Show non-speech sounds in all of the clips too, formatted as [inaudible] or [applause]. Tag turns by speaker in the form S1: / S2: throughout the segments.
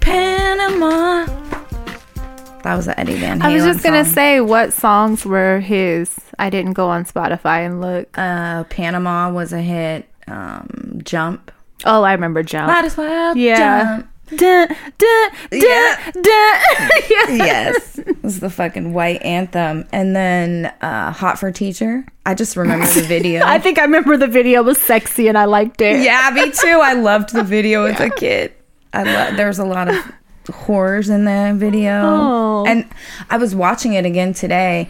S1: Panama. That was an Eddie Van Halen
S2: I was just gonna
S1: song.
S2: say what songs were his. I didn't go on Spotify and look.
S1: Uh, Panama was a hit. Um, Jump.
S2: Oh, I remember Jump.
S1: Might as well
S2: Yeah.
S1: jump.
S2: Dun, dun, dun,
S1: Yeah.
S2: dun. [laughs] yeah.
S1: [laughs] yes. This is the fucking white anthem. And then uh, Hot for Teacher. I just remember the video.
S2: [laughs] I think I remember the video was sexy and I liked it.
S1: yeah, me too. I loved the video as a kid. I lo- there was a lot of horrors in that video.
S2: Oh.
S1: And I was watching it again today.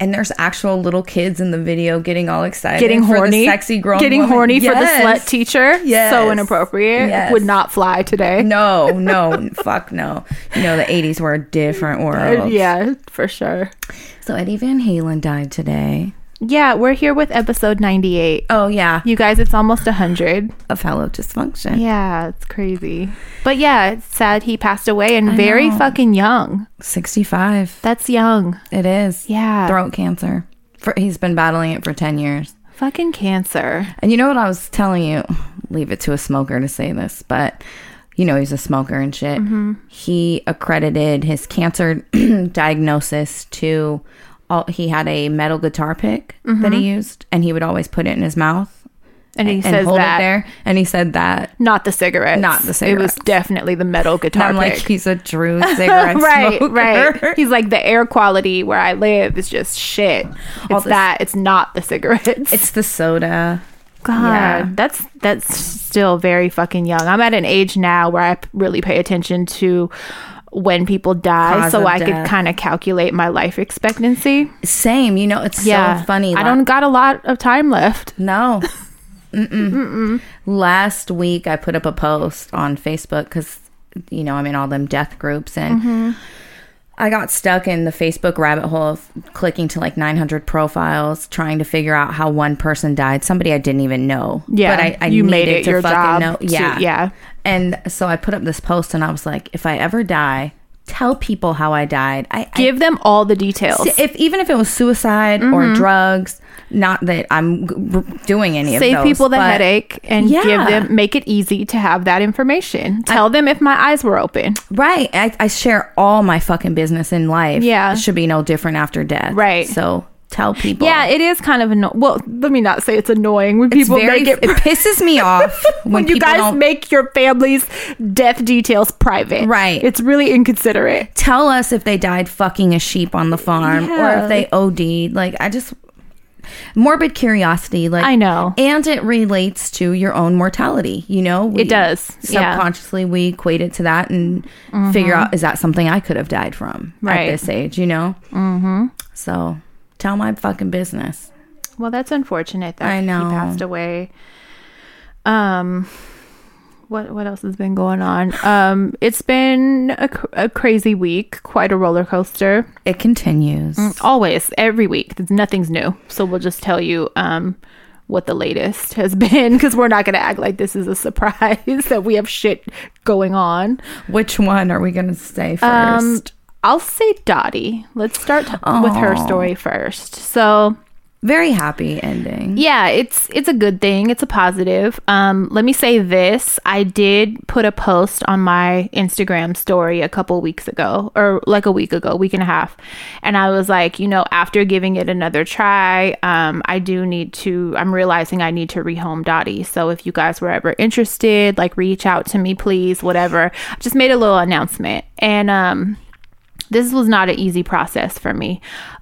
S1: And there's actual little kids in the video getting all excited,
S2: Getting
S1: for
S2: horny,
S1: the sexy grown,
S2: getting
S1: woman.
S2: horny for the
S1: Yes.
S2: slut teacher.
S1: Yes.
S2: so inappropriate.
S1: Yes.
S2: Would not fly today.
S1: No, no, fuck no. You know the '80s were a different
S2: Uh,
S1: world.
S2: [laughs] Yeah, for sure.
S1: So Eddie Van Halen died today.
S2: Yeah, we're here with episode 98.
S1: Oh yeah,
S2: You guys, it's almost 100.
S1: a fellow dysfunction.
S2: Yeah, it's crazy. But yeah, it's sad he passed away and very fucking young.
S1: 65.
S2: That's young.
S1: It is.
S2: Yeah.
S1: Throat cancer. For, he's been battling it for 10 years.
S2: Fucking cancer.
S1: And you know what I was telling you? Leave it to a smoker to say this, but you know, he's a smoker and shit.
S2: Mm-hmm.
S1: He accredited his cancer [clears throat] diagnosis to all, he had a metal guitar pick that he used, and he would always put it in his mouth
S2: And Mm-hmm. he
S1: and
S2: says
S1: hold
S2: that.
S1: it there. And he said that.
S2: Not the cigarettes.
S1: Not the
S2: It was
S1: cigarettes.
S2: definitely the metal
S1: And
S2: guitar
S1: I'm like,
S2: pick.
S1: he's a
S2: [laughs]
S1: true cigarette
S2: right,
S1: smoker. [laughs]
S2: right. He's like the air quality where I live is just shit. It's
S1: All this-
S2: that. It's not the cigarettes. [laughs]
S1: It's the soda.
S2: God,
S1: Yeah.
S2: that's that's still very fucking young. I'm at an age now where I p- really pay attention to when people die,
S1: Cause
S2: so
S1: of
S2: I could
S1: death.
S2: kind of calculate my life expectancy.
S1: Same, you know, it's
S2: yeah,
S1: so funny.
S2: I
S1: La-
S2: don't got a lot of time left. [laughs]
S1: No. Mm-mm. Last week, I put up a post on Facebook because, you know, I'm in all them death groups and.
S2: Mm-hmm.
S1: I got stuck in the Facebook rabbit hole of clicking to like 900 profiles, trying to figure out how one person died. Somebody I didn't even know.
S2: Yeah,
S1: but I, I
S2: you made
S1: needed
S2: it
S1: to
S2: your
S1: fucking
S2: job
S1: know.
S2: to-
S1: Yeah,
S2: yeah.
S1: And so I put up this post, and I was like, if I ever die, tell people how I died. I I
S2: Give them all the details.
S1: See, if even if it was suicide
S2: Mm-hmm.
S1: or drugs, not that I'm g- r- doing any of
S2: Save
S1: those,
S2: people the
S1: but
S2: headache and give
S1: Yeah.
S2: them make it easy to have that information. Tell them if my eyes were open.
S1: Right, I, I share all my fucking business in life.
S2: Yeah.
S1: it should be no different after death.
S2: Right.
S1: so tell people.
S2: Yeah, it is kind of annoying. Well, let me not say it's annoying when
S1: it's
S2: people
S1: very.
S2: make it
S1: It,
S2: [laughs]
S1: pisses me off when,
S2: when you
S1: people
S2: guys
S1: don't
S2: make your family's death details private.
S1: Right.
S2: It's really inconsiderate.
S1: tell us if they died fucking a sheep on the farm or
S2: Yeah.
S1: if they OD'd. Like I just morbid curiosity. Like
S2: I know.
S1: and it relates to your own mortality. You know, We-
S2: It does, yeah. Mm-hmm.
S1: Subconsciously, we equate it to that and figure out is that something I could have died from
S2: Right.
S1: at this age. You know. Mm-hmm. So tell my fucking business.
S2: Well, that's unfortunate that
S1: I know.
S2: he passed away. Um what what else has been going on? Um it's been a, cr- a crazy week, quite a roller coaster.
S1: It continues.
S2: Mm. Always every week. There's- Nothing's new. So we'll just tell you um what the latest has [laughs] been cuz we're not going to act like this is a surprise [laughs] that we have shit going on.
S1: Which one are we gonna say first?
S2: Um, I'll say Dottie. Let's start t- with her story first. So
S1: Very happy ending.
S2: yeah, it's it's a good thing. It's a positive. Um, let me say this: I did put a post on my Instagram story a couple weeks ago, or like a week ago, week and a half, and I was like, you know, after giving it another try, um, I do need to. I'm realizing I need to rehome Dottie. So if you guys were ever interested, like, reach out to me, please. Whatever. I just made a little announcement, and um, this was not an easy process for me.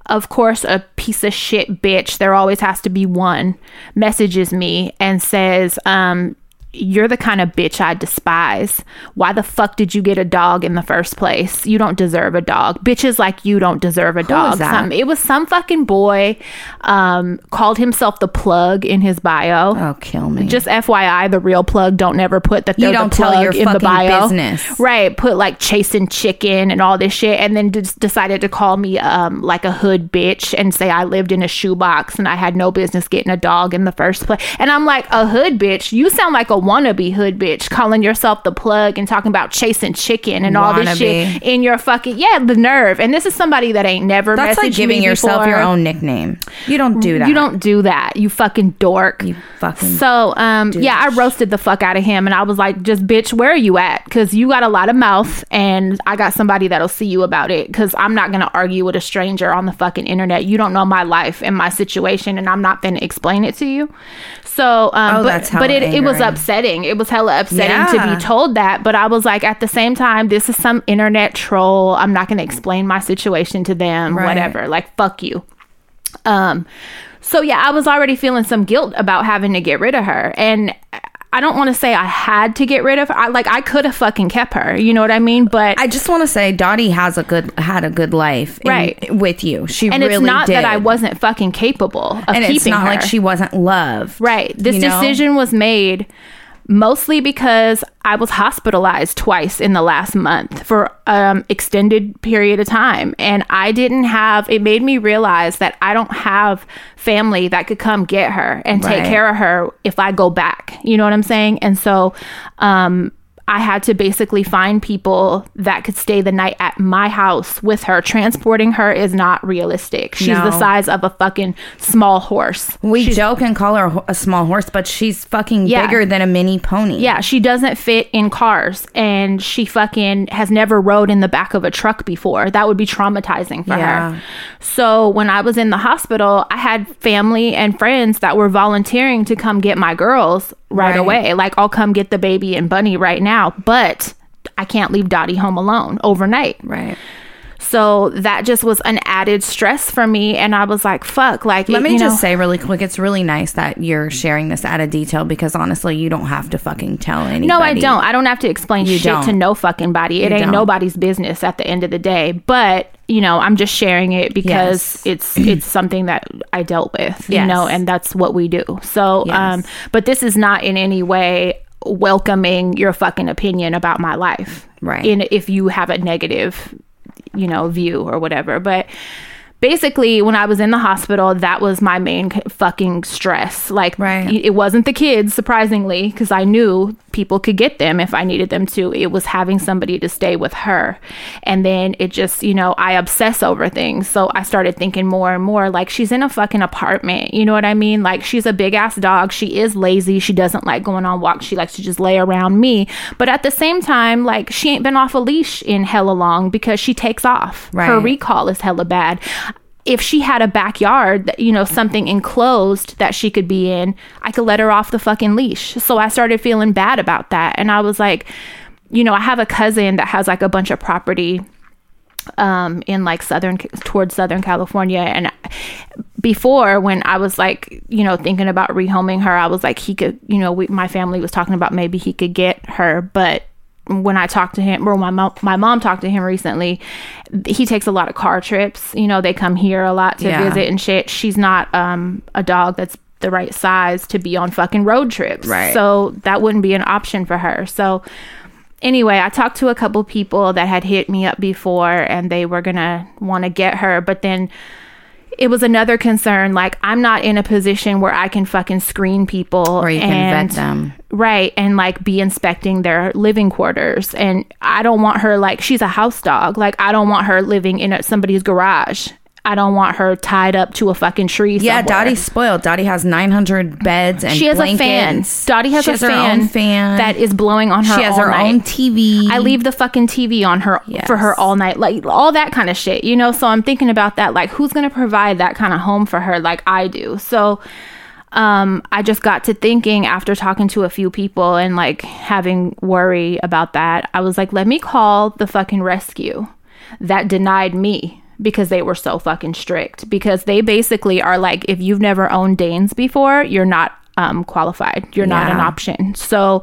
S2: Of course, a piece of shit bitch, there always has to be one, messages me and says, um, you're the kind of bitch I despise. Why the fuck did you get a dog in the first place? You don't deserve a dog. Bitches like you don't deserve a dog.
S1: that?
S2: Some- it was some fucking boy um, called himself the plug in his bio.
S1: Oh, kill me.
S2: Just FYI, the real plug don't never put that
S1: You
S2: they're
S1: don't
S2: the
S1: tell
S2: plug
S1: your
S2: in
S1: fucking
S2: the bio.
S1: business.
S2: Right, put like chasing chicken and all this shit and then just decided to call me um like a hood bitch and say I lived in a shoebox and I had no business getting a dog in the first place. And I'm like, "A hood bitch? You sound like a wannabe hood bitch calling yourself the plug and talking about chasing chicken and all this
S1: Wannabe.
S2: shit in your fucking yeah the nerve. And this is somebody that ain't never
S1: That's like
S2: messaged
S1: giving
S2: me
S1: yourself your
S2: before. Mm,
S1: own nickname. You don't do that.
S2: You don't do that. You fucking dork.
S1: You fucking
S2: So, um, yeah, I roasted the fuck out of him, and I was like, "Just bitch, where are you at? Because you got a lot of mouth, and I got somebody that'll see you about it. Because I'm not gonna argue with a stranger on the fucking internet. You don't know my life and my situation, and I'm not gonna explain it to you. So, um,
S1: Oh,
S2: but
S1: that's
S2: but
S1: hella
S2: it it was
S1: angering.
S2: upsetting. It was hella upsetting to
S1: Yeah.
S2: be told that. But I was like, at the same time, this is some internet troll. I'm not gonna explain my situation to them.
S1: Right.
S2: Whatever. Like, fuck you. Um, so yeah, I was already feeling some guilt about having to get rid of her, and I don't want to say I had to get rid of her. I, like I could have fucking kept her, you know what I mean? But
S1: I just want to say Dottie has a good had a good life in-
S2: Right.
S1: with you. She
S2: and
S1: really
S2: it's not
S1: did.
S2: that I wasn't fucking capable of
S1: and
S2: keeping
S1: it's not
S2: her.
S1: like she wasn't loved.
S2: right. This
S1: you know?
S2: decision was made mostly because I was hospitalized twice in the last month for um extended period of time and I didn't have it made me realize that I don't have family that could come get her and take
S1: Right.
S2: care care of her if I go back. You know what I'm saying? And so, um, I had to basically find people that could stay the night at my house with her. Transporting her is not realistic. She's
S1: No.
S2: the size of a fucking small horse.
S1: We joke and call her a ho- a small horse, but she's fucking
S2: Yeah.
S1: bigger than a mini pony.
S2: Yeah, she doesn't fit in cars and she fucking has never rode in the back of a truck before. That would be traumatizing for
S1: Yeah.
S2: her. So when I was in the hospital, I had family and friends that were volunteering to come get my girls right,
S1: Right.
S2: away. Like, I'll come get the baby and bunny right now, but I can't leave Dottie home alone overnight.
S1: Right.
S2: So that just was an added stress for me. And I was like, fuck, like,
S1: Let
S2: it-
S1: me
S2: you
S1: just
S2: know-
S1: say really quick, it's really nice that you're sharing this out of detail because honestly, you don't have to fucking tell anybody.
S2: No, I don't. I don't have to explain shit to
S1: don't.
S2: no fucking body. It ain't
S1: don't.
S2: nobody's business at the end of the day. But you know, I'm just sharing it because
S1: [clears throat]
S2: it's it's something that I dealt with. You
S1: Yes.
S2: know, and that's what we do. So,
S1: Yes.
S2: um, but this is not in any way welcoming your fucking opinion about my life.
S1: Right.
S2: In if you have a negative, you know, view or whatever, but. Basically, when I was in the hospital, that was my main c- fucking stress. Like,
S1: Right.
S2: y- it wasn't the kids surprisingly because i knew people could get them if i needed them to it was having somebody to stay with her and then it just you know i obsess over things so i started thinking more and more like she's in a fucking apartment you know what i mean like she's a big ass dog she is lazy she doesn't like going on walks she likes to just lay around me but at the same time like she ain't been off a leash in hella long because she takes off her
S1: Right.
S2: recall is hella bad if she had a backyard that you know something enclosed that she could be in i could let her off the fucking leash so i started feeling bad about that and i was like you know i have a cousin that has like a bunch of property um in like southern towards southern california and before when i was like you know thinking about rehoming her i was like he could you know we, my family was talking about maybe he could get her but when i talked to him or my mom my mom talked to him recently he takes a lot of car trips you know they come here a lot to
S1: Yeah.
S2: visit and shit she's not um a dog that's the right size to be on fucking road trips
S1: Right.
S2: so that wouldn't be an option for her so anyway, I talked to a couple people that had hit me up before and they were going to want to get her, but then it was another concern like I'm not in a position where I can fucking screen people
S1: Or you can
S2: and
S1: vet them.
S2: Right, and like be inspecting their living quarters and I don't want her like she's a house dog. Like I don't want her living in a, somebody's garage. I don't want her tied up to a fucking tree
S1: Yeah,
S2: somewhere.
S1: Dottie's spoiled. Dottie has 900 beds and
S2: she has
S1: blankets.
S2: a fan. Dottie has,
S1: She
S2: a fan,
S1: her own fan.
S2: that is blowing on her.
S1: she has
S2: all
S1: her
S2: night.
S1: own TV.
S2: I leave the fucking TV on her for
S1: Mm-hmm.
S2: her
S1: Yes.
S2: all night, like all that kind of shit, you know. So I'm thinking about that, like who's gonna provide that kind of home for her, like I do. So, um, I just got to thinking after talking to a few people and like having worry about that. I was like, let me call the fucking rescue that denied me because they were so fucking strict. Because they basically are like, if you've never owned Danes before, you're not um, qualified. You're not an
S1: Yeah.
S2: option. So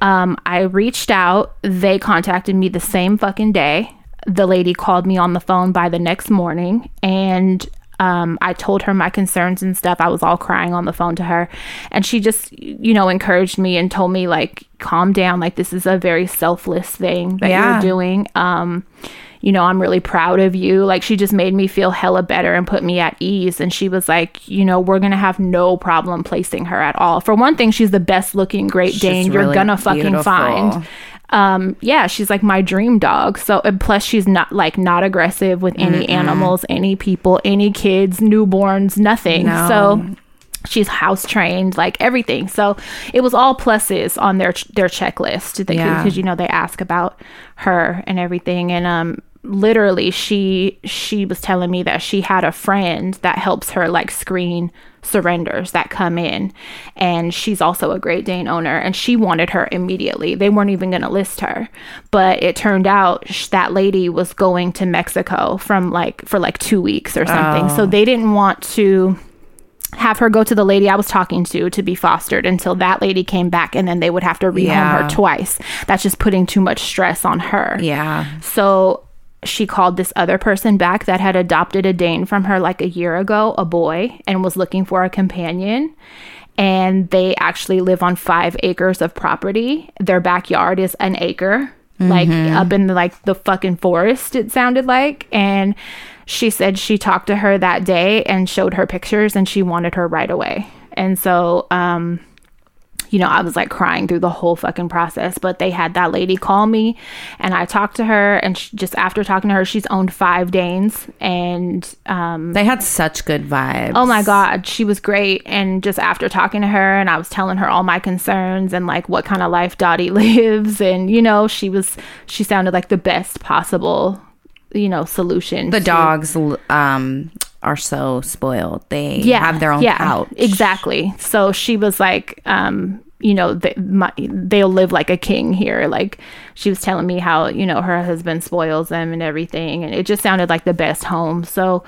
S2: um, I reached out. They contacted me the same fucking day. The lady called me on the phone by the next morning, and um, I told her my concerns and stuff. I was all crying on the phone to her, and she just, you know, encouraged me and told me like, calm down. Like this is a very selfless thing that
S1: Yeah.
S2: you're doing. Um, you know, I'm really proud of you. Like she just made me feel hella better and put me at ease. And she was like, you know, we're gonna have no problem placing her at all. For one thing, she's the best looking Great Dane you're
S1: really
S2: gonna fucking
S1: beautiful.
S2: find. Um, yeah, she's like my dream dog. So and plus she's not like not aggressive with any animals, any people, any kids, newborns, nothing.
S1: No.
S2: So she's house trained, like everything. So it was all pluses on their their checklist because
S1: Yeah.
S2: you know they ask about her and everything. And um, literally she she was telling me that she had a friend that helps her like screen surrenders that come in and she's also a great dane owner and she wanted her immediately they weren't even going to list her but it turned out sh- that lady was going to mexico from like for like two weeks or something so they didn't want to have her go to the lady I was talking to to be fostered until that lady came back, and then they would have to rehome
S1: Yeah.
S2: her twice. That's just putting too much stress on her.
S1: Yeah.
S2: So she called this other person back that had adopted a Dane from her like a year ago, a boy, and was looking for a companion. And they actually live on five acres of property. Their backyard is an acre, like up in the, like the fucking forest. It sounded like, and she said she talked to her that day and showed her pictures, and she wanted her right away. And so, um, you know, I was like crying through the whole fucking process. But they had that lady call me and I talked to her. And she, just after talking to her, she's owned five Danes. And um,
S1: They had such good vibes.
S2: oh my God, she was great. And just after talking to her, and I was telling her all my concerns and like what kind of life Dottie [laughs] lives. And, you know, she was, she sounded like the best possible, you know, solution.
S1: The
S2: to-
S1: dogs l- um are so spoiled. They have their own couch.
S2: Exactly. So she was like, um, you know, th- my, they'll live like a king here. Like she was telling me how, you know, her husband spoils them and everything. And it just sounded like the best home. So,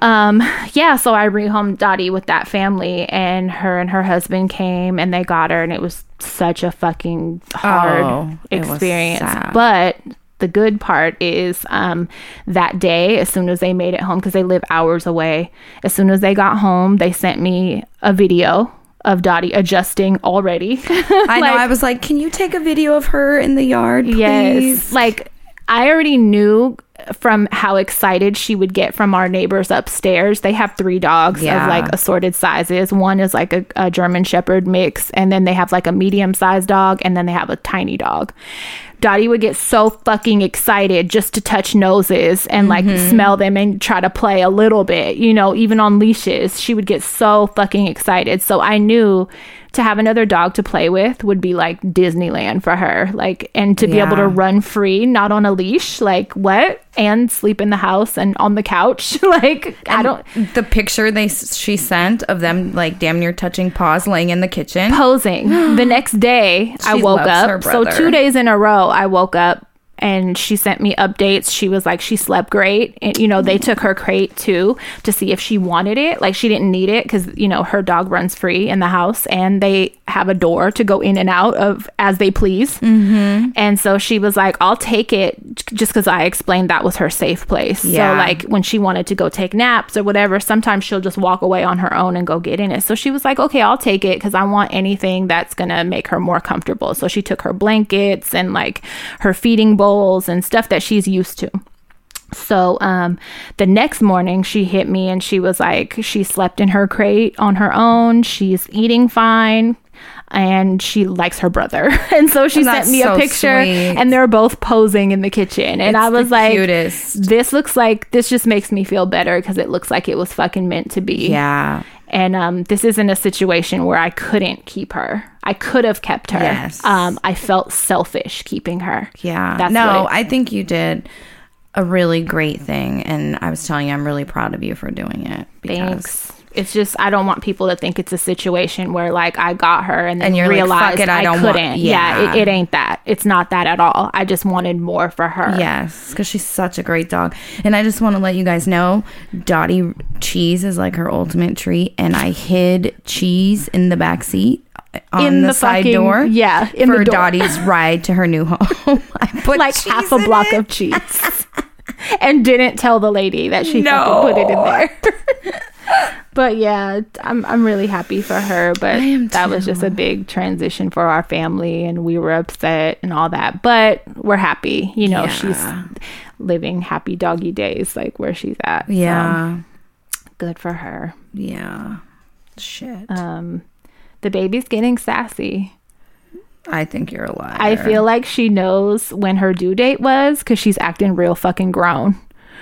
S2: um, yeah, so I rehomed Dottie with that family and her and her husband came and they got her and it was such a fucking hard
S1: Oh, it was
S2: experience.
S1: sad.
S2: But the good part is um, that day, as soon as they made it home, because they live hours away, as soon as they got home, they sent me a video of Dottie adjusting already. [laughs]
S1: I know. I was like, can you take a video of her in the yard, please?
S2: Yes. Like I already knew from how excited she would get from our neighbors upstairs. They have three dogs
S1: Yeah.
S2: of like assorted sizes. One is like a, a German Shepherd mix, and then they have like a medium sized dog, and then they have a tiny dog. Dottie would get so fucking excited just to touch noses and like smell them and try to play a little bit, you know, even on leashes. She would get so fucking excited. So I knew to have another dog to play with would be like Disneyland for her. Like, and to be able to
S1: Yeah.
S2: run free, not on a leash, like what? And sleep in the house and on the couch. [laughs] like, I don't
S1: The picture they s- she sent of them like damn near touching paws, laying in the kitchen.
S2: posing.
S1: [gasps]
S2: the next day, I
S1: She
S2: woke
S1: loves
S2: up.
S1: her
S2: So
S1: brother.
S2: two days in a row, I woke up and she sent me updates. She was like, she slept great, and you know they took her crate too to see if she wanted it. Like she didn't need it because you know her dog runs free in the house, and they have a door to go in and out of as they please. Mm-hmm. And so she was like, I'll take it j- just because I explained that was her safe place.
S1: Yeah.
S2: So like when she wanted to go take naps or whatever, sometimes she'll just walk away on her own and go get in it. So she was like, okay, I'll take it because I want anything that's going to make her more comfortable. So she took her blankets and like her feeding bowls and stuff that she's used to. So um, the next morning, she hit me and she was like, she slept in her crate on her own. She's eating fine. And she likes her brother. [laughs] And so she sent
S1: Oh, That's
S2: me a
S1: so
S2: picture
S1: sweet.
S2: and they're both posing in the kitchen. And I
S1: It's the
S2: was like,
S1: cutest.
S2: this looks like this just makes me feel better because it looks like it was fucking meant to be.
S1: Yeah.
S2: And um, this isn't a situation where I couldn't keep her. I could have kept her.
S1: Yes.
S2: Um, I felt selfish keeping her.
S1: Yeah.
S2: That's
S1: no,
S2: what
S1: I think you did a really great thing. And I was telling you, I'm really proud of you for doing it. because-
S2: Thanks. It's just I don't want people to think it's a situation where like I got her and then
S1: And you're like, "Fuck
S2: realized
S1: it, I
S2: I,
S1: don't want-
S2: couldn't. yeah,
S1: Yeah.
S2: it, it ain't that. It's not that at all. I just wanted more for her.
S1: Yes, because she's such a great dog. And I just want to let you guys know Dottie cheese is like her ultimate treat. And I hid cheese in the back seat uh, on
S2: In
S1: the,
S2: the
S1: side
S2: fucking-
S1: door.
S2: yeah, in
S1: for
S2: the door. [laughs]
S1: Dottie's ride to her new home. I put
S2: Like
S1: cheese
S2: half a
S1: in
S2: block
S1: it. [laughs]
S2: of cheese. and didn't tell the lady that she
S1: No.
S2: fucking put it in there. [laughs] but yeah, I'm I'm really happy for her, but
S1: am
S2: that was just a big transition for our family and we were upset and all that. But we're happy. You know,
S1: Yeah.
S2: she's living happy doggy days like where she's at. So,
S1: Yeah.
S2: good for her.
S1: Yeah. Shit.
S2: Um, the baby's getting sassy.
S1: I think you're a liar.
S2: I feel like she knows when her due date was because she's acting real fucking grown.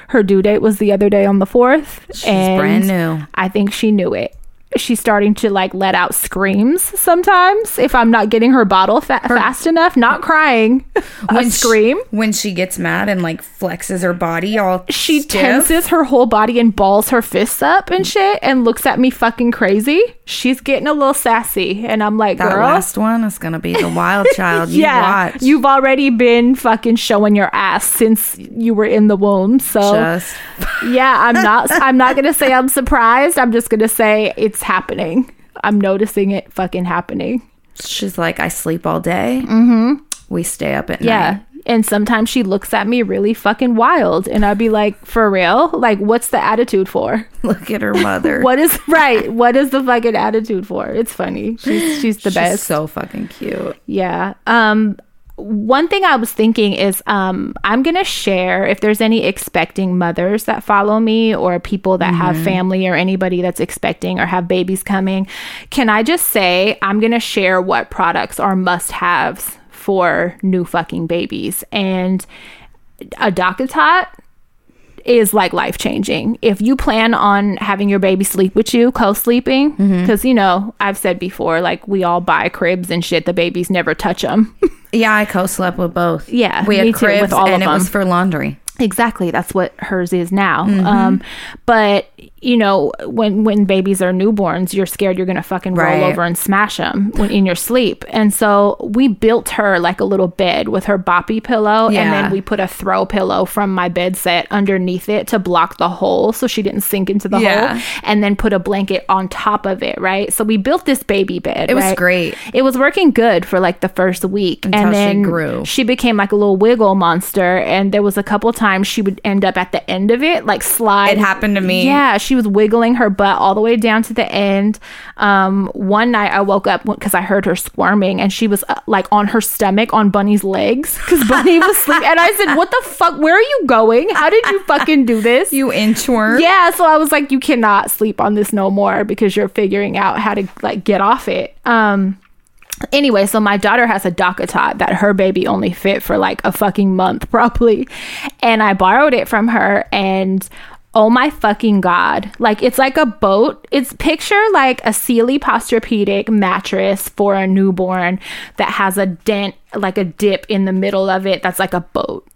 S2: Her due date was the other day on the fourth.
S1: She's brand new.
S2: I think she knew it. She's starting to like let out screams sometimes if I'm not getting her bottle fa- fast enough,
S1: [laughs]
S2: not crying, a
S1: she-
S2: scream.
S1: when she gets mad and like flexes her body all
S2: She
S1: stiff.
S2: tenses her whole body and balls her fists up and shit and looks at me fucking crazy. She's getting a little sassy. And I'm like,
S1: That
S2: girl,
S1: last one is gonna be the
S2: [laughs]
S1: wild child. You
S2: yeah,
S1: watch.
S2: you've already been fucking showing your ass since you were in the womb. So
S1: just
S2: [laughs] yeah,
S1: [laughs]
S2: I'm not. I'm not gonna say I'm surprised. I'm just gonna say it's happening. I'm noticing it fucking happening.
S1: she's like, I sleep all day. Mm-hmm. We stay up at night. [laughs]
S2: Yeah. And sometimes she looks at me really fucking wild, and I'd be like, "For real? Like, what's the attitude
S1: [laughs]
S2: for?
S1: Look at her
S2: [laughs]
S1: mother.
S2: What is right? What is the fucking attitude for? It's funny. She's she's the
S1: She's
S2: best.
S1: so fucking cute.
S2: Yeah. Um one thing I was thinking is um I'm going to share if there's any expecting mothers that follow me or people that have family or anybody that's expecting or have babies coming, can I just say I'm going to share what products are must-haves for new fucking babies and a Docatot is like life changing. If you plan on having your baby sleep with you, co sleeping, because you know, I've said before, like we all buy cribs and shit, the babies never touch them.
S1: Yeah, I co-slept with both.
S2: Yeah,
S1: we
S2: me
S1: had
S2: too, with
S1: cribs,
S2: all
S1: and
S2: of
S1: it was
S2: them.
S1: for laundry.
S2: exactly that's what hers is now
S1: Mm-hmm.
S2: um but you know when when babies are newborns you're scared you're gonna fucking
S1: Right.
S2: roll over and smash them when in your sleep and so we built her like a little bed with her boppy pillow and
S1: Yeah.
S2: then we put a throw pillow from my bed set underneath it to block the hole so she didn't sink into the
S1: Yeah.
S2: hole and then put a blanket on top of it right so we built this baby bed
S1: It was
S2: right?
S1: great.
S2: it was working good for like the first week
S1: Until
S2: and
S1: she
S2: then
S1: grew.
S2: she became like a little wiggle monster and there was a couple times she would end up at the end of it like slide
S1: It happened to me.
S2: yeah she was wiggling her butt all the way down to the end um one night i woke up because i heard her squirming and she was uh, like on her stomach on bunny's legs because bunny was asleep and i said what the fuck where are you going how did you fucking do this
S1: You inchworm.
S2: yeah, so I was like, you cannot sleep on this no more because you're figuring out how to like get off it. Um anyway, so my daughter has a Docatot that her baby only fit for like a fucking month [laughs] probably. And I borrowed it from her and Oh my fucking god. Like it's like a boat. It's picture like a Sealy posturpedic mattress for a newborn that has a dent like a dip in the middle of it that's like a boat.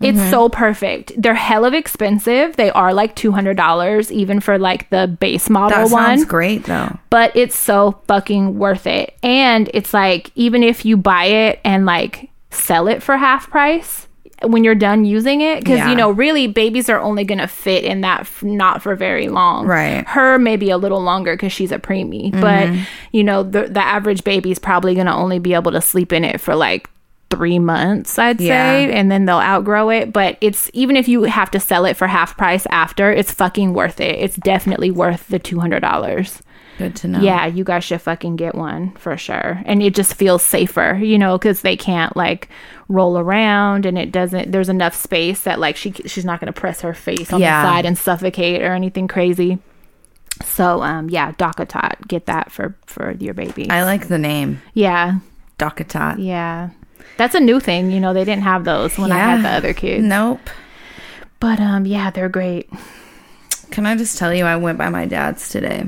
S2: It's
S1: Mm-hmm.
S2: so perfect. They're hell of expensive. They are like two hundred dollars, even for like the base model
S1: that
S2: one.
S1: sounds great though.
S2: But it's so fucking worth it. And it's like even if you buy it and like sell it for half price when you're done using it, because
S1: Yeah.
S2: you know really babies are only gonna fit in that f- not for very long.
S1: Right. Mm-hmm.
S2: Her maybe a little longer because she's a preemie, but you know the the average baby's probably gonna only be able to sleep in it for like three months i'd
S1: Yeah.
S2: say and then they'll outgrow it. But it's even if you have to sell it for half price after, it's fucking worth it. It's definitely worth the two hundred dollars.
S1: Good to know.
S2: Yeah, you guys should fucking get one for sure. And it just feels safer, you know, because they can't like roll around and it doesn't. There's enough space that like she she's not gonna press her face on
S1: Yeah.
S2: the side and suffocate or anything crazy. So um yeah, Docatot, get that for for your baby.
S1: I like the name
S2: yeah,
S1: Docatot.
S2: yeah. That's a new thing, you know. They didn't have those when I
S1: Yeah.
S2: had the other kids.
S1: Nope.
S2: But um, yeah, they're great.
S1: Can I just tell you, I went by my dad's today.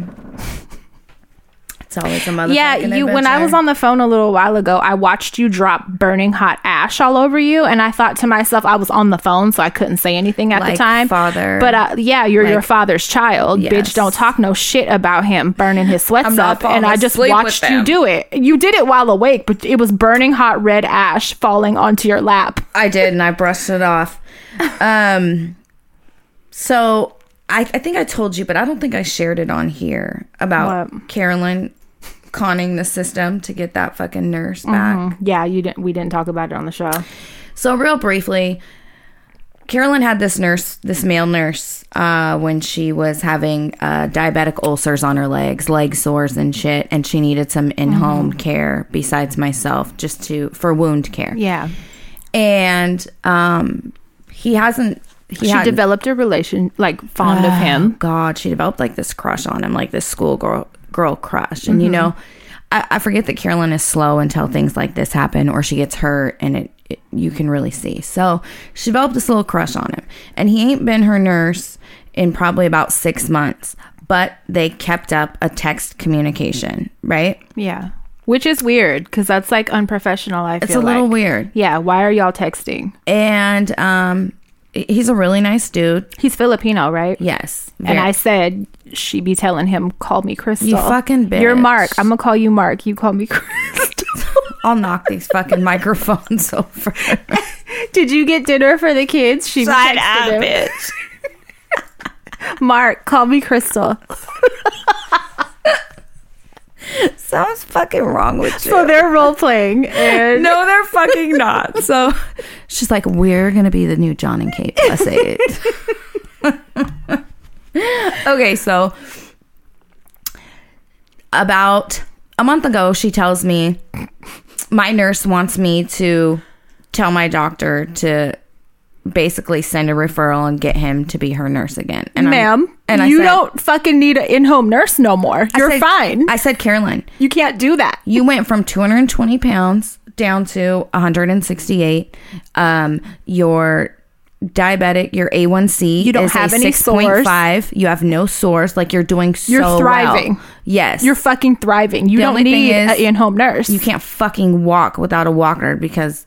S1: It's always a motherfucking
S2: Yeah, you. When I was on the phone a little while ago, I watched you drop burning hot ash all over you, and I thought to myself, I was on the phone, so I couldn't say anything at
S1: Like
S2: the time.
S1: father.
S2: but uh, yeah, you're your
S1: Like-
S2: father's child,
S1: Yes.
S2: bitch. Don't talk no shit about him burning his sweats
S1: not
S2: up, and
S1: falling
S2: I just
S1: asleep with
S2: watched you
S1: them.
S2: do it. You did it while awake, but it was burning hot red ash falling onto your lap.
S1: I did, and I brushed it off. Um, so I, I think I told you, but I don't think I shared it on here about
S2: What?
S1: Carolyn conning the system to get that fucking nurse back.
S2: Yeah, you didn't. We didn't talk about it on the show.
S1: So real briefly, Carolyn had this nurse, this male nurse, uh, when she was having uh, diabetic ulcers on her legs, leg sores and shit, and she needed some in-home care besides myself, just to for wound care.
S2: Yeah,
S1: And um, he hasn't. He
S2: she
S1: hadn't-
S2: developed a relation like fond
S1: Uh,
S2: of him.
S1: God, she developed like this crush on him, like this schoolgirl girl crush. And you
S2: Mm-hmm.
S1: know, I, I forget that Carolyn is slow until things like this happen, or she gets hurt, and it, it you can really see. So she developed this little crush on him, and he ain't been her nurse in probably about six months. But they kept up a text communication, right?
S2: Yeah. Which is weird because that's like unprofessional. I
S1: It's
S2: feel
S1: a little
S2: like.
S1: weird.
S2: Yeah. Why are y'all texting?
S1: And um, he's a really nice dude.
S2: He's Filipino, right?
S1: Yes,
S2: And
S1: very-
S2: I said she be telling him, "Call me Crystal."
S1: You fucking bitch.
S2: You're Mark. I'm gonna call you Mark. You call me [laughs] Crystal.
S1: I'll knock these fucking [laughs] microphones [laughs] over.
S2: Did you get dinner for the kids? She
S1: Shut
S2: texted
S1: up,
S2: him.
S1: bitch.
S2: Mark, call me Crystal.
S1: Something's fucking wrong with you.
S2: So they're role playing,
S1: [laughs]
S2: and
S1: no, they're fucking not. So [laughs] she's like, we're gonna be the new John and Kate plus eight. [laughs] okay, so about a month ago, she tells me my nurse wants me to tell my doctor to basically send a referral and get him to be her nurse again. And I'm-
S2: ma'am,
S1: and I
S2: you
S1: said-
S2: don't fucking need an in-home nurse no more.
S1: I
S2: You're
S1: said-
S2: fine.
S1: I said, Caroline,
S2: you can't do that.
S1: you went from 220 pounds down to 168 um your diabetic your a1c you
S2: don't
S1: is
S2: have
S1: a
S2: any
S1: 6.5 you have no source like you're doing so
S2: You're
S1: well.
S2: thriving.
S1: yes
S2: You're fucking thriving. You
S1: The
S2: don't
S1: only thing
S2: need
S1: is-
S2: an in-home nurse.
S1: you can't fucking walk without a walker because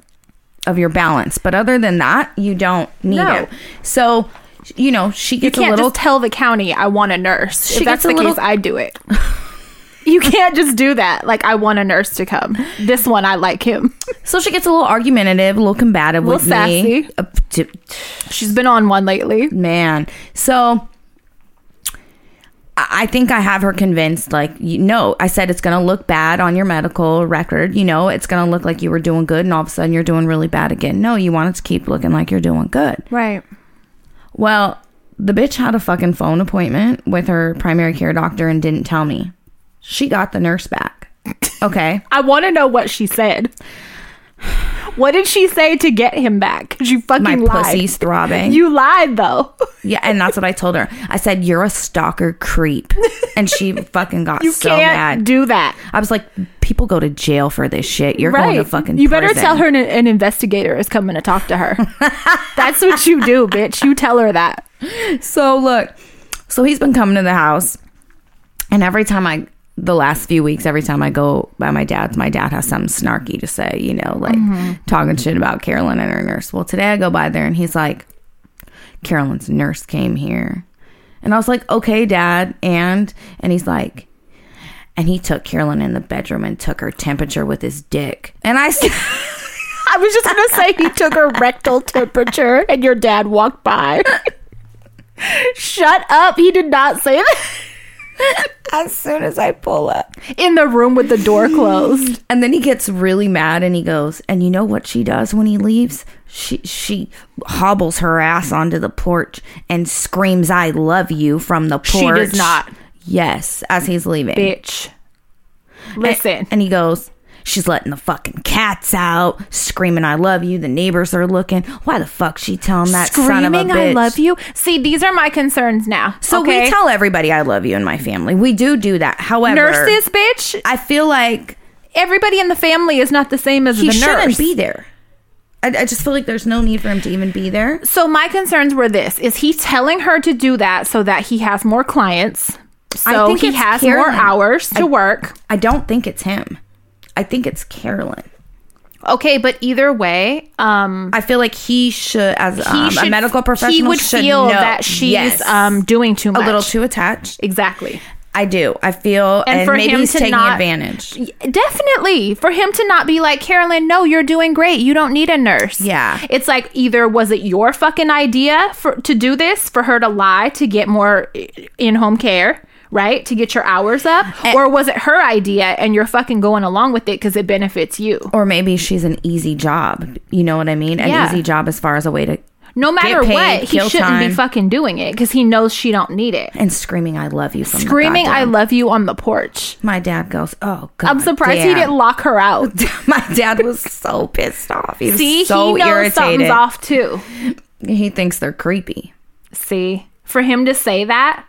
S1: of your balance but other than that you don't need
S2: No.
S1: it so you know she
S2: You
S1: gets
S2: can't
S1: a little
S2: just tell the county I want a nurse.
S1: She
S2: if that's
S1: gets a
S2: the
S1: little-
S2: case, I do
S1: [laughs]
S2: it. you can't just do that. Like I want a nurse to come. This one I like him.
S1: so she gets a little argumentative a little combative
S2: Little
S1: with me
S2: sassy.
S1: Uh, t-
S2: She's been on one lately.
S1: man so i I think i have her convinced like you no i said it's gonna look bad on your medical record you know it's gonna look like you were doing good and all of a sudden you're doing really bad again no you want it to keep looking like you're doing good
S2: Right.
S1: well the bitch had a fucking phone appointment with her primary care doctor and didn't tell me she got the nurse back
S2: [laughs]
S1: okay
S2: I want to know what she said. What did she say to get him back? 'Cause You fucking
S1: my
S2: lied.
S1: pussy's throbbing
S2: You
S1: [laughs]
S2: lied though.
S1: yeah and that's what i told her i said you're a stalker
S2: [laughs]
S1: creep and she fucking got
S2: You
S1: so
S2: can't
S1: mad
S2: do that.
S1: I was like, people go to jail for this shit. You're going
S2: Right.
S1: to fucking.
S2: you better
S1: prison."
S2: tell her an, an investigator is coming to talk
S1: [laughs]
S2: to her. That's what you do, bitch. You tell her that.
S1: So look, so he's been coming to the house, and every time I, the last few weeks, every time I go by my dad's, my dad has something snarky to say. You know, like talking shit about Carolyn and her nurse. Well, today I go by there, and he's like, Carolyn's nurse came here, and I was like, okay, dad, and and he's like. And he took Carolyn in the bedroom and took her temperature with his dick. And I [laughs] said,
S2: I was just gonna say he took her rectal temperature and your dad walked by. Shut up. He did not say that.
S1: as soon as I pull up,
S2: In the room with the door closed.
S1: And then he gets really mad and he goes, and you know what she does when he leaves? She she hobbles her ass onto the porch and screams, I love you from the
S2: She
S1: porch.
S2: does not.
S1: Yes, as he's leaving.
S2: Bitch. Listen.
S1: And he goes, She's letting the fucking cats out, screaming, I love you. The neighbors are looking. Why the fuck she telling that son of a
S2: Screaming,
S1: bitch?
S2: I love you. See, these are my concerns now.
S1: So
S2: okay?
S1: we tell everybody I love you in my family. We do do that. However,
S2: nurses, bitch.
S1: I feel like
S2: Everybody in the family is not the same as
S1: he
S2: the
S1: shouldn't
S2: nurse.
S1: be there. I, I just feel like there's no need for him to even be there.
S2: So my concerns were this: is he telling her to do that so that he has more clients, so
S1: think
S2: he
S1: it's
S2: has more
S1: Carolyn.
S2: hours to work?
S1: I don't think it's him. I think it's Carolyn.
S2: Okay, but either way, um,
S1: I feel like he should, as um, a
S2: should-
S1: medical professional,
S2: he would
S1: should
S2: feel
S1: know.
S2: that she's
S1: Yes.
S2: um doing too
S1: a
S2: much.
S1: little too attached.
S2: exactly.
S1: I do. I feel, and,
S2: And for
S1: maybe
S2: him
S1: he's
S2: to
S1: taking
S2: not-
S1: advantage.
S2: Definitely. For him to not be like, Carolyn, no, you're doing great. You don't need a nurse.
S1: Yeah.
S2: It's like either was it your fucking idea for to do this for her to lie to get more eh, in home care, right? To get your hours up?
S1: Eh.
S2: or was it her idea and you're fucking going along with it because it benefits you?
S1: Or maybe she's an easy job. You know what I mean? An
S2: Yeah.
S1: easy job as far as a way to
S2: No matter
S1: paid,
S2: what, he
S1: kill
S2: shouldn't
S1: time.
S2: be fucking doing it because he knows she don't need it.
S1: and screaming "I love you" from
S2: Screaming,
S1: The
S2: I
S1: goddamn-
S2: love you on the porch.
S1: My dad goes, "Oh God!"
S2: I'm surprised he
S1: damn."
S2: didn't lock her out.
S1: [laughs] My dad was so pissed off. He was
S2: See,
S1: so
S2: he knows
S1: irritated.
S2: something's off too.
S1: He thinks they're creepy.
S2: See, for him to say that,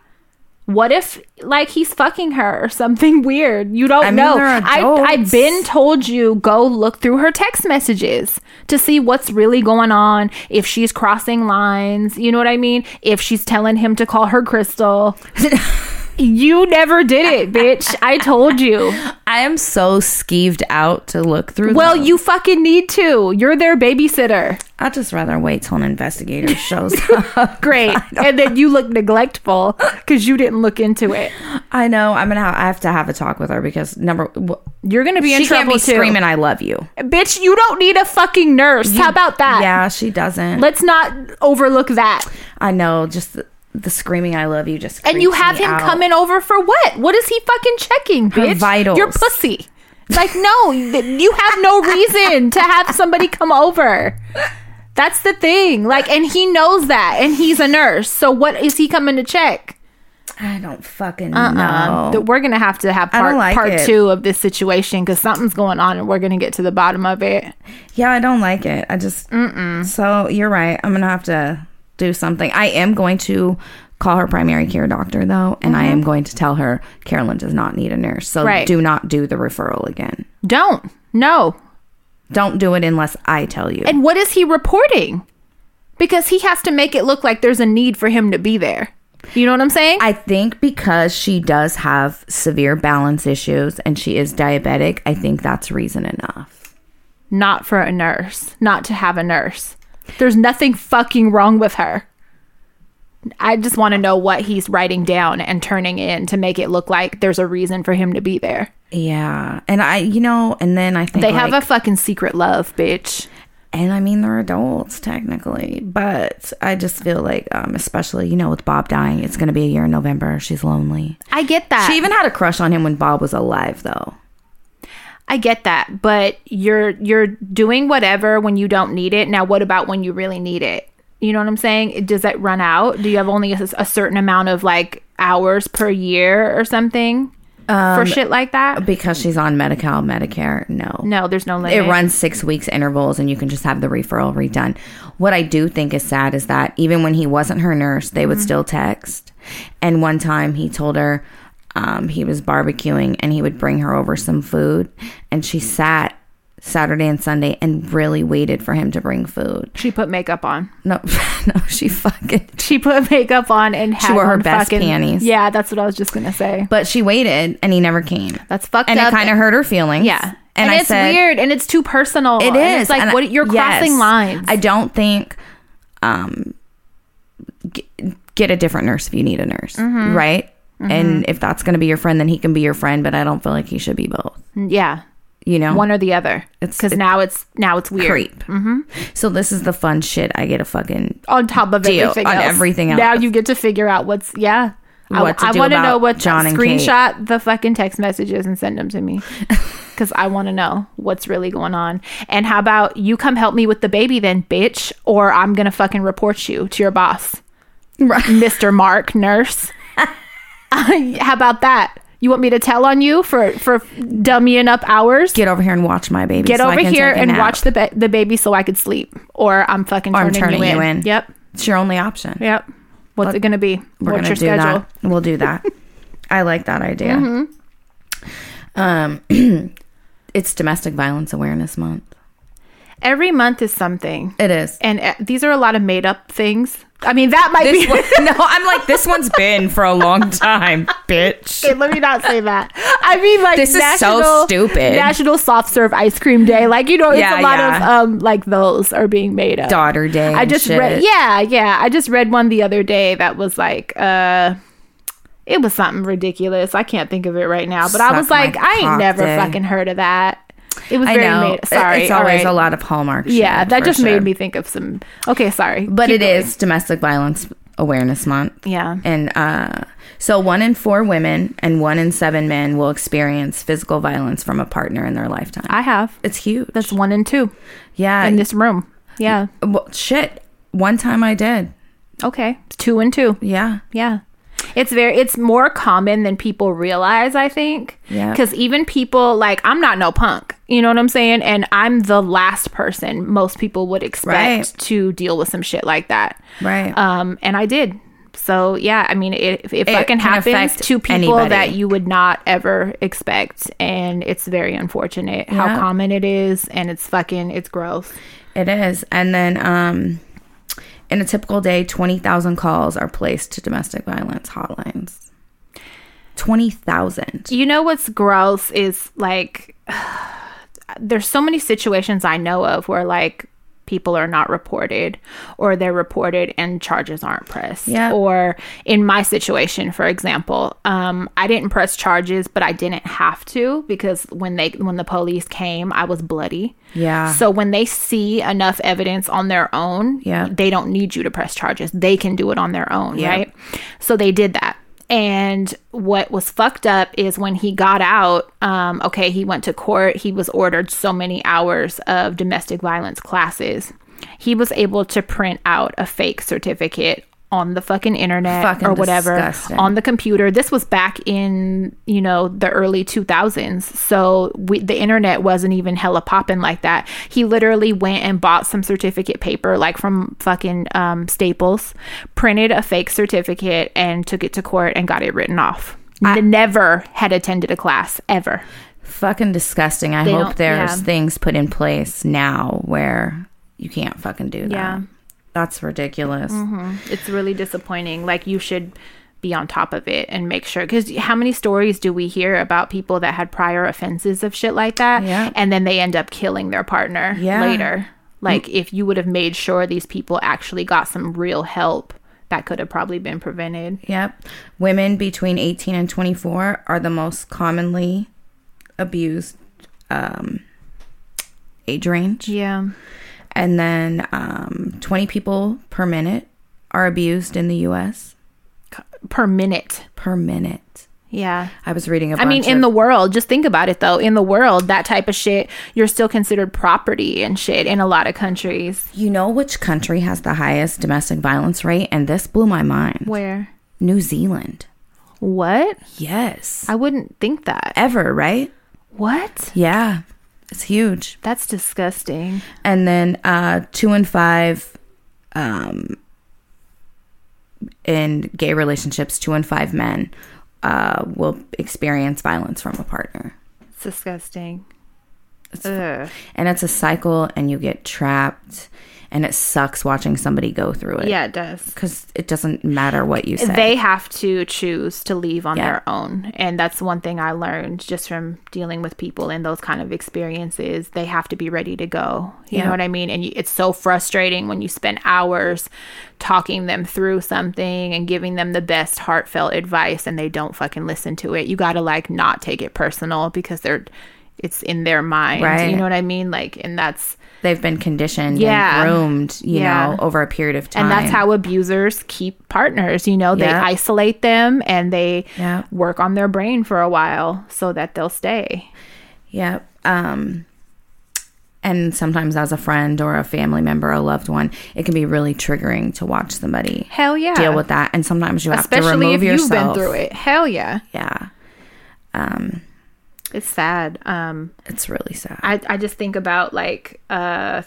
S2: what if like he's fucking her or something [laughs] weird? You don't
S1: I mean,
S2: know.
S1: they're
S2: I
S1: adults.
S2: I've been told you go look through her text messages to see what's really going on. If she's crossing lines, you know what I mean. If she's telling him to call her
S1: [laughs]
S2: Crystal, you never did it, bitch. I
S1: [laughs]
S2: told you.
S1: I am so skeeved out to look through.
S2: Well,
S1: those.
S2: you fucking need to. You're their babysitter.
S1: I'd just rather wait till an investigator
S2: [laughs]
S1: shows up. [laughs]
S2: Great, and then you look neglectful because you didn't look into it.
S1: I know. I'm gonna. Have, I have to have a talk with her because number w-
S2: You're gonna be in
S1: she can't
S2: trouble
S1: be
S2: too.
S1: screaming. I love you.
S2: Bitch, you don't need a fucking nurse. How about that?
S1: Yeah, she doesn't.
S2: Let's not overlook that.
S1: I know. Just the, the screaming. I love you. Just
S2: And you
S1: creeps
S2: have
S1: me
S2: him
S1: out.
S2: coming over for what? What is he fucking checking,
S1: Her
S2: bitch?
S1: vitals.
S2: Your pussy. Like no, th- you have no reason to have somebody come over. That's the thing. Like and he knows that and he's a nurse. So what is he coming to check?
S1: I don't fucking
S2: Um,
S1: know.
S2: th- we're gonna have to have
S1: Oh. don't
S2: part,
S1: like
S2: part
S1: it.
S2: two of this situation because something's going on and we're gonna get to the bottom of it.
S1: yeah, I don't like it. I just. So you're right. I'm gonna have to do something. I am going to call her primary care doctor though, and I am going to tell her Carolyn does not need a nurse. So
S2: Mm-hmm. Right.
S1: do not do the referral again.
S2: Don't no.
S1: Don't do it unless I tell you.
S2: And what is he reporting? Because he has to make it look like there's a need for him to be there. You know what I'm saying?
S1: I think because she does have severe balance issues and she is diabetic, I think that's reason enough.
S2: not for a nurse, not to have a nurse. There's nothing fucking wrong with her. I just want to know what he's writing down and turning in to make it look like there's a reason for him to be there.
S1: Yeah. And I, you know, and then I think
S2: They have a fucking secret love, bitch.
S1: and I mean, they're adults technically, but I just feel like, um, especially, you know, with Bob dying, it's going to be a year in November. She's lonely.
S2: I get that.
S1: She even had a crush on him when Bob was alive, though.
S2: I get that, but you're you're doing whatever when you don't need it. Now, what about when you really need it? You know what I'm saying? Does that run out? Do you have only a, a certain amount of like hours per year or something
S1: Um,
S2: for shit like that?
S1: Because she's on Medi Cal, Medicare, no.
S2: No, there's no limit.
S1: it runs six weeks intervals and you can just have the referral redone what i do think is sad is that even when he wasn't her nurse they
S2: Mm-hmm.
S1: would still text and one time he told her um, he was barbecuing and he would bring her over some food and she sat saturday and sunday and really waited for him to bring food
S2: She put makeup on. [laughs]
S1: no [laughs] no she fucking
S2: She put makeup on and had
S1: wore her
S2: on
S1: best
S2: fucking-
S1: panties.
S2: Yeah, that's what I was just gonna say.
S1: but she waited and he never came
S2: That's fucked
S1: and
S2: up.
S1: it kind of hurt her feelings
S2: yeah,
S1: and, I
S2: it's
S1: said,
S2: weird and it's too personal.
S1: It
S2: and
S1: is
S2: it's like
S1: and I-
S2: what you're
S1: yes.
S2: crossing lines.
S1: I don't think, um, g- get a different nurse if you need a nurse,
S2: Mm-hmm.
S1: right? And if that's going to be your friend, then he can be your friend. But I don't feel like he should be both.
S2: yeah,
S1: You know,
S2: one Mm-hmm. or the other.
S1: It's-
S2: because
S1: it's
S2: now it's now it's weird.
S1: creep. So this is the fun shit. I get a fucking
S2: on top of
S1: Deal,
S2: everything
S1: on
S2: else.
S1: everything else.
S2: Now you get to figure out what's yeah. I-
S1: What to
S2: I,
S1: do
S2: want to
S1: about
S2: know what
S1: John and Kate.
S2: screenshot the fucking text messages and send them
S1: [laughs]
S2: to me because I want to know what's really going on. And how about you come help me with the baby then, bitch, or I'm gonna fucking report you to your boss, [laughs] Mister
S1: [laughs]
S2: Mark Nurse. how about that? You want me to tell on you for for dummying up hours?
S1: get over here and watch my baby.
S2: Get
S1: so I
S2: over
S1: can
S2: here
S1: take a
S2: and
S1: nap.
S2: watch the ba- the baby so I could sleep, or I'm fucking
S1: I'm
S2: turning,
S1: turning
S2: you,
S1: you
S2: in.
S1: in.
S2: Yep.
S1: It's your only option.
S2: Yep. What's it going to be?
S1: We're
S2: What's
S1: gonna
S2: your
S1: do
S2: schedule? Mm-hmm.
S1: that. We'll do
S2: [laughs]
S1: that. I like that idea. Um, [clears throat] it's Domestic Violence Awareness Month.
S2: Every month is something.
S1: It is.
S2: And uh, these are a lot of made up things. I mean, that might
S1: This
S2: be. [laughs]
S1: one, [laughs] no, I'm like this one's been for a long time, bitch.
S2: Okay, let me not say that. I mean, like
S1: This is so stupid.
S2: National Soft Serve Ice Cream Day, like you know, it's
S1: Yeah,
S2: a lot
S1: yeah.
S2: of um, like those are being made up.
S1: Daughter Day.
S2: I
S1: and
S2: just
S1: shit.
S2: read, yeah, yeah. I just read one the other day that was like, uh, it was something ridiculous. I can't think of it right now, but I was
S1: Suck my
S2: like, I ain't
S1: cock
S2: never
S1: day.
S2: fucking heard of that. It was
S1: I
S2: very
S1: know.
S2: made. Sorry,
S1: it's
S2: all
S1: always
S2: right.
S1: a lot of Hallmark. Shit
S2: Yeah, that
S1: for
S2: just
S1: sure.
S2: made me think of some. Okay, sorry,
S1: But
S2: Keep
S1: it
S2: going.
S1: is Domestic Violence Awareness Month.
S2: Yeah.
S1: and uh, so one in four women and one in seven men will experience physical violence from a partner in their lifetime.
S2: I have.
S1: it's huge.
S2: That's one and two
S1: yeah.
S2: in this room. Yeah.
S1: well, shit. One time I did.
S2: Okay. Two and two.
S1: Yeah.
S2: Yeah. It's very it's more common than people realize, I think.
S1: Yeah.
S2: Cuz even people like I'm not no punk. You know what I'm saying? And I'm the last person most people would expect
S1: Right.
S2: to deal with some shit like that.
S1: Right.
S2: Um and I did. So yeah, I mean it if it,
S1: can
S2: fucking happens
S1: affect
S2: to people
S1: anybody.
S2: that you would not ever expect and it's very unfortunate
S1: Yeah.
S2: how common it is and it's fucking it's gross.
S1: It is. And then um in a typical day, 20,000 calls are placed to domestic violence hotlines. 20,000.
S2: You know what's gross is like [sighs] there's so many situations I know of where like people are not reported or they're reported and charges aren't pressed.
S1: Yeah.
S2: Or in my situation, for example, um, I didn't press charges, but I didn't have to because when they when the police came, I was bloody.
S1: Yeah.
S2: So when they see enough evidence on their own,
S1: Yeah.
S2: they don't need you to press charges. They can do it on their own,
S1: Yeah.
S2: right? So they did that. And what was fucked up is when he got out, um, okay, he went to court. He was ordered so many hours of domestic violence classes. He was able to print out a fake certificate on the fucking internet
S1: Fucking
S2: or whatever
S1: disgusting.
S2: on the computer. This was back in, you know, the early 2000s. So we, the internet wasn't even hella popping like that. He literally went and bought some certificate paper, like from fucking um, Staples, printed a fake certificate and took it to court and got it written off. Never had attended a class ever.
S1: Fucking disgusting. I
S2: don't-
S1: hope there's
S2: yeah.
S1: things put in place now where you can't fucking do that.
S2: Yeah. Mm-hmm.
S1: That's ridiculous.
S2: It's really disappointing. Like you should be on top of it and make sure because how many stories do we hear about people that had prior offenses of shit like that
S1: Yeah.
S2: and then they end up killing their partner
S1: Yeah. Mm.
S2: later like if you would have made sure these people actually got some real help that could have probably been prevented
S1: Yep. Women between 18 and 24 are the most commonly abused um, age range.
S2: yeah
S1: And then um, 20 people per minute are abused in the US
S2: per minute
S1: per minute.
S2: yeah
S1: I was reading a
S2: I
S1: bunch
S2: mean, in
S1: of-
S2: the world, just think about it though. In the world, that type of shit, you're still considered property and shit in a lot of countries.
S1: you know which country has the highest domestic violence rate? And this blew my mind.
S2: Where?
S1: New Zealand.
S2: What?
S1: Yes.
S2: I wouldn't think that.
S1: Ever, right?
S2: What?
S1: Yeah. It's huge.
S2: That's disgusting.
S1: and then uh, two and five um, in gay relationships two and five men uh, will experience violence from a partner
S2: It's disgusting. Ugh.
S1: and it's a cycle and you get trapped and it sucks watching somebody go through it
S2: Yeah, it does.
S1: because it doesn't matter what you say
S2: They have to choose to leave on
S1: Yeah.
S2: their own. And that's one thing I learned just from dealing with people in those kind of experiences. They have to be ready to go. You
S1: Yeah.
S2: know what I mean? And you, it's so frustrating when you spend hours talking them through something and giving them the best heartfelt advice and they don't fucking listen to it. You got to like not take it personal because they're it's in their mind.
S1: Right.
S2: You know what I mean? Like and that's
S1: they've been conditioned
S2: Yeah.
S1: and groomed you know
S2: Yeah.
S1: over a period of time
S2: and that's how abusers keep partners you know they
S1: Yeah.
S2: isolate them and they
S1: Yeah.
S2: work on their brain for a while so that they'll stay
S1: Yeah. Um, and sometimes as a friend or a family member, a loved one, it can be really triggering to watch somebody
S2: hell yeah
S1: deal with that. And sometimes you have to
S2: especially
S1: remove
S2: if
S1: yourself.
S2: you've been through it hell yeah
S1: Yeah.
S2: it's sad um
S1: It's really sad.
S2: I, I just think about like uh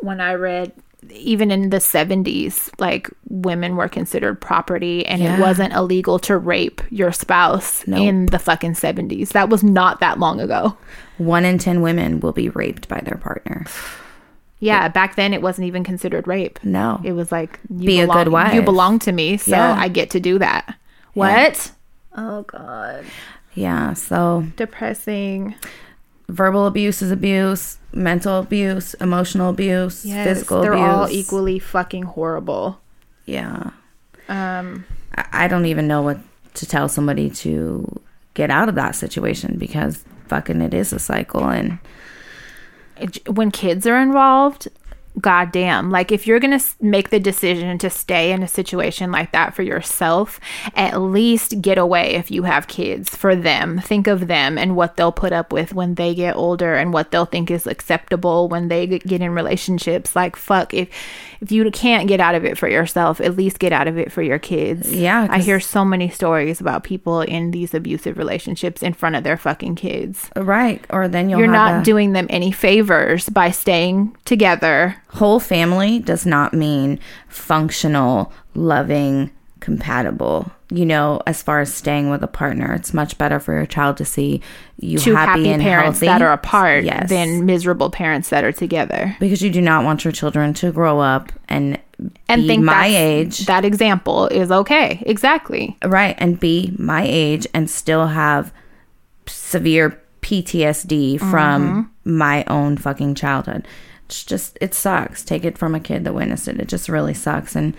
S2: when I read even in the 70s like women were considered property and
S1: Yeah.
S2: it wasn't illegal to rape your spouse
S1: Nope.
S2: in the fucking 70s that was not that long ago
S1: One in 10 women will be raped by their partner.
S2: yeah back then it wasn't even considered rape
S1: No.
S2: It was like you
S1: Be a
S2: belong,
S1: good wife.
S2: You belong to me, so
S1: Yeah.
S2: I get to do that. What? Oh god,
S1: yeah. So
S2: depressing.
S1: verbal abuse is abuse, mental abuse, emotional abuse,
S2: Yes,
S1: physical
S2: they're
S1: abuse.
S2: all equally fucking horrible.
S1: Yeah.
S2: Um,
S1: I I don't even know what to tell somebody to get out of that situation because fucking it is a cycle and
S2: it- when kids are involved, goddamn like if you're gonna s- make the decision to stay in a situation like that for yourself at least get away if you have kids for them think of them and what they'll put up with when they get older and what they'll think is acceptable when they g- get in relationships like fuck if if you can't get out of it for yourself at least get out of it for your kids
S1: Yeah,
S2: i
S1: 'cause-
S2: hear so many stories about people in these abusive relationships in front of their fucking kids
S1: Right. Or then you'll
S2: you're
S1: have
S2: not
S1: a-
S2: doing them any favors by staying together
S1: whole family does not mean functional, loving, compatible. You know, as far as staying with a partner, it's much better for your child to see you
S2: two happy,
S1: happy, and
S2: parents
S1: healthy.
S2: that are apart
S1: Yes.
S2: than miserable parents that are together.
S1: because you do not want your children to grow up and
S2: And
S1: be
S2: think
S1: my
S2: that's-
S1: age,
S2: That example is okay. Exactly.
S1: right? And be my age and still have severe PTSD from
S2: Mm-hmm.
S1: my own fucking childhood. It's just it sucks. Take it from a kid that witnessed it. It just really sucks, and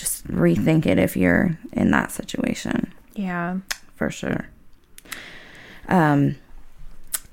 S1: just rethink it if you're in that situation
S2: Yeah.
S1: for sure. Um,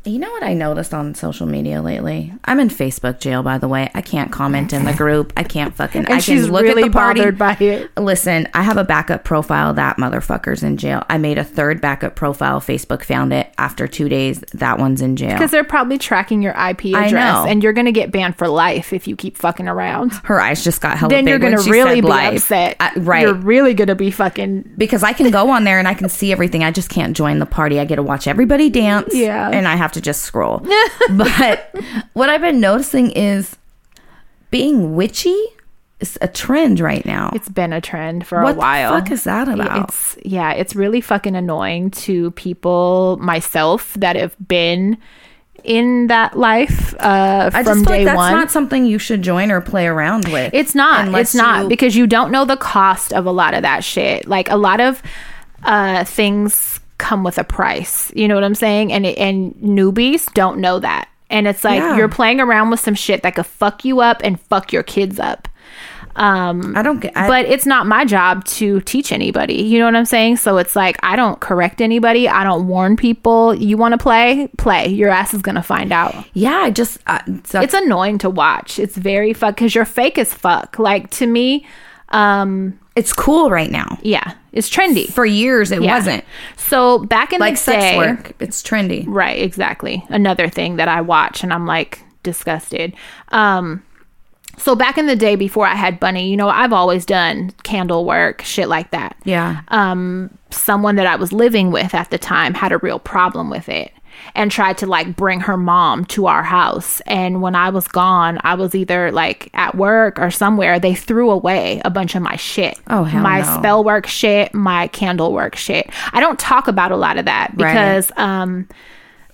S1: you know what I noticed on social media lately? I'm in Facebook jail, by the way. I can't comment in the group. I can't fucking.
S2: And
S1: I
S2: she's
S1: can look
S2: really
S1: at the party.
S2: bothered by it.
S1: Listen, I have a backup profile. That motherfucker's in jail. I made a third backup profile. Facebook found it after two days. That one's in jail.
S2: Because they're probably tracking your IP
S1: I
S2: address
S1: know.
S2: and you're going to get banned for life if you keep fucking around.
S1: Her eyes just got hella
S2: Then
S1: big
S2: you're
S1: when
S2: going to
S1: she
S2: really
S1: said
S2: be
S1: life.
S2: upset.
S1: I- right.
S2: You're really going to be fucking.
S1: because I can go on there and I can see everything. I just can't join the party. I get to watch everybody dance.
S2: Yeah.
S1: And I have to just scroll.
S2: [laughs]
S1: but what I've been noticing is being witchy is a trend right now.
S2: It's been a trend for
S1: what
S2: a while.
S1: the fuck is that about?
S2: It's yeah, it's really fucking annoying to people myself that have been in that life uh,
S1: I
S2: from
S1: just feel
S2: day
S1: like that's
S2: one.
S1: not something you should join or play around with.
S2: It's not.
S1: Unless
S2: it's not
S1: you-
S2: because you don't know the cost of a lot of that shit. Like a lot of uh, things come with a price. You know what I'm saying? And it, and newbies don't know that. And it's like
S1: Yeah.
S2: you're playing around with some shit that could fuck you up and fuck your kids up. Um,
S1: I don't get. I,
S2: but it's not my job to teach anybody. You know what I'm saying? So it's like I don't correct anybody. I don't warn people. You want to play? Play. Your ass is gonna find out.
S1: yeah, I just. uh, I, so-
S2: It's annoying to watch. It's very fuck because you're fake as fuck. Like to me, um,
S1: it's cool right now.
S2: yeah, it's trendy.
S1: For years, it
S2: Yeah.
S1: wasn't
S2: So back in
S1: like
S2: the
S1: sex
S2: day,
S1: work. It's trendy.
S2: Right, exactly. Another thing that I watch and I'm like disgusted. Um so back in the day before I had Bunny, you know, I've always done candle work, shit like that.
S1: Yeah.
S2: Um someone that I was living with at the time had a real problem with it and tried to like bring her mom to our house and when I was gone, I was either like at work or somewhere, they threw away a bunch of my shit.
S1: Oh, hell
S2: My
S1: no.
S2: spell work shit, my candle work shit. I don't talk about a lot of that
S1: Right.
S2: because um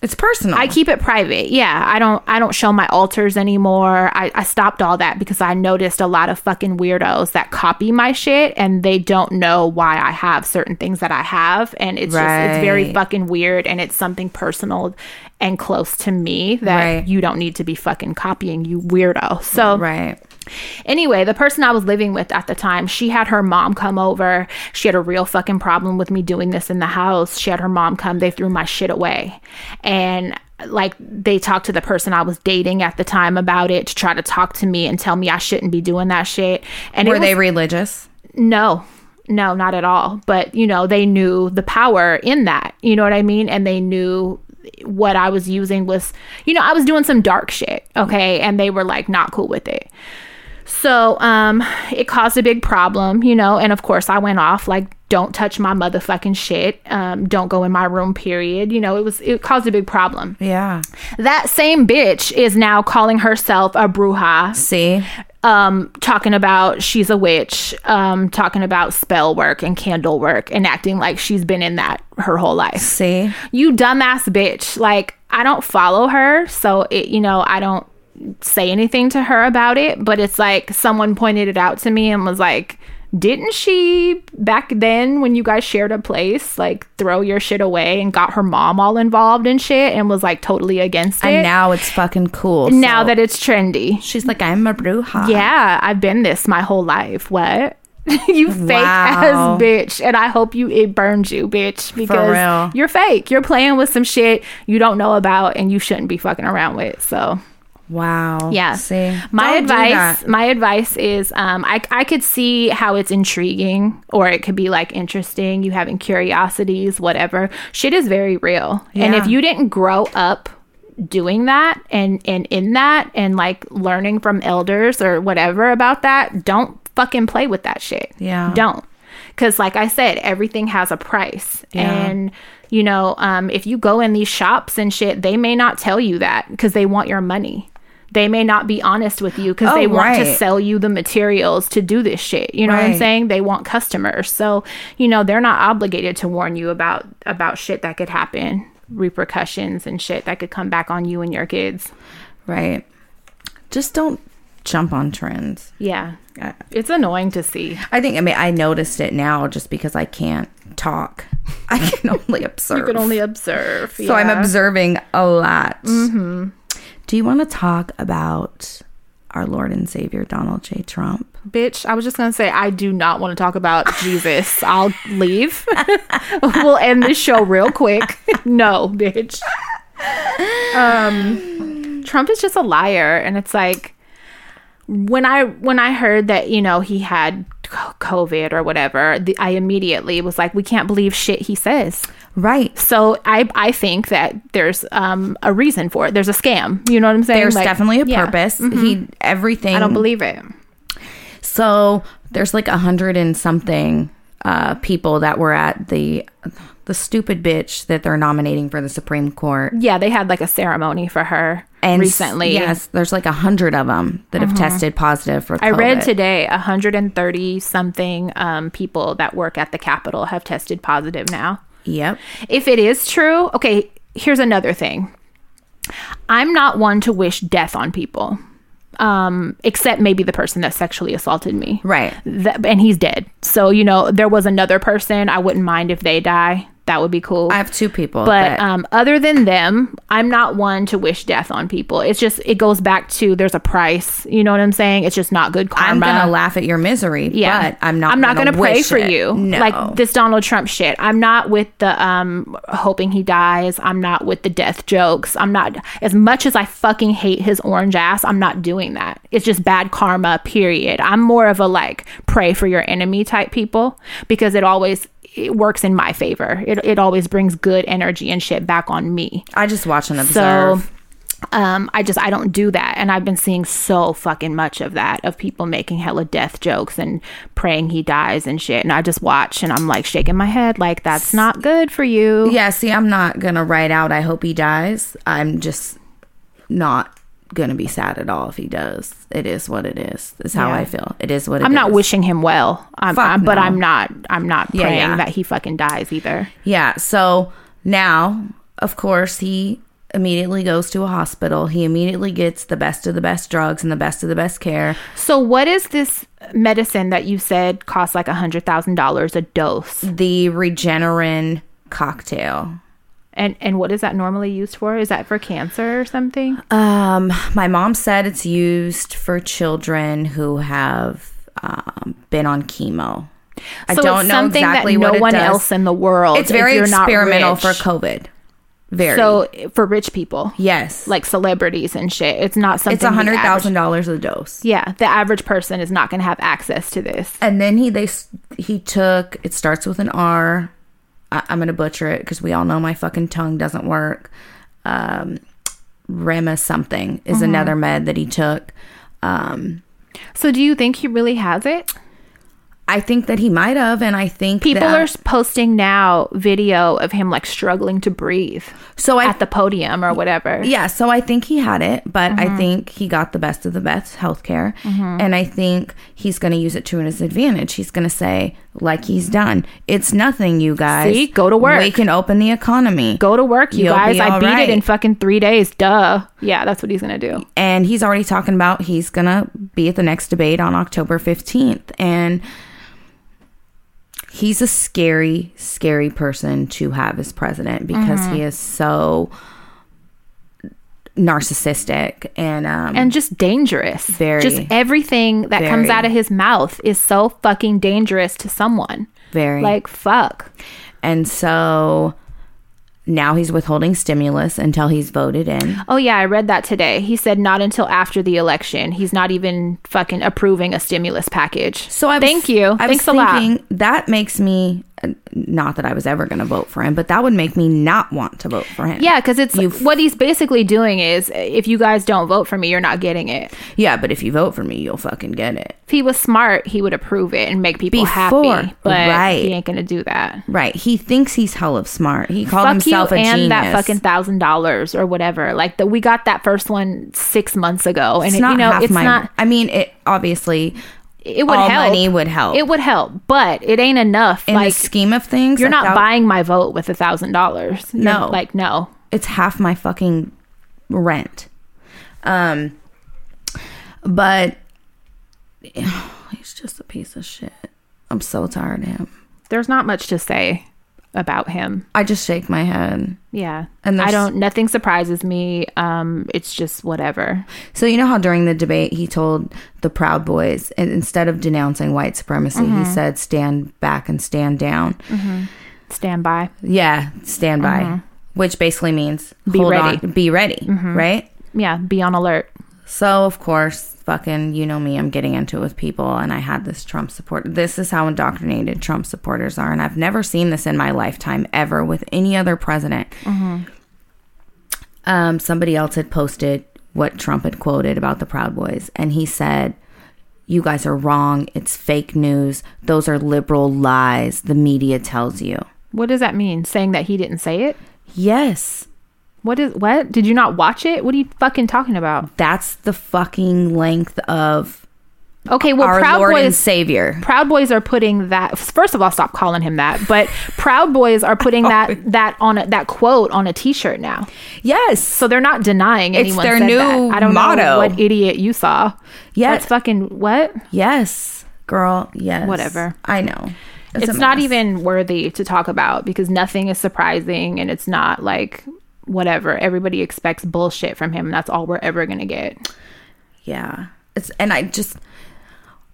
S1: It's personal.
S2: I keep it private. Yeah, I don't I don't show my altars anymore. I, I stopped all that because I noticed a lot of fucking weirdos that copy my shit and they don't know why I have certain things that I have and it's just it's very
S1: Right.
S2: fucking weird and it's something personal and close to me that
S1: Right.
S2: you don't need to be fucking copying you weirdo. So
S1: right.
S2: Anyway, the person I was living with at the time, she had her mom come over. She had a real fucking problem with me doing this in the house. She had her mom come. They threw my shit away. And like they talked to the person I was dating at the time about it to try to talk to me and tell me I shouldn't be doing that shit. And it
S1: Were
S2: was-
S1: they religious?
S2: no. No, not at all. But, you know, they knew the power in that. You know what I mean? And they knew what I was using was, you know, I was doing some dark shit, okay? And they were like not cool with it. So, um, it caused a big problem, you know, and of course I went off like don't touch my motherfucking shit. Um, don't go in my room period. You know, it was it caused a big problem.
S1: Yeah.
S2: That same bitch is now calling herself a bruja
S1: See?
S2: um, talking about she's a witch, um, talking about spell work and candle work and acting like she's been in that her whole life.
S1: See?
S2: You dumbass bitch. Like, I don't follow her. So, it, you know, I don't say anything to her about it. But it's like someone pointed it out to me and was like, didn't she back then when you guys shared a place like throw your shit away and got her mom all involved and shit and was like totally against it?
S1: And now it's fucking cool.
S2: now
S1: So
S2: that it's trendy.
S1: she's like, I'm a bruja.
S2: Yeah, I've been this my whole life. What? [laughs] you fake
S1: Wow.
S2: ass bitch. And I hope you it burns you, bitch.
S1: real.
S2: Because you're fake. You're playing with some shit you don't know about and you shouldn't be fucking around with. So
S1: Wow.
S2: Yeah.
S1: See,
S2: My
S1: Don't do
S2: advice,
S1: that.
S2: my advice is, um, I I could see how it's intriguing, or it could be like interesting. You having curiosities, whatever. Shit is very real, and if
S1: Yeah.
S2: you didn't grow up doing that and and in that and like learning from elders or whatever about that, don't fucking play with that shit.
S1: Yeah.
S2: Don't. Because, like I said, everything has a price.
S1: Yeah.
S2: And, you know, um, if you go in these shops and shit, they may not tell you that because they want your money. They may not be honest with you because
S1: Oh,
S2: they want to
S1: right.
S2: sell you the materials to do this shit. You know what I'm
S1: Right.
S2: saying? They want customers. So, you know, they're not obligated to warn you about about shit that could happen, repercussions and shit that could come back on you and your kids.
S1: Right. Just don't jump on trends.
S2: Yeah.
S1: I-
S2: It's annoying to see.
S1: I think, I mean, I noticed it now just because I can't talk. [laughs] I can only observe.
S2: You can only observe.
S1: So I'm
S2: Yeah. Mm-hmm.
S1: observing a lot. Do you want to talk about our Lord and Savior, Donald J. Trump?
S2: Bitch, I was just gonna say I do not want to
S1: [laughs]
S2: talk about Jesus. I'll leave. [laughs] we'll end this show real quick. [laughs] no, bitch. Um, Trump is just a liar, and it's like when I when I heard that you know he had co- COVID or whatever, the, I immediately was like, we can't believe shit he says.
S1: Right.
S2: So I I think that there's um a reason for it. There's a scam. You know what I'm saying?
S1: There's
S2: Like,
S1: definitely a
S2: yeah. Mm-hmm.
S1: purpose. Mm-hmm. He everything.
S2: I don't believe it.
S1: So there's like a hundred and something uh, people that were at the the stupid bitch that they're nominating for the Supreme Court.
S2: Yeah, they had like a ceremony for her
S1: And s-
S2: recently. Uh-huh.
S1: yes, there's like a hundred of them that have tested positive for. COVID.
S2: I read today 130 something um, people that work at the Capitol have tested positive now.
S1: Yep.
S2: If it is true, okay, here's another thing. I'm not one to wish death on people, um, except maybe the person that sexually assaulted me.
S1: Right.
S2: Th- and he's dead. So, you know, there was another person. I wouldn't mind if they die. That would be cool.
S1: I have two people,
S2: But
S1: but
S2: um, other than them, I'm not one to wish death on people. It's just it goes back to there's a price. You know what I'm saying? It's just not good karma.
S1: I'm gonna laugh at your misery.
S2: yeah,
S1: But I'm not.
S2: I'm not gonna, pray
S1: wish
S2: for
S1: it.
S2: you.
S1: No.
S2: Like this Donald Trump shit. I'm not with the um hoping he dies. I'm not with the death jokes. I'm not as much as I fucking hate his orange ass. I'm not doing that. It's just bad karma. Period. I'm more of a like pray for your enemy type people because it always it works in my favor. It it always brings good energy and shit back on me.
S1: I just watch and observe.
S2: So um, I just I don't do that, and I've been seeing so fucking much of that of people making hella death jokes and praying he dies and shit. And I just watch and I'm like shaking my head, like that's not good for you.
S1: Yeah, see, I'm not gonna write out. I hope he dies. I'm just not gonna be sad at all if he does. It is what it is. It's how
S2: Yeah.
S1: I feel. It is what it
S2: I'm not
S1: is.
S2: wishing him well, I'm,
S1: Fuck
S2: I'm- but
S1: no.
S2: I'm not I'm not
S1: Yeah,
S2: praying
S1: yeah.
S2: that he fucking dies either.
S1: Yeah. So now, of course, he immediately goes to a hospital. He immediately gets the best of the best drugs and the best of the best care.
S2: So what is this medicine that you said costs like a hundred thousand dollars a dose,
S1: The Regeneron cocktail.
S2: and and what is that normally used for? Is that for cancer or something?
S1: Um, my mom said it's used for children who have um, been on chemo. I
S2: So
S1: don't
S2: it's
S1: know
S2: something
S1: exactly
S2: that no
S1: what it
S2: one
S1: does.
S2: else in the world.
S1: It's very
S2: if you're not
S1: experimental for
S2: rich.
S1: COVID. Very.
S2: So for rich people,
S1: yes, like
S2: like celebrities and shit, it's not something.
S1: it's a hundred
S2: the average-
S1: thousand dollars a dose.
S2: Yeah, the average person is not going to have access to this.
S1: And then he they s- he took it starts with an R. I, I'm gonna butcher it because we all know my fucking tongue doesn't work. Um, Rema something
S2: Mm-hmm.
S1: is another med that he took. Um,
S2: So do you think he really has it?
S1: I think that he might have, and I think
S2: People
S1: that-
S2: are s- posting now video of him like struggling to breathe
S1: so I
S2: at the podium or whatever.
S1: Yeah, so I think he had it, but
S2: Mm-hmm.
S1: I think he got the best of the best healthcare. And I think he's going to use it to his advantage. He's going to say, like he's done, it's nothing, you guys.
S2: See? Go to work."
S1: We can open the economy.
S2: Go to work, you
S1: You'll
S2: guys.
S1: be
S2: I
S1: all
S2: beat it
S1: right.
S2: in fucking three days. Duh. Yeah, that's what he's going to do.
S1: And he's already talking about he's going to be at the next debate on October 15th. And he's a scary, scary person to have as president because
S2: Mm-hmm.
S1: he is so narcissistic and um
S2: and just dangerous.
S1: Very.
S2: Just everything that comes
S1: Very.
S2: out of his mouth is so fucking dangerous to someone.
S1: very
S2: Like fuck.
S1: And so Now he's withholding stimulus until he's voted in.
S2: Oh yeah, I read that today. He said not until after the election. He's not even fucking approving a stimulus package.
S1: So I was,
S2: thank you.
S1: I
S2: Thanks
S1: was
S2: a lot.
S1: thinking that makes me uh, not that I was ever going to vote for him, but that would make me not want to vote for him.
S2: Yeah, because it's what he's basically doing is if you guys don't vote for me, you're not getting it.
S1: yeah. But if you vote for me, you'll fucking get it.
S2: If he was smart, he would approve it and make people
S1: Before,
S2: happy. But
S1: right.
S2: he ain't gonna do that.
S1: Right. He thinks he's hell of smart. He called
S2: Fuck you
S1: himself a
S2: and
S1: genius.
S2: that fucking thousand dollars or whatever. Like the, we got that first one six months ago, and
S1: it's
S2: it,
S1: not
S2: you know
S1: half
S2: it's
S1: my.
S2: not.
S1: I mean, it obviously
S2: It would
S1: all
S2: help.
S1: money would help.
S2: It would help, but it ain't enough.
S1: in
S2: like
S1: the scheme of things,
S2: you're
S1: a
S2: not
S1: thou-
S2: buying my vote with a thousand dollars. You're
S1: No.
S2: like no.
S1: It's half my fucking rent. Um, but [sighs] he's just a piece of shit. I'm so tired of him.
S2: There's not much to say about him.
S1: I just shake my head.
S2: Yeah,
S1: And
S2: and I
S1: there's-
S2: don't. Nothing surprises me. Um, it's just whatever.
S1: So you know how during the debate he told the Proud Boys and instead of denouncing white supremacy, he
S2: Mm-hmm.
S1: said stand back and stand down.
S2: Stand by.
S1: Yeah, stand by, which basically means
S2: Mm-hmm. Be
S1: hold
S2: ready. Mm-hmm.
S1: on, be ready, right?
S2: Yeah, be on alert.
S1: So of course, fucking you know me, I'm getting into it with people and I had this Trump support. This is how indoctrinated Trump supporters are and I've never seen this in my lifetime ever with any other president. Um somebody else had posted what Trump had quoted about the Proud Boys and he said you guys are wrong. It's fake news. Those are liberal lies the media tells you.
S2: What does that mean? Saying that he didn't say it?
S1: Yes.
S2: What is what? Did you not watch it? What are you fucking talking about?
S1: That's the fucking length of
S2: Okay, well,
S1: our
S2: Proud
S1: Lord and
S2: Boys.
S1: Savior.
S2: Proud Boys are putting that. First of all, stop calling him that. But Proud Boys
S1: [laughs]
S2: are putting that that on a, that quote on a T-shirt now.
S1: Yes.
S2: So they're not denying
S1: It's
S2: anyone.
S1: their
S2: said
S1: new
S2: that. I don't
S1: motto.
S2: know what idiot you saw.
S1: Yeah.
S2: that's fucking what.
S1: Yes, girl. Yes.
S2: Whatever.
S1: I know.
S2: It's,
S1: a
S2: not
S1: mess.
S2: even worthy to talk about because nothing is surprising and it's not like whatever. Everybody expects bullshit from him. And that's all we're ever gonna get.
S1: Yeah. It's and I just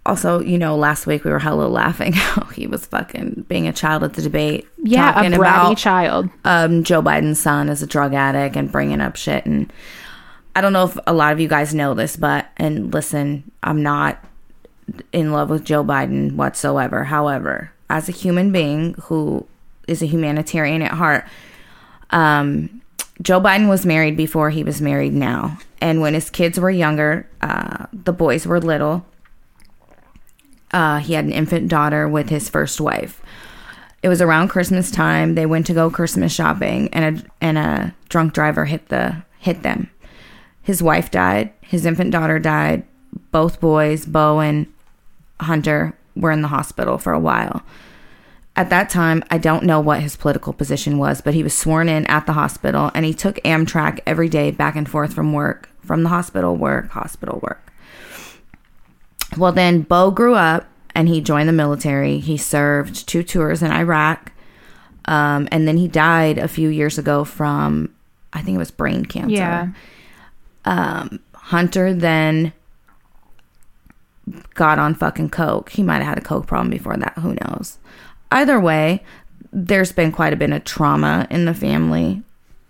S1: also you know last week we were hello laughing [laughs] how he was fucking being a child at the debate.
S2: Yeah,
S1: talking
S2: a bratty
S1: about
S2: child.
S1: um, Joe Biden's son is a drug addict and bringing up shit and I don't know if a lot of you guys know this, but and listen, I'm not in love with Joe Biden whatsoever. However, as a human being who is a humanitarian at heart, um, Joe Biden was married before he was married now. And when his kids were younger, uh, the boys were little. Uh, he had an infant daughter with his first wife. It was around Christmas time. They went to go Christmas shopping, and a and a drunk driver hit the hit them. His wife died. His infant daughter died. Both boys, Bo and Hunter, were in the hospital for a while. At that time, I don't know what his political position was, but he was sworn in at the hospital and he took Amtrak every day back and forth from work, from the hospital work, hospital work. Well, then Bo grew up and he joined the military. He served two tours in Iraq. Um, and then he died a few years ago from, I think it was brain cancer.
S2: Yeah.
S1: Um, Hunter then got on fucking coke. He might have had a coke problem before that. Who knows? Either way, there's been quite a bit of trauma in the family.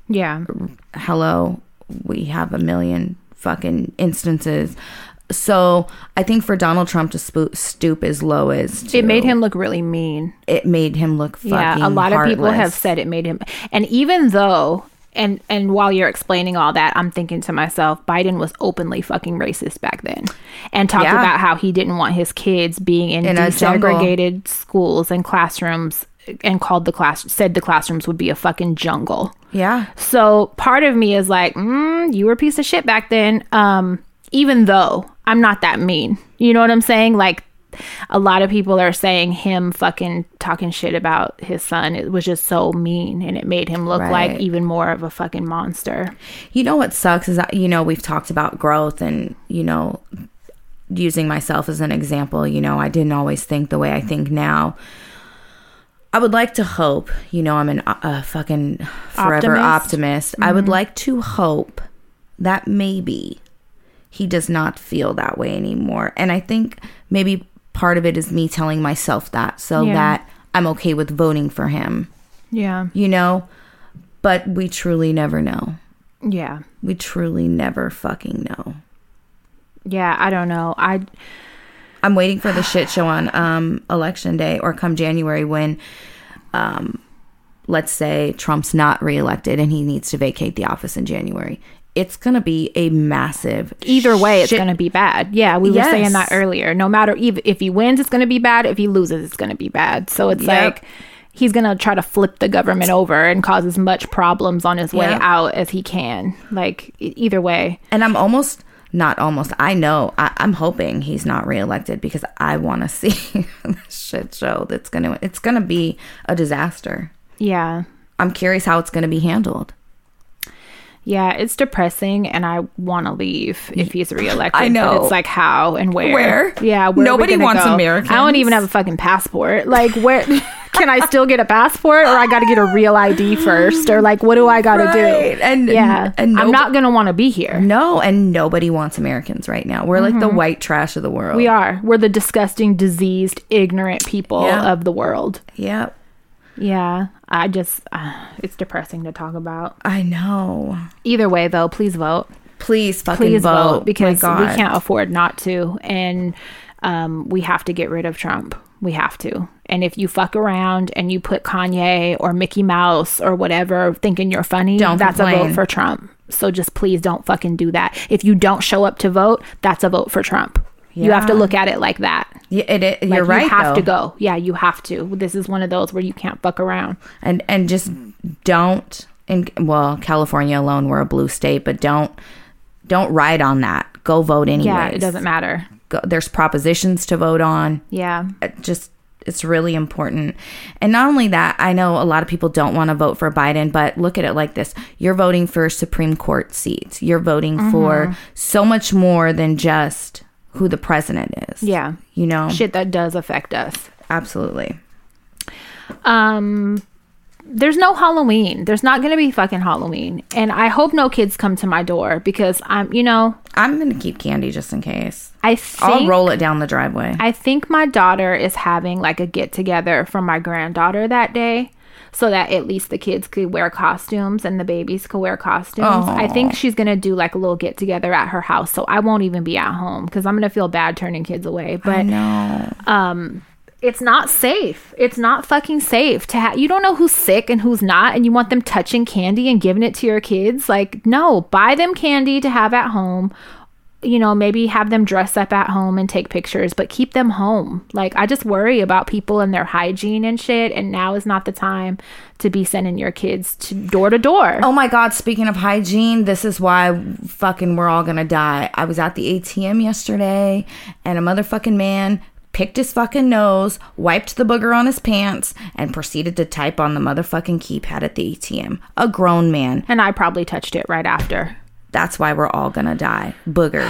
S2: Yeah.
S1: Hello, we have a million fucking instances. So I think for Donald Trump to spo- stoop as low as to,
S2: It made him look really mean.
S1: it made him look fucking
S2: yeah a lot of people have
S1: heartless.
S2: said it made him and even though and and while you're explaining all that i'm thinking to myself biden was openly fucking racist back then and talked
S1: Yeah.
S2: about how he didn't want his kids being in,
S1: In a jungle.
S2: desegregated schools and classrooms and called the class said the classrooms would be a fucking jungle
S1: yeah,
S2: so part of me is like, mm, you were a piece of shit back then. Um, even though I'm not that mean, you know what I'm saying? Like, a lot of people are saying him fucking talking shit about his son. It was just so mean, and it made him look
S1: Right.
S2: like even more of a fucking monster.
S1: You know what sucks is that, you know, we've talked about growth and, you know, using myself as an example, you know, I didn't always think the way I think now. I would like to hope, you know, I'm an, o- a fucking forever optimist.
S2: Optimist?
S1: I would like to hope that maybe he does not feel that way anymore. And I think maybe part of it is me telling myself that so
S2: Yeah.
S1: that I'm okay with voting for him
S2: Yeah,
S1: you know But we truly never know.
S2: Yeah.
S1: We truly never fucking know.
S2: Yeah, I don't know. I
S1: I'm waiting for the shit show on um, election day or come January when, um, let's say Trump's not reelected and he needs to vacate the office in January. It's gonna be a massive.
S2: either way it's
S1: shit-
S2: going to be bad. Yeah, we were saying that
S1: Yes.
S2: earlier. No matter if if he wins it's going to be bad, if he loses it's going to be bad. So it's
S1: Yep.
S2: like he's going to try to flip the government over and cause as much problems on his way
S1: Yeah.
S2: out as he can. Like e- either way.
S1: And I'm almost not almost. I know. I, I'm hoping he's not reelected because I want to [laughs] see the shit show. That's gonna. It's gonna be a disaster.
S2: Yeah.
S1: I'm curious how it's gonna be handled.
S2: Yeah, it's depressing, and I want to leave if he's reelected.
S1: I know.
S2: But it's like how and where.
S1: Where?
S2: Yeah, where are we
S1: Nobody
S2: gonna
S1: wants
S2: go? I don't
S1: Americans.
S2: even have a fucking passport. Like, where [laughs] can I still get a passport, or I got to get a real ID first, or like, what do I got to
S1: Right,
S2: do?
S1: and-
S2: yeah,
S1: and
S2: I'm
S1: nobo-
S2: not gonna want to be here.
S1: No, and nobody wants Americans right now. We're like the white trash of the world.
S2: Mm-hmm. We are. We're the disgusting, diseased, ignorant people
S1: Yeah.
S2: of the world.
S1: Yep.
S2: Yeah, I just, uh, it's depressing to talk about.
S1: I know.
S2: Either way, though, please vote.
S1: Please fucking
S2: please vote,
S1: vote,
S2: because
S1: My
S2: we
S1: God.
S2: can't afford not to and um, we have to get rid of trump we have to and if you fuck around and you put kanye or mickey mouse or whatever thinking you're funny
S1: Don't
S2: that's a
S1: complain.
S2: vote for trump so just please don't fucking do that if you don't show up to vote that's a vote for trump you have to
S1: Yeah.
S2: look at it like that
S1: Yeah, it, it-
S2: Like,
S1: you're right.
S2: you have to
S1: though.
S2: go yeah you have to this is one of those where you can't fuck around
S1: and and just don't. And well, California alone, we're a blue state, but don't don't ride on that. Go vote anyways.
S2: yeah it doesn't matter
S1: Go, there's propositions to vote on.
S2: yeah
S1: Uh, Just it's really important. And not only that, I know a lot of people don't want to vote for Biden, but look at it like this. You're voting for Supreme Court seats. You're voting for so much more than just who the president is.
S2: yeah
S1: You know?
S2: shit that does affect us
S1: Absolutely.
S2: um there's no halloween there's not gonna be fucking halloween and i hope no kids come to my door because i'm you know
S1: I'm going to keep candy just in case.
S2: i think
S1: I'll roll it down the driveway.
S2: i think my daughter is having like a get together for my granddaughter that day so that at least the kids could wear costumes and the babies could wear costumes i think she's gonna do like a little get together at her house so i won't even be at home because i'm gonna feel bad turning kids away but
S1: no.
S2: it's not safe. It's not fucking safe to have. You don't know who's sick and who's not, and you want them touching candy and giving it to your kids. Like, no, buy them candy to have at home. You know, maybe have them dress up at home and take pictures, but keep them home. Like, I just worry about people and their hygiene and shit. And now is not the time to be sending your kids to door to door.
S1: Oh my God, speaking of hygiene, this is why fucking we're all gonna die. I was at the ATM yesterday and a motherfucking man picked his fucking nose, wiped the booger on his pants, and proceeded to type on the motherfucking keypad at the ATM. A grown man.
S2: And I probably touched it right after.
S1: That's why we're all gonna die.
S2: [sighs]
S1: Boogers.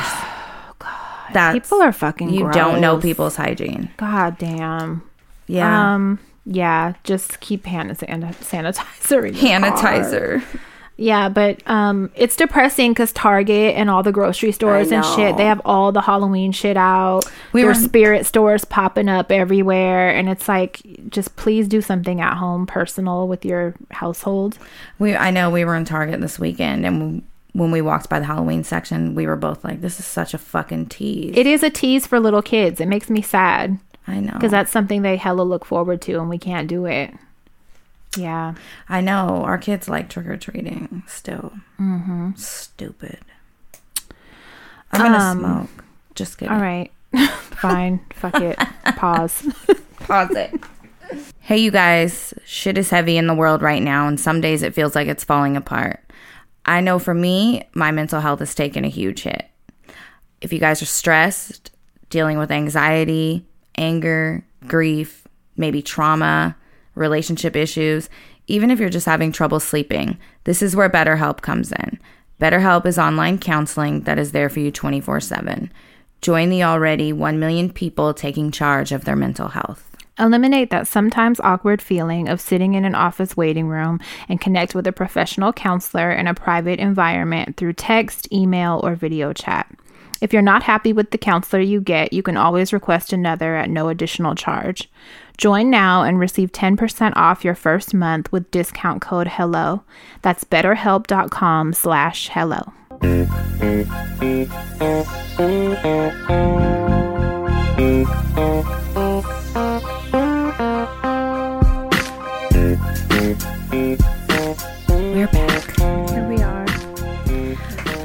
S1: That's,
S2: Oh, People are fucking.
S1: You don't know
S2: gross.
S1: people's hygiene.
S2: God damn.
S1: Yeah.
S2: Um. Yeah. Just keep hand san- sanitizer. in your car.
S1: Sanitizer.
S2: Yeah, but um, it's depressing because Target and all the grocery stores and shit they have all the Halloween shit out.
S1: We
S2: We Their
S1: were-
S2: spirit stores popping up everywhere, and it's like, just please do something at home, personal with your household.
S1: We I know we were in Target this weekend and when we walked by the Halloween section, we were both like, "This is such a fucking tease."
S2: It is a tease for little kids. It makes me sad
S1: I know.
S2: because that's something they hella look forward to, and we can't do it. Yeah.
S1: I know our kids like trick or treating still. Mm-hmm. Stupid. I'm gonna smoke. Just kidding.
S2: All right. [laughs] Fine. Fuck
S1: [laughs]
S2: it. Pause.
S1: Pause it. hey, you guys. Shit is heavy in the world right now, and some days it feels like it's falling apart. I know for me, my mental health has taken a huge hit. If you guys are stressed, dealing with anxiety, anger, grief, maybe trauma, relationship issues, even if you're just having trouble sleeping, this is where BetterHelp comes in. BetterHelp is online counseling that is there for you 24 7. Join the already 1 million people taking charge of their mental health.
S2: Eliminate that sometimes awkward feeling of sitting in an office waiting room and connect with a professional counselor in a private environment through text, email, or video chat. If you're not happy with the counselor you get, you can always request another at no additional charge. Join now and receive 10% off your first month with discount code HELLO. That's betterhelp.com slash hello.
S1: We're back.
S2: Here we are.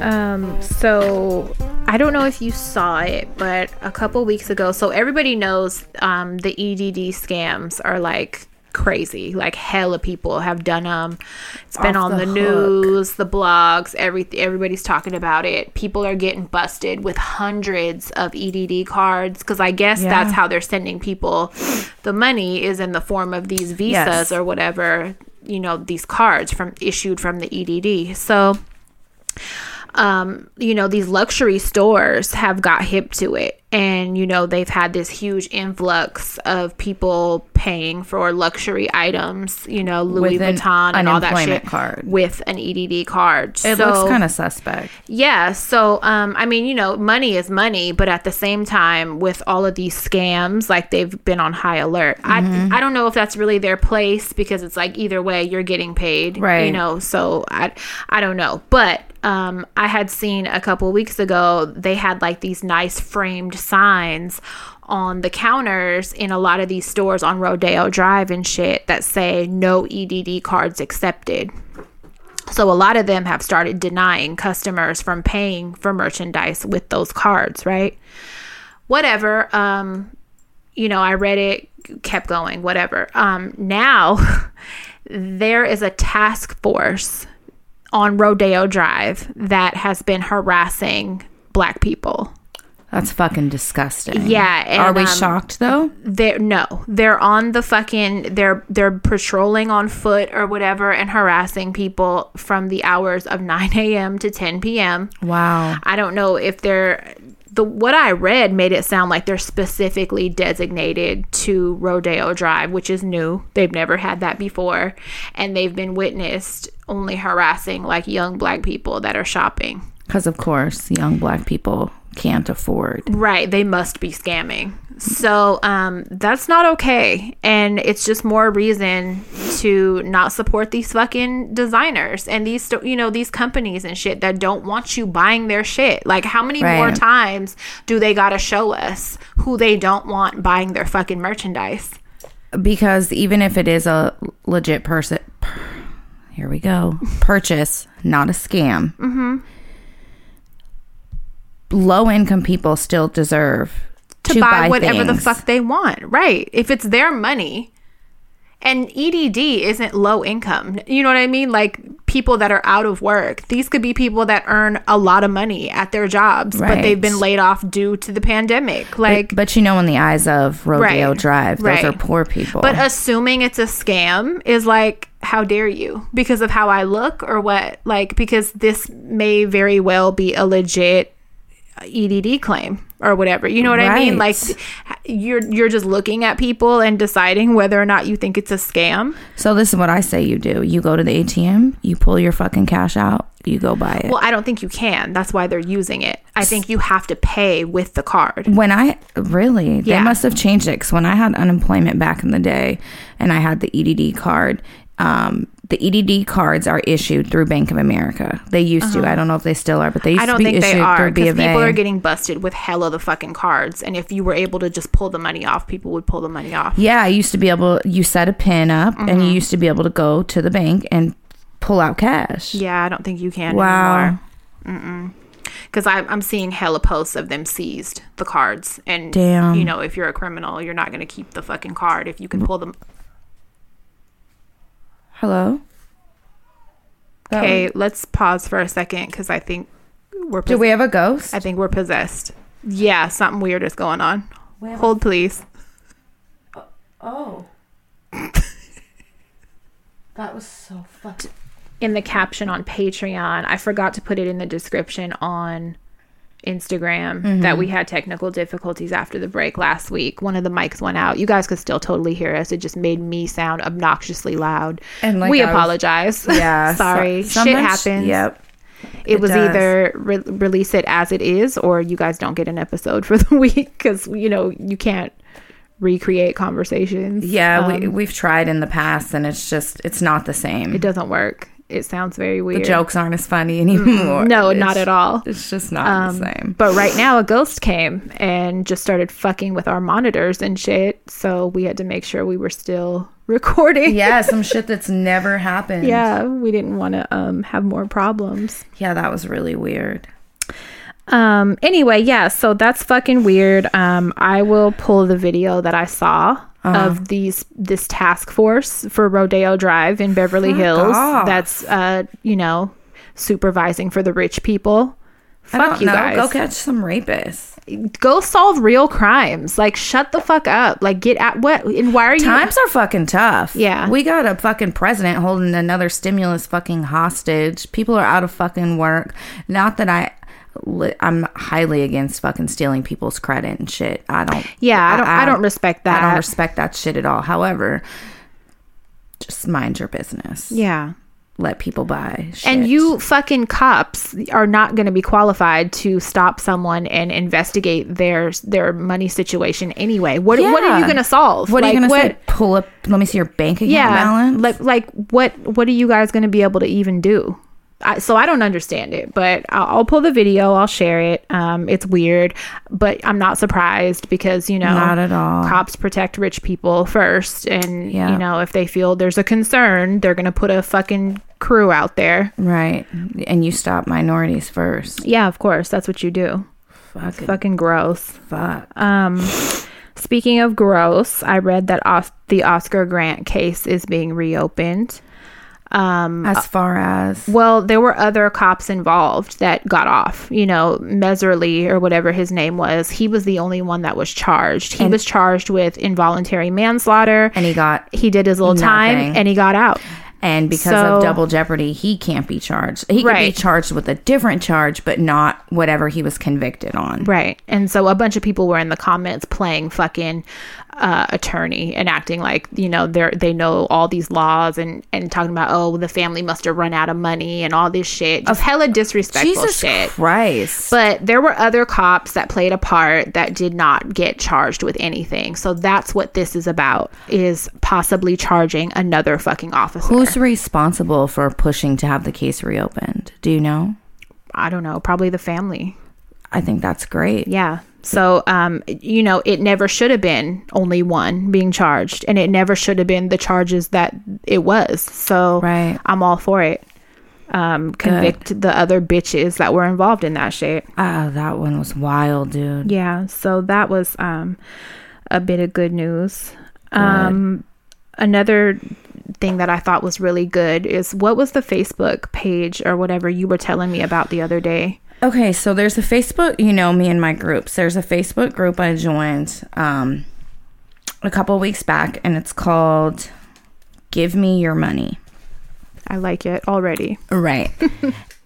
S2: Um, so I don't know if you saw it, but a couple weeks ago, so everybody knows um, the EDD scams are like crazy. Like hella people have done them. It's been
S1: Off
S2: on
S1: the
S2: the,
S1: hook.
S2: news, the blogs, every everybody's talking about it. People are getting busted with hundreds of EDD cards because I guess
S1: Yeah.
S2: that's how they're sending people the money is in the form of these visas
S1: Yes.
S2: or whatever. You know these cards from issued from the EDD. So um, you know, these luxury stores have got hip to it. And, you know, they've had this huge influx of people paying for luxury items, you know, Louis
S1: With an
S2: Vuitton and all that
S1: unemployment
S2: shit
S1: card.
S2: with an EDD card.
S1: It looks kind of suspect.
S2: Yeah. So, um, I mean, you know, money is money, but at the same time, with all of these scams, like they've been on high alert. I, I don't know if that's really their place because it's like either way, you're getting paid, You
S1: Right.
S2: know, so I, I don't know, but. Um, I had seen a couple weeks ago they had like these nice framed signs on the counters in a lot of these stores on Rodeo Drive and shit that say no EDD cards accepted. So a lot of them have started denying customers from paying for merchandise with those cards, right? Whatever. Um, you know, I read it, kept going, whatever. Um, now [laughs] there is a task force on Rodeo Drive that has been harassing black people.
S1: That's fucking disgusting.
S2: Yeah, and,
S1: Are we
S2: um,
S1: shocked though?
S2: they're no they're on the fucking they're they're patrolling on foot or whatever and harassing people from the hours of 9 a.m to 10 p.m
S1: Wow.
S2: i don't know if they're the what i read made it sound like they're specifically designated to rodeo drive which is new they've never had that before and they've been witnessed only harassing like young black people that are shopping
S1: Because of course, young black people can't afford.
S2: Right, they must be scamming. So um, that's not okay, and it's just more reason to not support these fucking designers and these sto- you know these companies and shit that don't want you buying their shit. Like, how many more
S1: Right.
S2: times do they gotta show us who they don't want buying their fucking merchandise?
S1: Because even if it is a legit person, here we go, purchase, not a scam. Mm-hmm. Low income people still deserve
S2: to, buy, whatever the
S1: things.
S2: fuck they want. Right. If it's their money. And EDD isn't low income. You know what I mean? Like people that are out of work. These could be people that earn a lot of money at their jobs, but
S1: Right.
S2: they've been laid off due to the pandemic. Like
S1: But you know, in the eyes of Rodeo
S2: Right,
S1: Drive, those
S2: right.
S1: are poor people.
S2: But assuming it's a scam is like, how dare you? Because of how I look or what? Like, because this may very well be a legit EDD claim or whatever. You know what I mean? Like,
S1: Right.
S2: you're you're just looking at people and deciding whether or not you think it's a scam.
S1: so this is what I say you do: you go to the ATM, you pull your fucking cash out, you go buy it.
S2: Well, I don't think you can. That's why they're using it. I think you have to pay with the card.
S1: When I really, they
S2: Yeah.
S1: must have changed it. Cause when I had unemployment back in the day, and I had the EDD card, um, the EDD cards are issued through Bank of America. They used to. I don't know if they still are, but they used
S2: Uh-huh. I
S1: to
S2: don't
S1: be
S2: think
S1: issued
S2: they are
S1: through B
S2: because
S1: of A.
S2: people are getting busted with hella the fucking cards. And if you were able to just pull the money off, people would pull the money off.
S1: yeah, I used to be able. You set a pin up, and you
S2: Mm-hmm.
S1: used to be able to go to the bank and pull out cash.
S2: Yeah, I don't think you can
S1: Wow.
S2: wow. Because I'm seeing hella posts of them seized the cards. And,
S1: Damn.
S2: you know, if you're a criminal, you're not going to keep the fucking card if you can pull them.
S1: Hello. That
S2: Okay, let's pause for a second because I think we're
S1: Do
S2: pos-
S1: we have a ghost?
S2: I think we're possessed. Yeah, something weird is going on. Hold, please. [laughs]
S1: Oh. that was so fucked.
S2: in the caption on Patreon. I forgot to put it in the description on Instagram that
S1: Mm-hmm.
S2: we had technical difficulties after the break last week. One of the mics went out. You guys could still totally hear us. It just made me sound obnoxiously loud.
S1: And, like,
S2: we
S1: I was-
S2: apologize.
S1: [laughs] Yeah. so-
S2: [laughs] sorry. Shit
S1: sometimes-
S2: happens.
S1: Yep.
S2: It, was
S1: does.
S2: either re- release it as it is, or you guys don't get an episode for [laughs] the week because you know you can't recreate conversations.
S1: Yeah, we,
S2: Um,
S1: we've tried in the past, and it's just it's not the same.
S2: it doesn't work. It sounds very
S1: the
S2: weird.
S1: jokes aren't as funny anymore.
S2: No,
S1: It's-
S2: not at all.
S1: It's just not
S2: Um,
S1: the same.
S2: But right now, a ghost came and just started fucking with our monitors and shit. So we had to make sure we were still [laughs] recording.
S1: yeah, some shit that's never happened.
S2: Yeah, we didn't want to um, have more problems.
S1: yeah, that was really weird.
S2: Um, anyway, yeah, so that's fucking weird. Um, I will pull the video that I saw
S1: Uh-huh.
S2: of these this task force for Rodeo Drive in Beverly
S1: Fuck
S2: Hills.
S1: off.
S2: That's uh, you know, supervising for the rich people. Fuck
S1: I don't
S2: you
S1: know.
S2: guys.
S1: Go catch some rapists.
S2: go solve real crimes. Like shut the fuck up. Like get at what and why are you
S1: Times are fucking tough.
S2: Yeah.
S1: We got a fucking president holding another stimulus fucking hostage. People are out of fucking work. Not that I. li- I'm highly against fucking stealing people's credit and shit. I don't.
S2: Yeah, I don't I, don't respect that.
S1: I don't respect that shit at all. However, just mind your business.
S2: yeah.
S1: Let people buy shit.
S2: And you fucking cops are not going to be qualified to stop someone and investigate their their money situation anyway. What what are
S1: Yeah.
S2: you going to solve?
S1: What are you
S2: Like,
S1: gonna say? Pull up. Let me see your bank account
S2: Yeah,
S1: balance.
S2: like like what what are you guys going to be able to even do? I, so I don't understand it, but I'll, I'll pull the video. I'll share it. Um, it's weird, but I'm not surprised because you know
S1: Not at all.
S2: cops protect rich people first and
S1: Yeah.
S2: you know if they feel there's a concern they're gonna put a fucking crew out there
S1: Right. And you stop minorities first.
S2: yeah of course that's what you do
S1: Fucking
S2: fucking gross
S1: fuck.
S2: um speaking of gross i read that Os- the oscar grant case is being reopened um
S1: As far as
S2: well, there were other cops involved that got off. You know, Meserly or whatever his name was. He was the only one that was charged. He was charged with involuntary manslaughter.
S1: and he got
S2: he did his little time
S1: Nothing.
S2: and he got out.
S1: and because
S2: So-
S1: of double jeopardy, he can't be charged. He could be
S2: Right.
S1: charged with a different charge, but not whatever he was convicted on.
S2: Right. And so a bunch of people were in the comments playing fucking uh, attorney and acting like, you know, they're they know all these laws and and talking about oh, the family must have run out of money and all this shit. Just hella disrespectful
S1: Jesus
S2: shit.
S1: Christ.
S2: But there were other cops that played a part that did not get charged with anything. So that's what this is about is possibly charging another fucking officer.
S1: Who's responsible for pushing to have the case reopened? Do you know?
S2: I don't know, probably the family.
S1: I think that's great.
S2: Yeah. So, um, you know, it never should have been only one being charged, and it never should have been the charges that it was. So,
S1: Right.
S2: I'm all for it. Um, convict the other bitches that were involved in that shit.
S1: Ah, that one was wild, dude.
S2: Yeah. So that was um, a bit of good news. Um, another thing that I thought was really good is what was the Facebook page or whatever you were telling me about the other day?
S1: Okay, so there's a Facebook, you know me and my groups. There's a Facebook group I joined um, a couple weeks back, and it's called Give Me Your Money.
S2: I like it already.
S1: Right.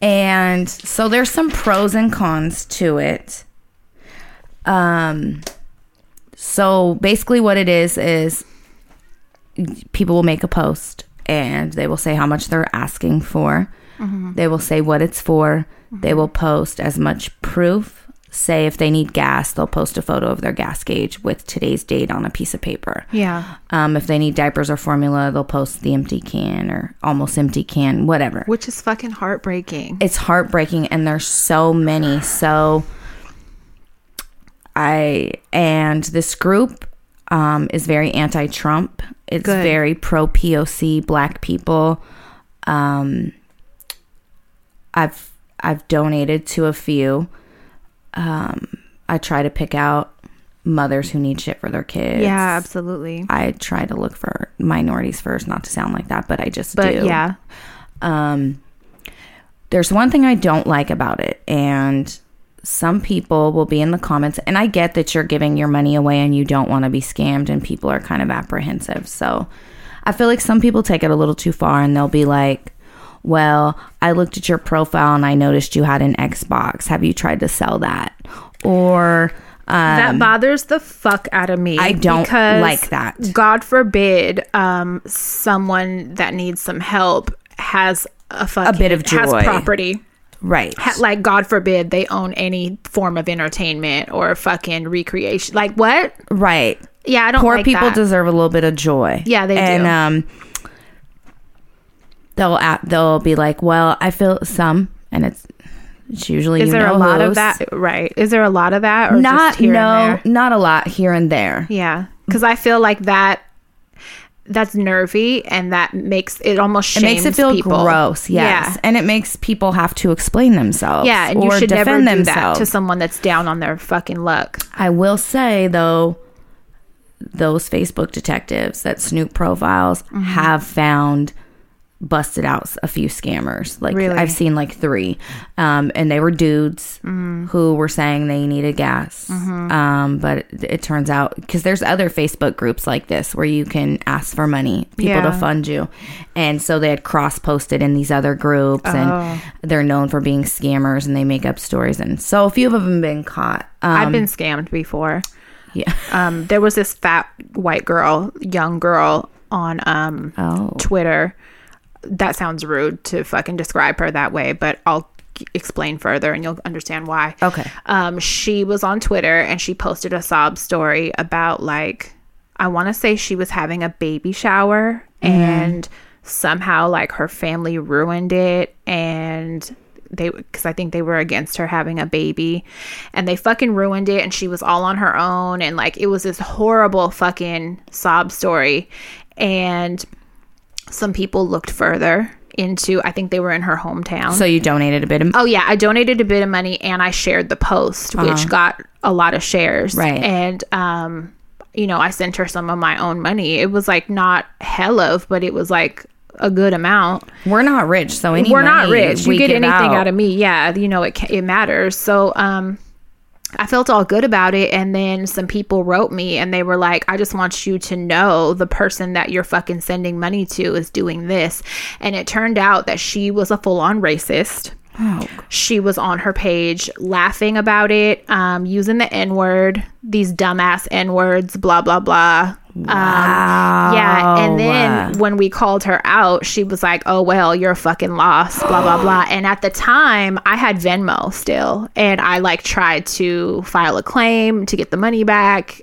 S1: and so there's some pros and cons to it. Um, so basically, what it is is people will make a post and they will say how much they're asking for. They will say what it's for. They will post as much proof. Say if they need gas, they'll post a photo of their gas gauge with today's date on a piece of paper.
S2: Yeah.
S1: Um, if they need diapers or formula, they'll post the empty can or almost empty can, whatever.
S2: Which is fucking heartbreaking.
S1: It's heartbreaking, and there's so many. So, I and this group um, is very anti-Trump. It's
S2: Good.
S1: very pro POC Black people. Um, I've I've donated to a few. Um, I try to pick out mothers who need shit for their kids.
S2: Yeah, absolutely.
S1: I try to look for minorities first, not to sound like that, but I just
S2: But
S1: do.
S2: yeah,
S1: Um, there's one thing I don't like about it, and some people will be in the comments, and I get that you're giving your money away and you don't want to be scammed, and people are kind of apprehensive. So I feel like some people take it a little too far, and they'll be like, well, I looked at your profile and I noticed you had an Xbox. Have you tried to sell that? Or uh,
S2: that bothers the fuck out of me.
S1: I don't
S2: because,
S1: like that.
S2: God forbid, um, someone that needs some help has a fucking
S1: bit of
S2: has
S1: joy.
S2: property.
S1: Right.
S2: Ha- like god forbid they own any form of entertainment or fucking recreation like what
S1: Right.
S2: yeah i don't
S1: Poor
S2: like
S1: people
S2: that.
S1: deserve a little bit of joy.
S2: Yeah, they do.
S1: and, um, they'll a- they'll be like, well, I feel some, and it's it's usually
S2: is
S1: you
S2: there a
S1: know
S2: lot
S1: who's.
S2: of that right is there a lot of that or
S1: Not
S2: just here
S1: no,
S2: and there?
S1: not a lot here and there.
S2: yeah because i feel like that that's nervy and that makes it almost
S1: It makes it
S2: shames
S1: feel
S2: people.
S1: gross, yes,
S2: yeah
S1: and it makes people have to explain themselves.
S2: yeah, and you
S1: or
S2: should never
S1: defend
S2: do that
S1: themselves.
S2: to someone that's down on their fucking luck.
S1: I will say though, those Facebook detectives that Snoop profiles
S2: Mm-hmm.
S1: have found busted out a few scammers. Like
S2: Really?
S1: I've seen like three, um, and they were dudes
S2: Mm-hmm.
S1: who were saying they needed gas. Um, but it, it turns out because there's other Facebook groups like this where you can ask for money, people to
S2: Yeah.
S1: fund you, and so they had cross posted in these other groups,
S2: Oh.
S1: and they're known for being scammers and they make up stories. And so a few of them have been caught. Um,
S2: I've been scammed before.
S1: yeah.
S2: Um, there was this fat white girl, young girl on um,
S1: Oh.
S2: Twitter. That sounds rude to fucking describe her that way, but I'll g- explain further and you'll understand why.
S1: Okay.
S2: Um, she was on Twitter and she posted a sob story about like I want to say she was having a baby shower
S1: Mm-hmm.
S2: and somehow like her family ruined it and they because I think they were against her having a baby and they fucking ruined it and she was all on her own and like it was this horrible fucking sob story and some people looked further into I think they were in her hometown.
S1: So you donated a bit of
S2: Oh yeah, I donated a bit of money and I shared the post, which got a lot of shares.
S1: Uh-huh. Right.
S2: And um, you know, I sent her some of my own money. It was like not hell of, but it was like a good amount.
S1: We're not rich, so any
S2: We're not
S1: money
S2: rich. You
S1: we
S2: get
S1: give
S2: anything out. of me, yeah. You know, it ca- it matters. So um. I felt all good about it. And then some people wrote me and they were like, I just want you to know the person that you're fucking sending money to is doing this. And it turned out that she was a full on racist
S1: Oh,
S2: she was on her page laughing about it, um, using the N word, these dumbass N words, blah, blah, blah. Um, yeah.
S1: Oh,
S2: And then when we called her out, she was like, oh, well, you're fucking lost, blah,
S1: [gasps]
S2: blah, blah. And at the time, I had Venmo still. And I like tried to file a claim to get the money back.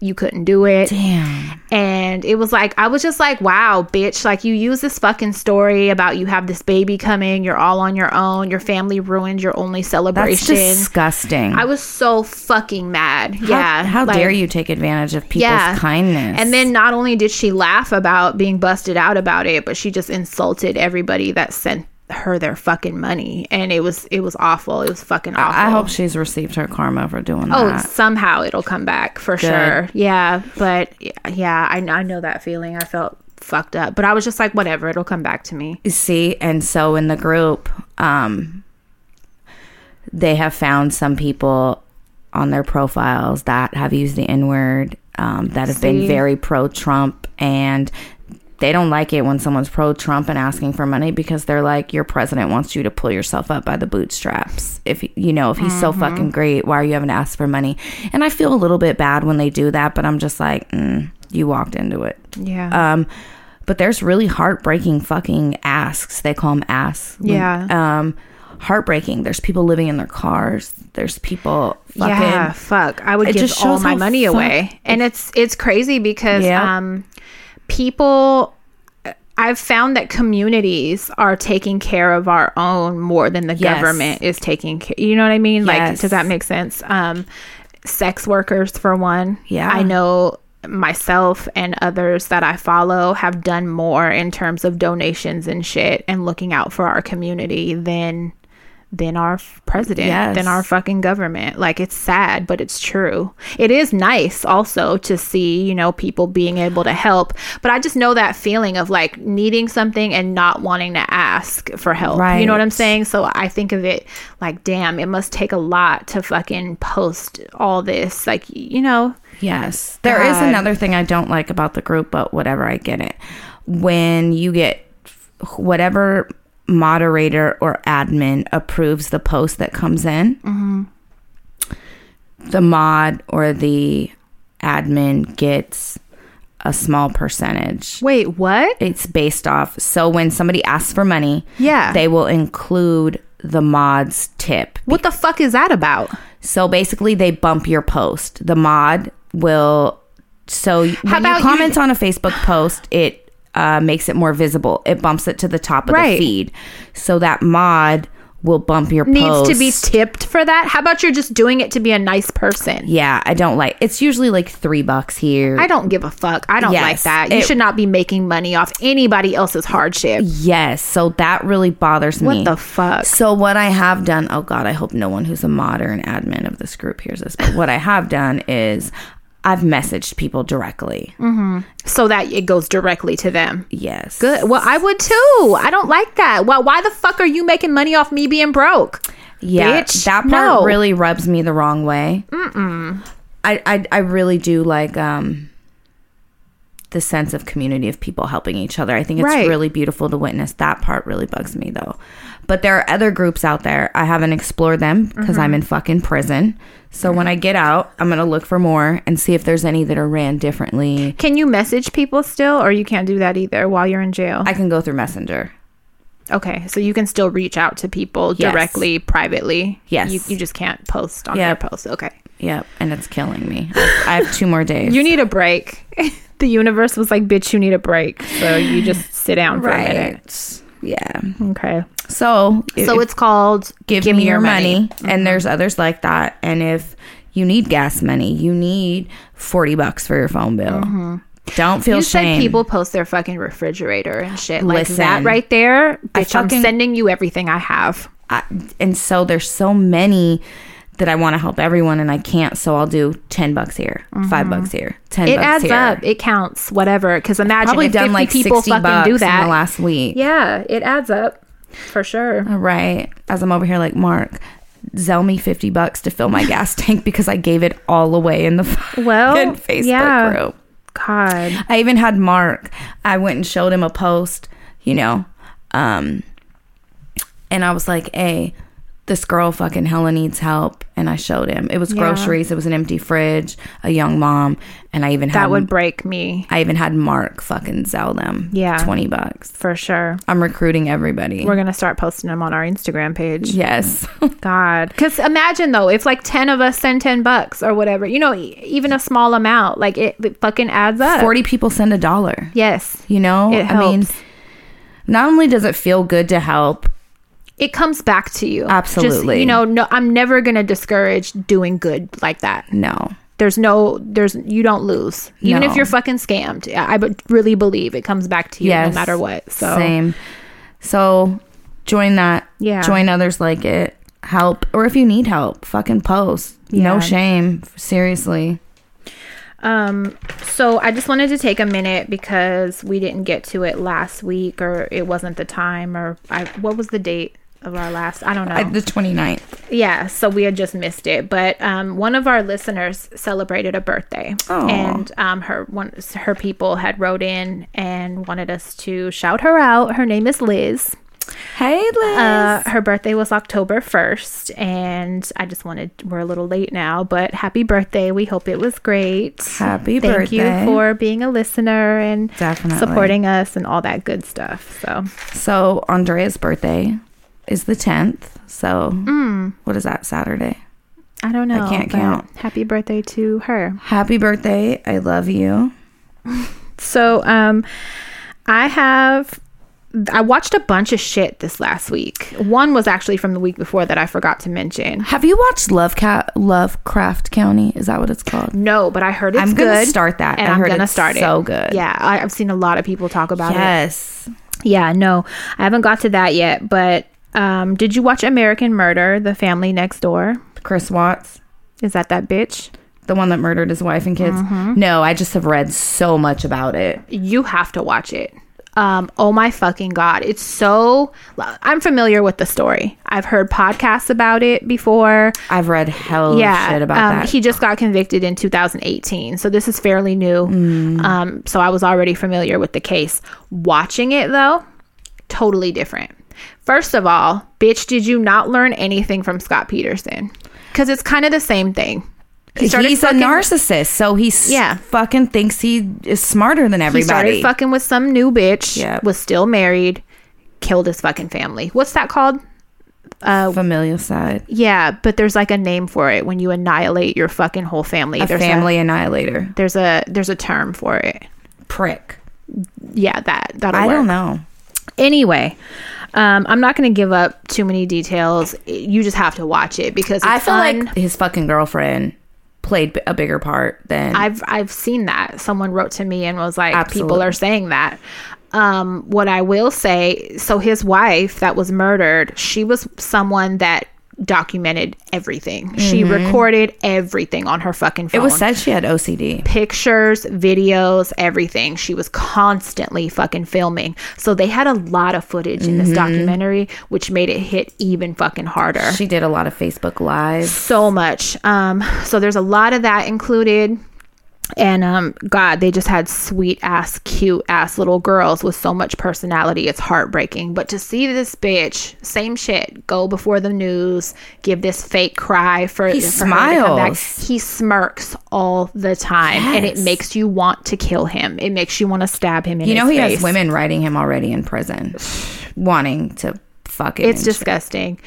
S2: You couldn't do it.
S1: Damn.
S2: And it was like, I was just like, wow, bitch, like you use this fucking story about you have this baby coming, you're all on your own, your family ruined your only
S1: That's
S2: celebration.
S1: disgusting.
S2: I was so fucking mad.
S1: How-
S2: yeah.
S1: How,
S2: like,
S1: dare you take advantage of people's
S2: Yeah.
S1: kindness?
S2: And then not only did she laugh about being busted out about it, but she just insulted everybody that sent her their fucking money. And it was it was awful. It was fucking awful.
S1: I hope she's received her karma for doing
S2: Oh,
S1: that.
S2: somehow it'll come back for sure. Yeah, but yeah, I, I know that feeling. I felt fucked up, but I was just like, whatever, it'll come back to me.
S1: See, and so in the group, um, they have found some people on their profiles that have used the N word, um, that have been
S2: See?
S1: very pro Trump, and they don't like it when someone's pro Trump and asking for money because they're like, your president wants you to pull yourself up by the bootstraps. If you know, if he's so fucking great, why are you having to ask for money? And I feel a little bit bad when they do that, but I'm just like, mm, you walked into it.
S2: Yeah,
S1: Um, but there's really heartbreaking fucking asks. They call them asks.
S2: Yeah.
S1: Um, heartbreaking. There's people living in their cars. There's people fucking.
S2: yeah, fuck. I would
S1: It
S2: give
S1: just
S2: all
S1: shows
S2: my
S1: how
S2: money
S1: fuck-
S2: away, and it's it's crazy because
S1: Yeah.
S2: um, people. I've found that communities are taking care of our own more than the
S1: Yes.
S2: government is taking care. You know what I mean? Like,
S1: Yes.
S2: does that make sense? Um, sex workers, for one.
S1: Yeah.
S2: I know myself and others that I follow have done more in terms of donations and shit and looking out for our community than than our f- president,
S1: Yes.
S2: than our fucking government. Like it's sad, but it's true. It is nice also to see, you know, people being able to help, but I just know that feeling of like needing something and not wanting to ask for help. You know what I'm
S1: Right.
S2: saying? So I think of it like damn, it must take a lot to fucking post all this like, you know,
S1: Yes. there is
S2: God.
S1: another thing I don't like about the group, but whatever, I get it. When you get whatever moderator or admin approves the post that comes in,
S2: Mm-hmm.
S1: the mod or the admin gets a small percentage.
S2: Wait, what?
S1: it's based off. So when somebody asks for money,
S2: Yeah.
S1: they will include the mod's tip.
S2: What the fuck is that about?
S1: So basically, they bump your post. The mod will. So y- when
S2: about
S1: you
S2: you-
S1: comment on a Facebook post, it uh, makes it more visible. It bumps it to the top of the
S2: Right.
S1: feed. So that mod will bump your
S2: Needs
S1: post.
S2: to be tipped for that? How about you're just doing it to be a nice person?
S1: yeah, I don't like. It's usually like three bucks here.
S2: I don't give a fuck. I don't like
S1: Yes,
S2: that. You
S1: it-
S2: should not be making money off anybody else's hardship.
S1: yes, so that really bothers me.
S2: What the fuck?
S1: So what I have done, oh God, I hope no one who's a mod or an admin of this group hears this. But what I have done is I've messaged people directly.
S2: So that it goes directly to them.
S1: Yes.
S2: Good. Well, I would too. I don't like that. Well, why the fuck are you making money off me being broke?
S1: Yeah.
S2: bitch.
S1: That part
S2: No.
S1: really rubs me the wrong way. Mm-mm. I, I I really do like um the sense of community of people helping each other. I think it's
S2: Right.
S1: really beautiful to witness. That part really bugs me though. But there are other groups out there. I haven't explored them because
S2: Mm-hmm.
S1: I'm in fucking prison. So when I get out, I'm gonna look for more and see if there's any that are ran differently.
S2: Can you message people still, or you can't do that either while you're in jail?
S1: I can go through Messenger.
S2: okay, so you can still reach out to people
S1: Yes.
S2: directly, privately.
S1: Yes.
S2: you, you just can't post on
S1: Yeah.
S2: their posts. Okay,
S1: Yep, and it's killing me. I have two more days.
S2: you need a break. [laughs] the universe was like, "Bitch, you need a break," so you just sit down for a minute.
S1: right. Yeah.
S2: Okay,
S1: So
S2: so it's called
S1: give, me, your money,
S2: Mm-hmm.
S1: and there's others like that. And if you need gas money, you need forty bucks for your phone bill. Don't feel
S2: Mm-hmm. You
S1: shame.
S2: said people post their fucking refrigerator and shit like that
S1: Listen,
S2: right there. Bitch, I'm
S1: fucking-
S2: sending you everything I have.
S1: I, and so there's so many that I want to help everyone, and I can't. So I'll do ten bucks here, five bucks here, ten.
S2: Mm-hmm. It
S1: bucks
S2: adds
S1: here.
S2: up. It counts. Whatever. Because imagine
S1: Probably
S2: if
S1: done
S2: 50
S1: like
S2: people
S1: sixty
S2: fucking
S1: bucks
S2: do that.
S1: in the last week.
S2: Yeah, it adds up for sure.
S1: Right. As I'm over here, like, Mark, sell me 50 bucks to fill my gas tank because I gave it all away in the fucking [laughs]
S2: Well,
S1: Facebook
S2: yeah.
S1: group.
S2: God.
S1: I even had Mark, I went and showed him a post, you know, um, and I was like, hey, this girl fucking hella needs help. And I showed him. It was groceries, it was an empty fridge, a young mom, and I even
S2: That
S1: had
S2: would break me
S1: I even had Mark fucking sell them.
S2: Yeah.
S1: 20 bucks.
S2: for sure.
S1: I'm recruiting everybody.
S2: We're going to start posting them on our Instagram page. [laughs]
S1: yes.
S2: God. Because imagine, though, if like 10 of us send 10 bucks or whatever, you know, e- even a small amount, like it, it fucking adds up.
S1: 40 people send a dollar.
S2: Yes.
S1: You know,
S2: It
S1: I mean,
S2: helps.
S1: not only does it feel good to help,
S2: It comes back to you. Just,
S1: Absolutely.
S2: you know, no, I'm never going to discourage doing good like that.
S1: no,
S2: There's no, there's, you don't lose. Even
S1: No.
S2: if you're fucking scammed, I, I be- really believe it comes back to you
S1: Yes.
S2: no matter what. So,
S1: same. So join that.
S2: Yeah.
S1: Join others like it. Help, or if you need help, fucking post.
S2: Yeah.
S1: No shame. Seriously.
S2: Um, so I just wanted to take a minute because we didn't get to it last week, or it wasn't the time, or I, what was the date of our last? I don't know.
S1: I, the 29th.
S2: yeah, so we had just missed it. But um, one of our listeners celebrated a birthday,
S1: Aw.
S2: and um, her one her people had wrote in and wanted us to shout her out. Her name is Liz.
S1: Hey, Liz.
S2: Uh, her birthday was October 1st, and I just wanted, we're a little late now, but happy birthday. We hope it was great.
S1: Happy
S2: Thank
S1: birthday.
S2: you for being a listener and
S1: Definitely.
S2: supporting us and all that good stuff. So,
S1: so Andrea's birthday is the 10th. So
S2: Mm.
S1: what is that Saturday?
S2: I don't know.
S1: can't
S2: but
S1: count.
S2: Happy birthday to her.
S1: Happy birthday. I love you.
S2: So, um, I have. I watched a bunch of shit this last week. One was actually from the week before that I forgot to mention.
S1: Have you watched Love Cat Lovecraft County? Is that what it's called?
S2: No, but I heard it's
S1: I'm
S2: good.
S1: gonna start that.
S2: and
S1: I
S2: I am
S1: heard
S2: gonna
S1: it's
S2: start it.
S1: so good.
S2: Yeah, I, I've seen a lot of people talk about it.
S1: Yes.
S2: Yeah, no, I haven't got to that yet. But um, did you watch American Murder: The Family Next Door?
S1: Chris Watts,
S2: Is that that bitch?
S1: the one that murdered his wife and kids.
S2: Mm-hmm.
S1: No, I just have read so much about it.
S2: You have to watch it. Um, oh my fucking god, it's so. I'm familiar with the story. I've heard podcasts about it before.
S1: I've read hell
S2: yeah,
S1: of shit about
S2: um,
S1: that.
S2: he just got convicted in 2018, so this is fairly new. Um, so I was already familiar with the case. Watching it though, totally different. First of all, bitch, did you not learn anything from Scott Peterson? Because it's kind of the same thing. He started
S1: he's
S2: fucking-
S1: a narcissist, so he s-
S2: Yeah.
S1: fucking thinks he is smarter than
S2: He started
S1: everybody.
S2: fucking with some new bitch.
S1: Yep.
S2: Was still married. Killed his fucking family. What's that called? uh,
S1: familicide.
S2: yeah, but there's like a name for it when you annihilate your fucking whole family.
S1: A
S2: there's
S1: family annihilator.
S2: A, there's a there's a term for it.
S1: Prick.
S2: Yeah, that that'll
S1: I
S2: work.
S1: don't know.
S2: Anyway, um, I'm not going to give up too many details. You just have to watch it because it's
S1: I feel
S2: un-
S1: like his fucking girlfriend played b- a bigger part than
S2: I've I've seen that. Someone wrote to me and was like, people
S1: Absolutely.
S2: are saying that. Um, what I will say, so his wife that was murdered, she was someone that documented everything. She recorded everything on her fucking
S1: Mm-hmm.
S2: phone.
S1: it was said she had OCD.
S2: pictures, videos, everything. She was constantly fucking filming. So they had a lot of footage in this documentary, which made it hit even fucking harder.
S1: She did a lot of Facebook lives.
S2: so much. Um, so there's a lot of that included. And um, God, they just had sweet ass, cute ass little girls with so much personality. It's heartbreaking. But to see this bitch, same shit, go before the news, give this fake cry for
S1: He
S2: for her to come back.
S1: smiles.
S2: He smirks all the time, and it
S1: Yes.
S2: makes you want to kill him. It makes you want to stab him. In
S1: You know
S2: his
S1: he
S2: face.
S1: has women writing him already in prison, wanting to fuck it.
S2: It's disgusting.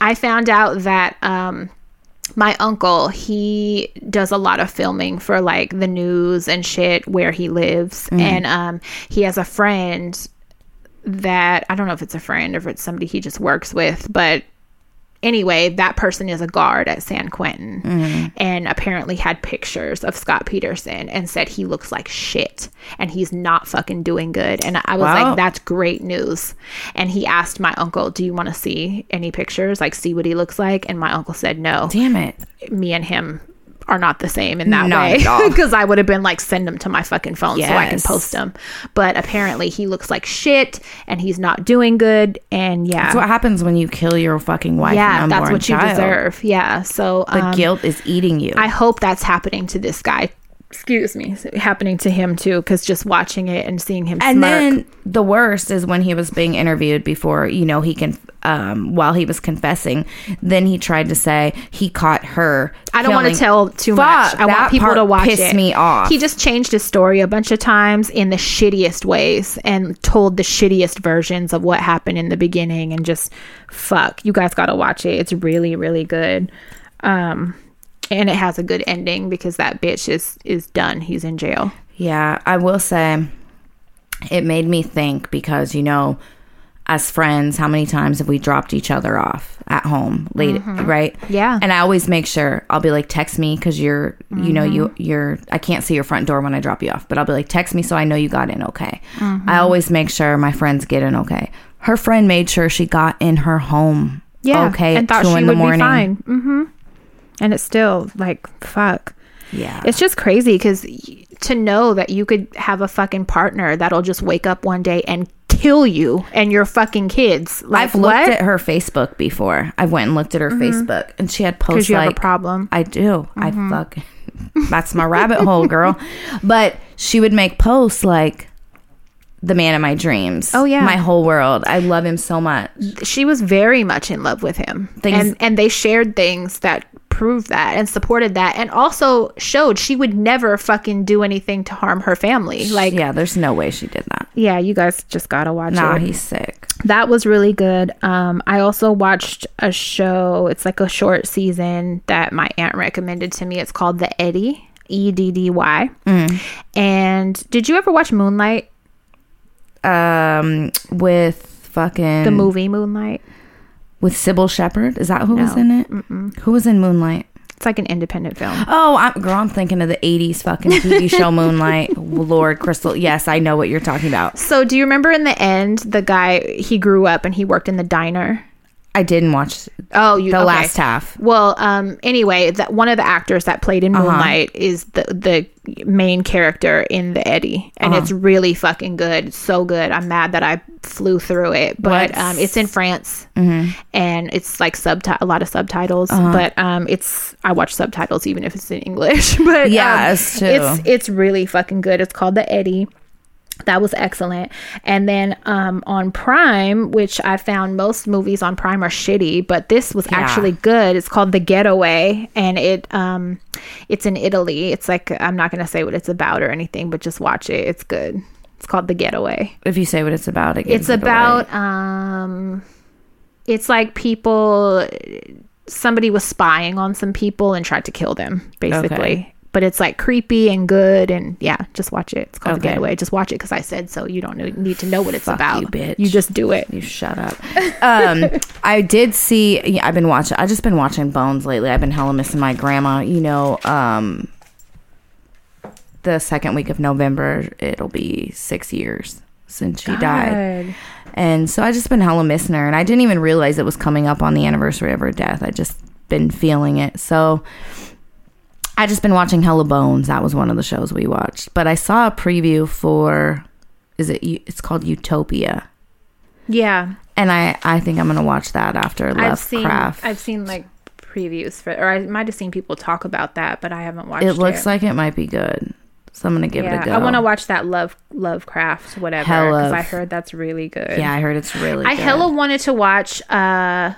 S2: I found out that um, my uncle he does a lot of filming for like the news and shit where he lives, and um, he has a friend that I don't know if it's a friend or if it's somebody he just works with, but anyway, that person is a guard at San Quentin and apparently had pictures of Scott Peterson and said he looks like shit and he's not fucking doing good. And I was
S1: Wow.
S2: like, that's great news. And he asked my uncle, Do you want to see any pictures? Like, see what he looks like? And my uncle said, No,
S1: Damn it.
S2: me and him are not the same in that
S1: Not
S2: way
S1: at
S2: [laughs]
S1: all.
S2: because I would have been like send them to my fucking phone so I can
S1: Yes.
S2: post them but apparently he looks like shit and he's not doing good and yeah
S1: That's what happens when you kill your fucking wife.
S2: yeah
S1: and
S2: that's
S1: unborn
S2: what you
S1: child.
S2: deserve yeah so
S1: The
S2: um,
S1: guilt is eating you.
S2: i hope that's happening to this guy excuse me happening to him too because just watching it and seeing him
S1: and
S2: smirk
S1: then the worst is when he was being interviewed before you know he can um while he was confessing then he tried to say he caught her
S2: I don't want to
S1: killing-
S2: tell too
S1: Fuck,
S2: much. I
S1: that
S2: want people
S1: part
S2: to watch
S1: pissed
S2: it.
S1: me off
S2: He just changed his story a bunch of times in the shittiest ways and told the shittiest versions of what happened in the beginning and just fuck. You guys got to watch it. It's really really good. Um and it has a good ending because that bitch is is done. He's in jail.
S1: Yeah, I will say it made me think because, you know, as friends, how many times have we dropped each other off at home late,
S2: Mm-hmm.
S1: right?
S2: Yeah.
S1: And I always make sure I'll be like, text me because you're, you know, you,
S2: Mm-hmm.
S1: you're, I can't see your front door when I drop you off, but I'll be like, text me so I know you got in okay.
S2: Mm-hmm.
S1: I always make sure my friends get in okay. Her friend made sure she got in her home.
S2: Yeah.
S1: Okay.
S2: And
S1: at
S2: thought
S1: two
S2: she
S1: in
S2: would
S1: the morning.
S2: be fine. Mhm. And it's still like fuck.
S1: Yeah.
S2: It's just crazy because to know that you could have a fucking partner that'll just wake up one day and kill you and your fucking kids. Like
S1: I've
S2: what? Mm-hmm.
S1: looked at her Facebook before. I went and looked at her Facebook, and she had posts
S2: Because you
S1: like,
S2: have a problem.
S1: I do.
S2: Mm-hmm.
S1: I fuck. [laughs] That's my rabbit hole,
S2: [laughs]
S1: girl. But she would make posts like the man of my dreams.
S2: Oh, yeah.
S1: my whole world. I love him so much.
S2: She was very much in love with him,
S1: Things-
S2: and and they shared things that proved that and supported that, and also showed she would never fucking do anything to harm her family. Like, yeah,
S1: yeah, there's no way she did that.
S2: you guys just gotta watch
S1: Nah,
S2: it.
S1: he's sick.
S2: that was really good. Um, I also watched a show. It's like a short season that my aunt recommended to me. It's called The Eddie, E D D Y.
S1: Mm.
S2: And did you ever watch Moonlight,
S1: Um, with fucking
S2: the movie Moonlight?
S1: with Sybil Shepherd. Is that who was
S2: No.
S1: in it? Who was in Moonlight?
S2: It's like an independent film.
S1: Oh, I'm, girl, I'm thinking of the '80s fucking
S2: [laughs]
S1: TV show Moonlight. Lord, Crystal. Yes, I know what you're talking about.
S2: So, do you remember in the end, the guy he grew up and he worked in the diner?
S1: I didn't watch
S2: Oh, you
S1: the
S2: okay.
S1: last half.
S2: Well, um, anyway, that one of the actors that played in
S1: Uh-huh.
S2: Moonlight is the the main character in the Eddie, and
S1: Uh-huh.
S2: it's really fucking good, It's so good. I'm mad that I flew through it, but
S1: What's-
S2: um, it's in France,
S1: Mm-hmm.
S2: and it's like subti- a lot of subtitles,
S1: Uh-huh.
S2: but um, it's I watch subtitles even if it's in English, [laughs] but um,
S1: Yes, too.
S2: it's it's really fucking good. It's called the Eddie. That was excellent. And then um, on Prime, which I found most movies on Prime are shitty, but this was actually good. It's called The Getaway, and it um, it's in Italy. It's like I'm not gonna say what it's about or anything, but just watch it. It's good. It's called The Getaway.
S1: If you say what it's about, it gives
S2: It's
S1: it away.
S2: about um, it's like people somebody was spying on some people and tried to kill them basically
S1: Okay.
S2: but it's like creepy and good and yeah just watch it it's called
S1: Okay.
S2: the getaway just watch it because i said so you don't kn- need to know what it's
S1: Fuck
S2: about
S1: you, bitch.
S2: just do it
S1: You shut up. [laughs] Um, I did see. Yeah, I've been watching. I've just been watching Bones lately. I've been hella missing my grandma. You know, um, the second week of November, it'll be six years since she died. And so I just been hella missing her, and I didn't even realize it was coming up on the anniversary of her death. I just been feeling it. So I just been watching Hella Bones. That was one of the shows we watched. But I saw a preview for is it? U- It's called Utopia,
S2: yeah
S1: and I I think I'm gonna watch that after
S2: i've seen
S1: Lovecraft.
S2: i've seen like previews for or i might have seen people talk about that but i haven't watched
S1: it
S2: it
S1: looks like it might be good, so I'm gonna give it a go.
S2: I want to watch that Love Lovecraft whatever
S1: Hell
S2: because
S1: of-
S2: I heard that's really good.
S1: Yeah, I heard it's really.
S2: I
S1: good.
S2: hella wanted to watch uh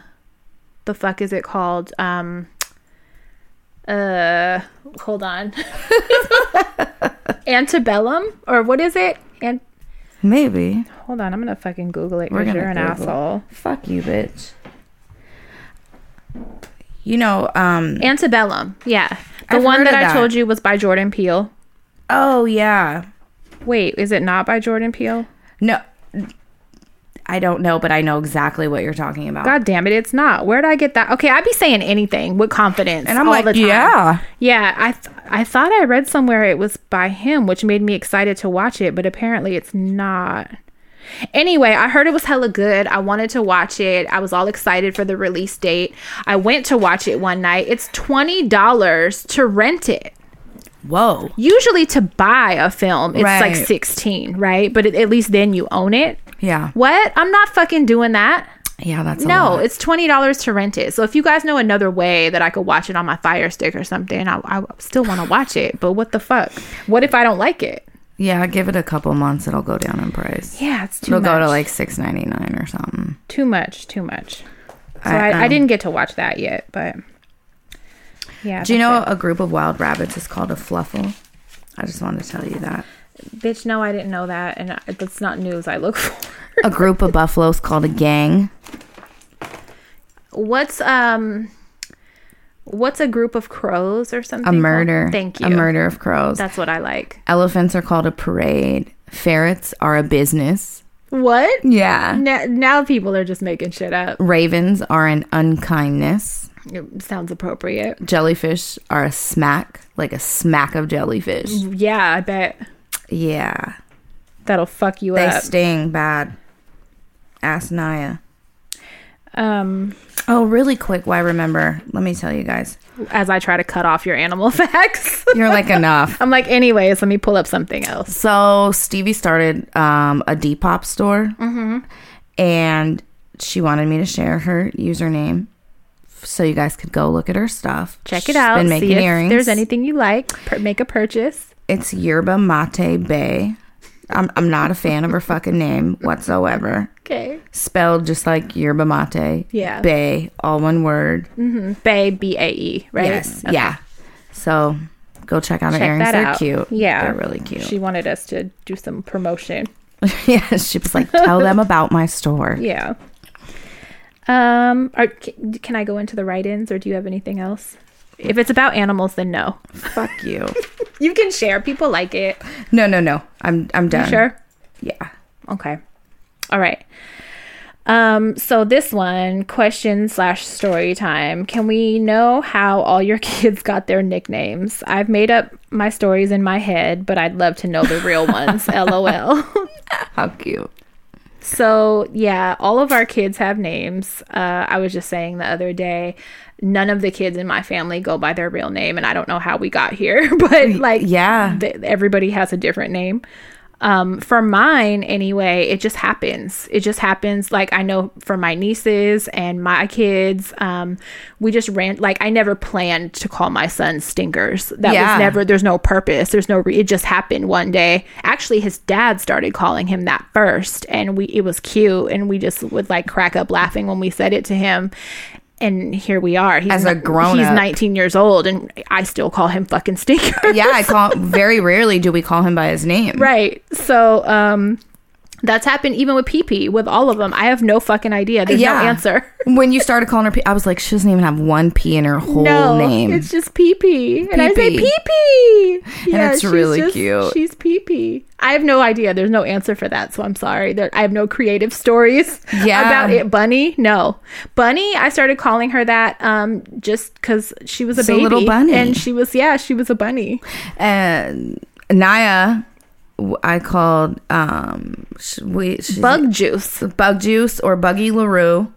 S2: the fuck is it called? Um uh
S1: [laughs]
S2: hold on. Antebellum or what is it? And
S1: maybe.
S2: hold on, I'm going to fucking google it
S1: We're
S2: cuz
S1: gonna
S2: you're an
S1: Google.
S2: asshole.
S1: Fuck you, bitch. You know, um.
S2: Antebellum. Yeah. The
S1: I've
S2: one
S1: heard
S2: that
S1: of
S2: I
S1: that.
S2: told you was by Jordan Peele.
S1: Oh yeah.
S2: Wait, is it not by Jordan Peele?
S1: No, I don't know, but I know exactly what you're talking about.
S2: God damn it, it's not. Where'd I get that? Okay, I'd be saying anything with confidence.
S1: and I'm
S2: all
S1: like,
S2: the time.
S1: yeah,
S2: Yeah, I th- I thought I read somewhere it was by him, which made me excited to watch it, but apparently it's not. Anyway, I heard it was hella good. I wanted to watch it. I was all excited for the release date. I went to watch it one night. It's $20 to rent it.
S1: whoa,
S2: Usually to buy a film, it's like
S1: Right.
S2: 16, right? But it, at least then you own it.
S1: yeah,
S2: What? I'm not fucking doing that.
S1: yeah, that's a
S2: No,
S1: lot.
S2: it's twenty dollars to rent it. So if you guys know another way that I could watch it on my Fire Stick or something, I, I still want to watch it. But what the fuck? What if I don't like it?
S1: yeah. Give it a couple months, it'll go down in price.
S2: Yeah, it's too
S1: it'll
S2: much.
S1: go to like six ninety nine or something.
S2: too much, too much. So
S1: I-
S2: I, I,
S1: um,
S2: didn't get to watch that yet, but yeah.
S1: Do you
S2: that's
S1: know a group of wild rabbits is called a fluffle? I just want to tell you that
S2: it. bitch? No, I didn't know that, and I, that's not news I look [laughs] for.
S1: a group of buffaloes called a gang.
S2: What's um, what's a group of crows or something?
S1: A
S2: called?
S1: murder.
S2: Thank you.
S1: A murder of crows.
S2: That's what I like.
S1: Elephants are called a parade. Ferrets are a business.
S2: What?
S1: Yeah.
S2: Now, now people are just making shit up.
S1: Ravens are an unkindness.
S2: It sounds appropriate.
S1: jellyfish are a smack, like a smack of jellyfish.
S2: Yeah, I bet
S1: Yeah.
S2: that'll fuck you
S1: They
S2: up.
S1: sting bad. Ask Naya.
S2: um,
S1: Oh, really quick, why remember? Let me tell you guys.
S2: as I try to cut off your animal [laughs] facts,
S1: You're [laughs] like enough.
S2: I'm like, anyways, let me pull up something else.
S1: So Stevie started um, a Depop store,
S2: Mm-hmm.
S1: and she wanted me to share her username so you guys could go look at her stuff.
S2: Check
S1: She's
S2: it out.
S1: Been
S2: see
S1: making
S2: if
S1: earrings.
S2: there's anything you like. Pur- make a purchase.
S1: It's Yerba Mate Bay. I'm I'm not a fan of her fucking name whatsoever.
S2: Okay.
S1: spelled just like yerba mate.
S2: Yeah.
S1: Bay, all one word.
S2: Bay B A E. Right.
S1: Yes. Yeah. So go check out her
S2: Check
S1: earrings.
S2: that
S1: They're
S2: out.
S1: cute.
S2: Yeah.
S1: They're really cute.
S2: She wanted us to do some promotion.
S1: [laughs] yeah. She was like, tell them about my
S2: [laughs]
S1: store.
S2: Yeah. Um. Are, can, can I go into the write-ins, or do you have anything else? If it's about animals, then no.
S1: Fuck you.
S2: You can share. People like it.
S1: No, no, no. I'm I'm done.
S2: Sure.
S1: Yeah.
S2: Okay. All right. Um, so this one, question slash story time. Can we know how all your [laughs] kids got their nicknames? I've made up my stories in my head, but I'd love to know the real ones. LOL. [laughs]
S1: How cute.
S2: So, yeah, all of our kids have names. Uh, I was just saying the other day, none of the kids in my family go by their real name, and I don't know how we got here, [laughs] but like,
S1: Yeah.
S2: th- everybody has a different name. Um, for mine, anyway, it just happens. It just happens. Like I know for my nieces and my kids, um, we just ran. Like I never planned to call my son Stinkers. That
S1: Yeah.
S2: was never. There's no purpose. There's no. Re- it just happened one day. Actually, his dad started calling him that first, and we. It was cute, and we just would like crack up laughing when we said it to him. And here we are. He's
S1: As a
S2: ni- he's
S1: grown-up.
S2: 19 years old, and I still call him fucking Stinker.
S1: Yeah, I call very rarely do we call him by his name.
S2: Right. So, um, That's happened even with PP, with all of them. I have no fucking idea. There's
S1: Yeah.
S2: no answer. [laughs]
S1: When you started calling her P, I was like, she doesn't even have one P in her whole
S2: no,
S1: name.
S2: it's just PP, and I say
S1: PP.
S2: PP.
S1: And
S2: Yeah,
S1: it's
S2: she's
S1: really
S2: just-
S1: cute.
S2: She's PP. I have no idea. There's no answer for that, so I'm sorry. There, I have no creative stories [laughs]
S1: Yeah.
S2: about it. Bunny, no, Bunny. I started calling her that um, just because she was a
S1: It's a
S2: baby,
S1: little bunny.
S2: and she was yeah, she was a bunny.
S1: and Naya, w- I called um sh- we she's
S2: Bug juice,
S1: Bug Juice or Buggy Larue.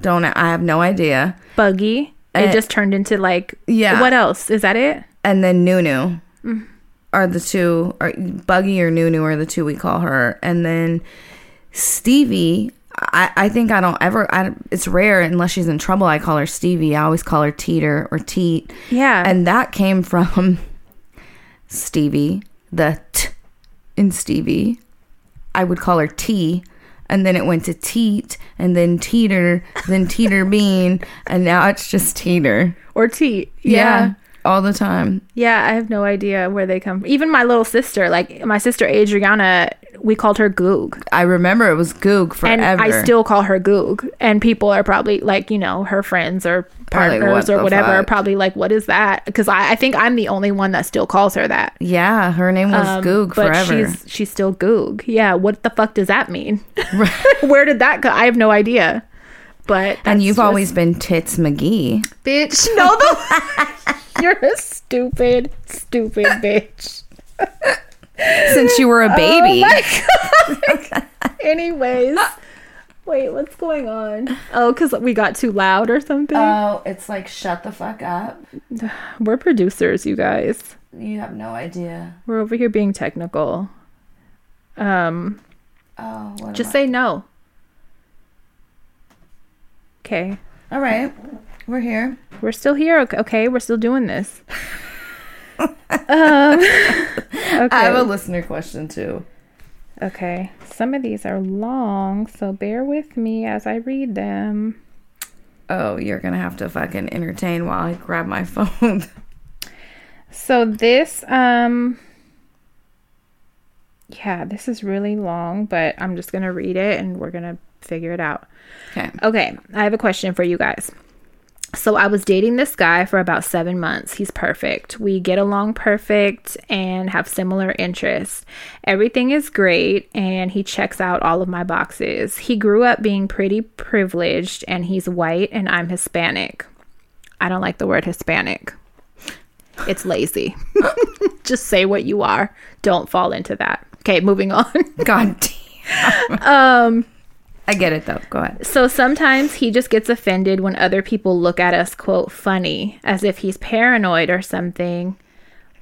S1: Don't I have no idea.
S2: buggy.
S1: Uh,
S2: it just turned into like
S1: yeah.
S2: What else is that? It
S1: And then Nunu
S2: Mm.
S1: are the two. Are Buggy or Nunu are the two we call her. And then Stevie. I, I think I don't ever. I, it's rare unless she's in trouble. I call her Stevie. I always call her Teeter or Teet.
S2: yeah,
S1: and that came from [laughs] Stevie, the t in Stevie. I would call her T, and then it went to Teet, and then Teeter, then Teeter Bean, and now it's just Teeter.
S2: or tea. yeah.
S1: all the time.
S2: Yeah, I have no idea where they come from. Even my little sister, like my sister Adriana, we called her Goog.
S1: I remember it was Goog
S2: And
S1: forever.
S2: I still call her Goog. And people are probably like, you know, her friends or
S1: Are like,
S2: partners
S1: "What
S2: or
S1: the
S2: whatever are
S1: fuck?"
S2: probably like, what is that? Because I, I think I'm the only one that still calls her that.
S1: yeah, her name was
S2: Um,
S1: Goog
S2: but
S1: forever.
S2: she's she's still Goog. Yeah, what the fuck does that mean? [laughs] Where did that go? I have no idea. But
S1: and
S2: that's
S1: you've
S2: just-
S1: always been Tits McGee. [laughs]
S2: bitch. No, the [laughs] you're a stupid,
S1: [laughs]
S2: stupid bitch.
S1: Since you were
S2: [laughs] Oh
S1: a baby.
S2: Anyways, [laughs] wait, what's going on? Uh, Oh, because we got too loud or something.
S1: oh, it's like, shut the fuck up.
S2: We're producers, you guys.
S1: You have no idea.
S2: We're over here being technical. Um,
S1: Oh, what
S2: just say no. Okay,
S1: All right, we're here.
S2: we're still here. ok- Okay, we're still doing [laughs] this. um, okay.
S1: I have a listener question too.
S2: Okay, some of these are long, so bear with me as I read them.
S1: Oh, you're gonna have to fucking entertain while I grab my [laughs] phone.
S2: So this um yeah, this is really long, but I'm just going to read it and we're going to figure it out.
S1: okay.
S2: Okay, I have a question for you guys. So I was dating this guy for about seven months. He's perfect. We get along perfect and have similar interests. Everything is great, and he checks out all of my boxes. He grew up being pretty privileged, and he's white, and I'm Hispanic. I don't like the word Hispanic. It's lazy. [laughs] Just say what you are. Don't fall into that. Okay, moving on.
S1: God damn. um, I get it though. Go ahead.
S2: So sometimes he just gets offended when other people look at us, quote, funny, as if he's paranoid or something,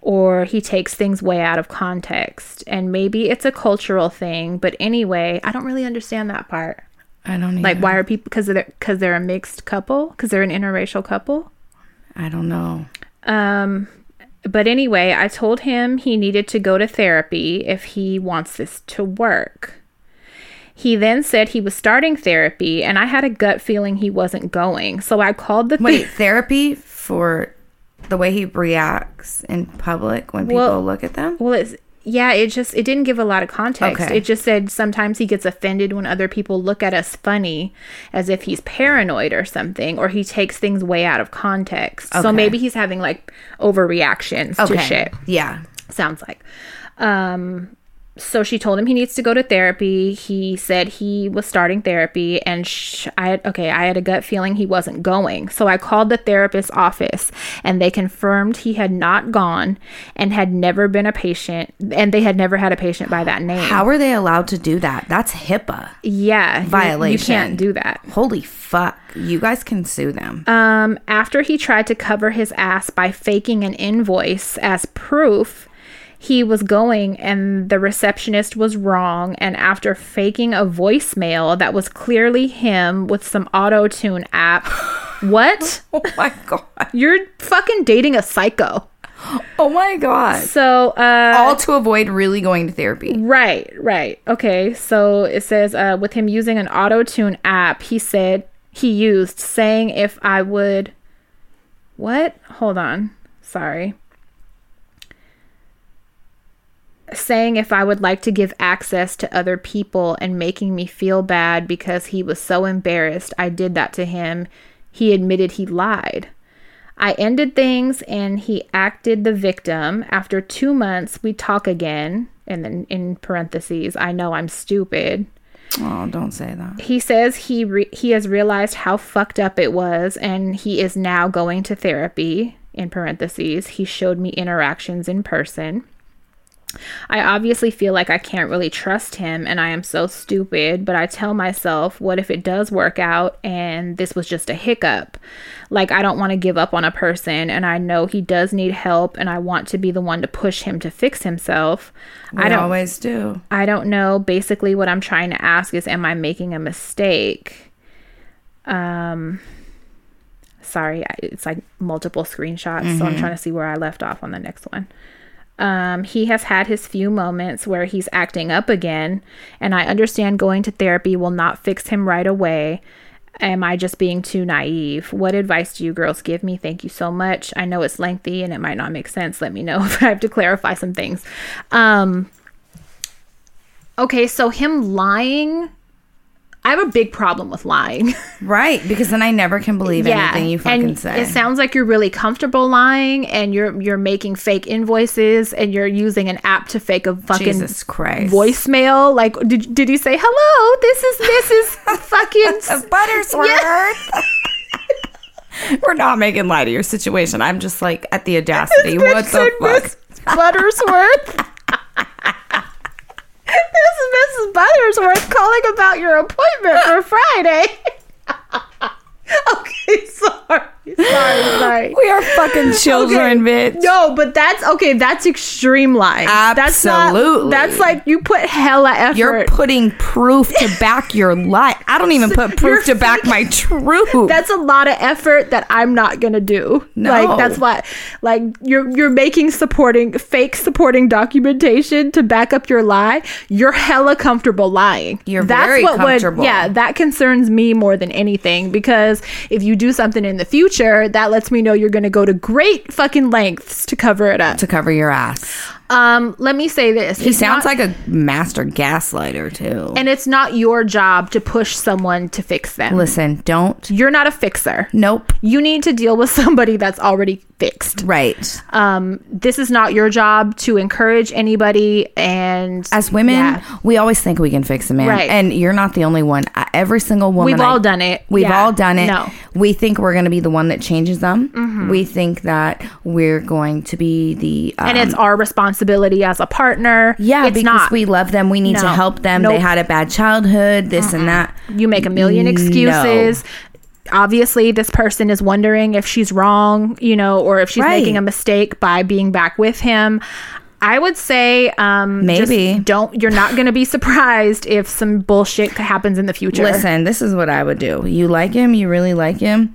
S2: or he takes things way out of context. And maybe it's a cultural thing, but anyway, I don't really understand that part.
S1: I don't
S2: Like,
S1: like.
S2: why are people, because they're, cause they're a mixed couple, because they're an interracial couple?
S1: I don't know.
S2: Um, but anyway, I told him he needed to go to therapy if he wants this to work. He then said he was starting therapy, and I had a gut feeling he wasn't going. So I called the [laughs]
S1: Wait, therapy for the way he reacts in public when people
S2: Well-
S1: look at them.
S2: Well, it's yeah, it just it didn't give a lot of context.
S1: Okay.
S2: It just said sometimes he gets offended when other people look at us funny as if he's paranoid or something or he takes things way out of context. So maybe he's having like overreactions to Mm. shit.
S1: Yeah.
S2: sounds like. Um, so she told him he needs to go to therapy. He said he was starting therapy, and sh- I had, okay, I had a gut feeling he wasn't going. So I called the therapist's office, and they confirmed he had not gone and had never been a patient, and they had never had a patient by that name.
S1: How are they allowed to do that? That's HIPAA.
S2: yeah, you- You
S1: Violation.
S2: can't do that.
S1: Holy fuck! You guys can sue them.
S2: [laughs] Um, after he tried to cover his ass by faking an invoice as proof, he was going and the receptionist was wrong. And after faking a voicemail that was clearly him with some auto tune app, what?
S1: oh my god.
S2: You're fucking dating a psycho.
S1: Oh my god.
S2: So, uh,
S1: All to avoid really going to therapy.
S2: Right, right. Okay, so it says uh, with him using an auto tune app, he said he used saying if I would. What? Hold on. Sorry. saying if I would like to give access to other people and making me feel bad because he was so embarrassed I did that to him. He admitted he lied. I ended things and he acted the victim. After two months, we talk again. And then in parentheses, I know I'm stupid. Mm.
S1: Oh, don't say that.
S2: He says he re- he has realized how fucked up it was and he is now going to therapy in parentheses. He showed me interactions in person. I obviously feel like I can't really trust him and I am so stupid, but I tell myself, what if it does work out and this was just a hiccup? Like, I don't want to give up on a person and I know he does need help and I want to be the one to push him to fix himself.
S1: We
S2: I don't
S1: always do.
S2: I don't know. Basically, what I'm trying to ask is, am I making a mistake? Um, sorry, I- it's like multiple screenshots, so I'm trying to see where I left off on the next one. Um, he has had his few moments where he's acting up again, and I understand going to therapy will not fix him right away. Am I just being too naive? What advice do you girls give me? Thank you so much. I know it's lengthy and it might not make sense. Let me know [laughs] if I have to clarify some things. Um, Okay, so him lying. I have a big problem with lying. [laughs]
S1: Right, because then I never can believe anything you fucking
S2: and
S1: say.
S2: It sounds like you're really comfortable lying and you're you're making fake invoices and you're using an app to fake a fucking
S1: Jesus Christ.
S2: voicemail. Like did did he say, "Hello, this is this is
S1: [laughs]
S2: fucking
S1: Buttersworth. [laughs] We're not making light of your situation. I'm just like
S2: [laughs]
S1: at the audacity.
S2: bitch
S1: What the
S2: said
S1: fuck?
S2: Miss Buttersworth?"
S1: [laughs]
S2: this is Mrs. Buttersworth calling about your appointment for Friday. [laughs] okay, sorry. Sorry, sorry.
S1: We are
S2: [laughs]
S1: fucking children, bitch.
S2: No, but that's okay. That's extreme lying.
S1: Absolutely.
S2: That's, not, that's like you put hella effort.
S1: You're putting proof to back your lie. I don't even
S2: [laughs]
S1: put proof to back my truth.
S2: that's a lot of effort that I'm not gonna do.
S1: No.
S2: Like that's why, like you're you're making supporting fake supporting documentation to back up your lie. You're hella comfortable lying.
S1: You're very comfortable.
S2: Would, yeah, that concerns me more than anything because if you do something in the future, that lets me know you're gonna go to great fucking lengths to cover it up.
S1: to cover your ass.
S2: Um, let me say this.
S1: He sounds like a master gaslighter too.
S2: and it's not your job to push someone to fix them.
S1: Listen, don't.
S2: You're not a fixer.
S1: Nope.
S2: You need to deal with [laughs] somebody that's already fixed.
S1: Right.
S2: Um, this is not your job to encourage anybody. And
S1: As women,
S2: Yeah.
S1: we always think we can fix a man,
S2: Right.
S1: and you're not the only one. I- Every single woman,
S2: We've
S1: I-
S2: all done it.
S1: We've
S2: Yeah.
S1: all done it.
S2: No. Mm-hmm.
S1: We think we're going to be the one that changes them. We think that we're going to be the um,
S2: and it's our responsibility as a partner.
S1: yeah,
S2: it's
S1: because
S2: not.
S1: we love them. We need to
S2: No.
S1: help them. They
S2: Nope.
S1: had a bad childhood. This and that.
S2: you make a million excuses. Obviously, this person is wondering if she's wrong, you know, or if she's
S1: Right.
S2: making a mistake by being back with him. I would say um, just
S1: Maybe.
S2: don't. You're not going to be surprised if some bullshit happens in the future.
S1: Listen, this is what I would do. You like him. You really like him.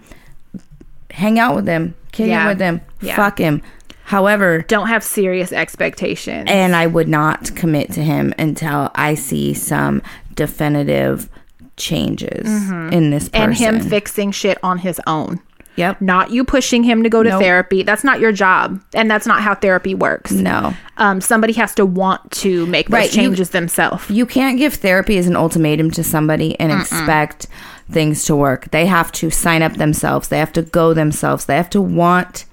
S1: Hang out with him. Kick
S2: Yeah.
S1: it with him.
S2: Yeah.
S1: Fuck him. However,
S2: don't have serious expectations.
S1: and I would not commit to him until I see some definitive changes in this person.
S2: Mm-hmm. and him fixing shit on his own.
S1: Yep.
S2: Not you pushing him to go to
S1: Nope.
S2: therapy. That's not your job, and that's not how therapy works.
S1: No.
S2: Um, somebody has to want to make those
S1: Right, you-
S2: changes themselves.
S1: You can't give therapy as an ultimatum to somebody and expect things to work. They have to sign up themselves. They have to go themselves. They have to want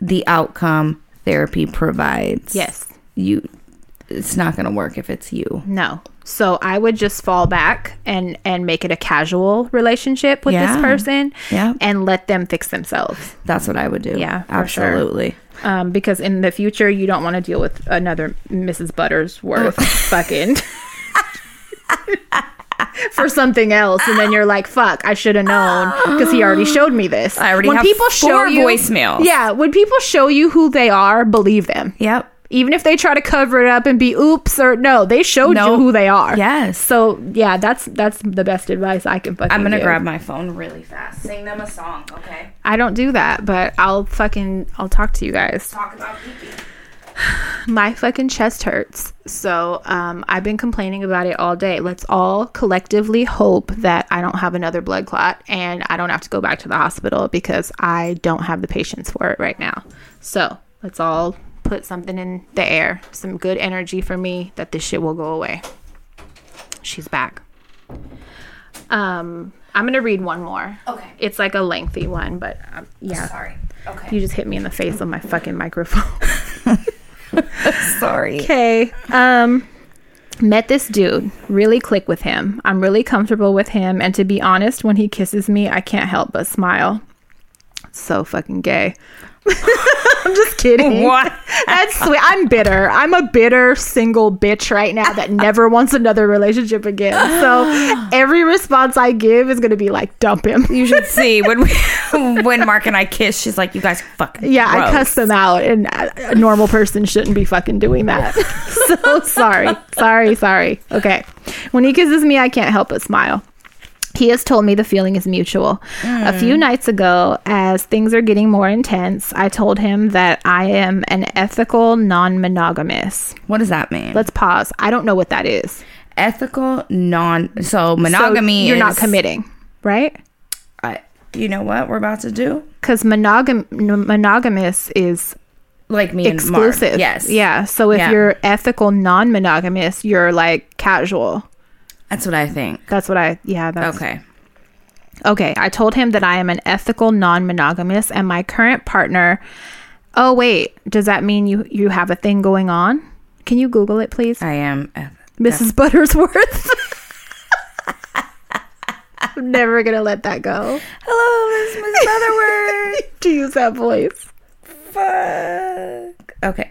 S1: the outcome therapy provides.
S2: Yes.
S1: You it's not going to work if it's you.
S2: No. So I would just fall back and and make it a casual relationship with
S1: Yeah.
S2: this person
S1: Yeah.
S2: and let them fix themselves.
S1: That's what I would do.
S2: Yeah, for sure.
S1: Absolutely.
S2: Um, because in the future you don't want to deal with another Mrs. Buttersworth
S1: Oh.
S2: [laughs] fucking for something else and then you're like fuck I should have known because he already showed me this.
S1: I already
S2: when
S1: have
S2: people show
S1: four
S2: you
S1: voicemails.
S2: Yeah, when people show you who they are, believe them.
S1: Yep.
S2: Even if they try to cover it up and be oops or no, they showed
S1: No.
S2: you who they are.
S1: Yes.
S2: So yeah, that's that's the best advice I can fucking.
S1: I'm going to
S2: give.
S1: grab my phone really fast. Sing them a song, okay?
S2: I don't do that, but I'll fucking I'll talk to you guys.
S1: Talk about pee
S2: My fucking chest hurts, so um, I've been complaining about it all day. Let's all collectively hope that I don't have another blood clot and I don't have to go back to the hospital because I don't have the patience for it right now. So let's all. put put something in the air, some good energy for me that this shit will go away. She's back. Um, I'm gonna read one more.
S1: Okay.
S2: It's like a lengthy one, but um, yeah.
S1: Sorry. Okay.
S2: You just hit me in the face with my fucking microphone. [laughs]
S1: Sorry.
S2: okay. Um, met this dude. Really click with him. I'm really comfortable with him, and to be honest, when he kisses me, I can't help but smile. So fucking gay. [laughs] I'm just kidding.
S1: What?
S2: That's sweet. I'm bitter. I'm a bitter single bitch right now that never wants another relationship again.
S1: [gasps]
S2: So every response I give is gonna be like, dump him.
S1: You should see when we, [laughs] when Mark and I kiss, she's like, "You guys fucking
S2: Yeah, I
S1: gross."
S2: cussed them out, and a a normal person shouldn't be fucking doing that. [laughs] so sorry, sorry, sorry. Okay. When he kisses me, I can't help but smile. He has told me the feeling is mutual. A
S1: Hmm.
S2: few nights ago, as things are getting more intense, I told him that I am an ethical non monogamous.
S1: What does that mean?
S2: Let's pause. I don't know what that is. So
S1: Ethical non. So monogamy.
S2: you're not
S1: is-
S2: committing, right?
S1: I- you know what we're about to do?
S2: Because monogam- n- monogamous is
S1: Like me and
S2: exclusive.
S1: Mark. Yes.
S2: Yeah. So if
S1: Yeah.
S2: you're ethical non-monogamous, you're like casual.
S1: That's what I think.
S2: That's what I yeah, that's
S1: Okay.
S2: Okay, I told him that I am an ethical non-monogamous and my current partner Oh wait, does that mean you you have a thing going on? Can you google it please?
S1: I am. eth-
S2: Mrs. Buttersworth. [laughs] I'm never going to let that go. [laughs]
S1: Hello, this is
S2: To use that voice. [laughs]
S1: Motherword. Fuck. Okay.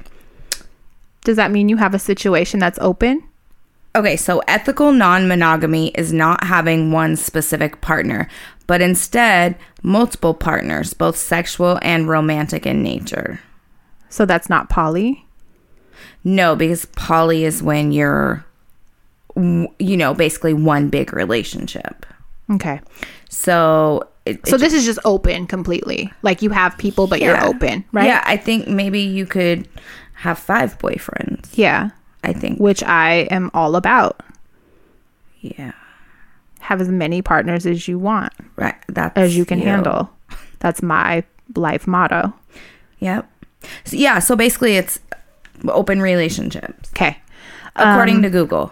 S2: Does that mean you have a situation that's open?
S1: Okay, so ethical non monogamy is not having one specific partner, but instead multiple partners, both sexual and romantic in nature.
S2: So that's not poly.
S1: No, because poly is when you're, w- you know, basically one big relationship.
S2: Okay.
S1: So, it,
S2: So this is just open completely. Like you have people, but
S1: yeah.
S2: you're open, right?
S1: Yeah, I think maybe you could have five boyfriends.
S2: Yeah.
S1: I think.
S2: Which I am all about.
S1: Yeah,
S2: Have as many partners as you want,
S1: right. That's
S2: as you can handle. That's my life motto.
S1: Yep. So, yeah. So basically, it's open relationships
S2: Okay. Um,
S1: according to Google.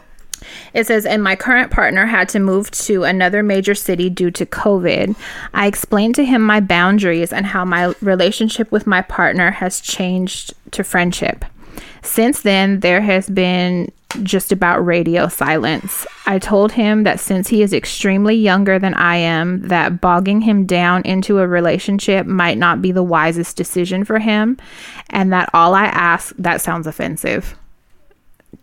S2: It says, and my current partner had to move to another major city due to COVID. I explained to him my boundaries and how my relationship with my partner has changed to friendship. Since then, there has been just about radio silence. I told him that since he is extremely younger than I am, that bogging him down into a relationship might not be the wisest decision for him, and that all I ask that sounds offensive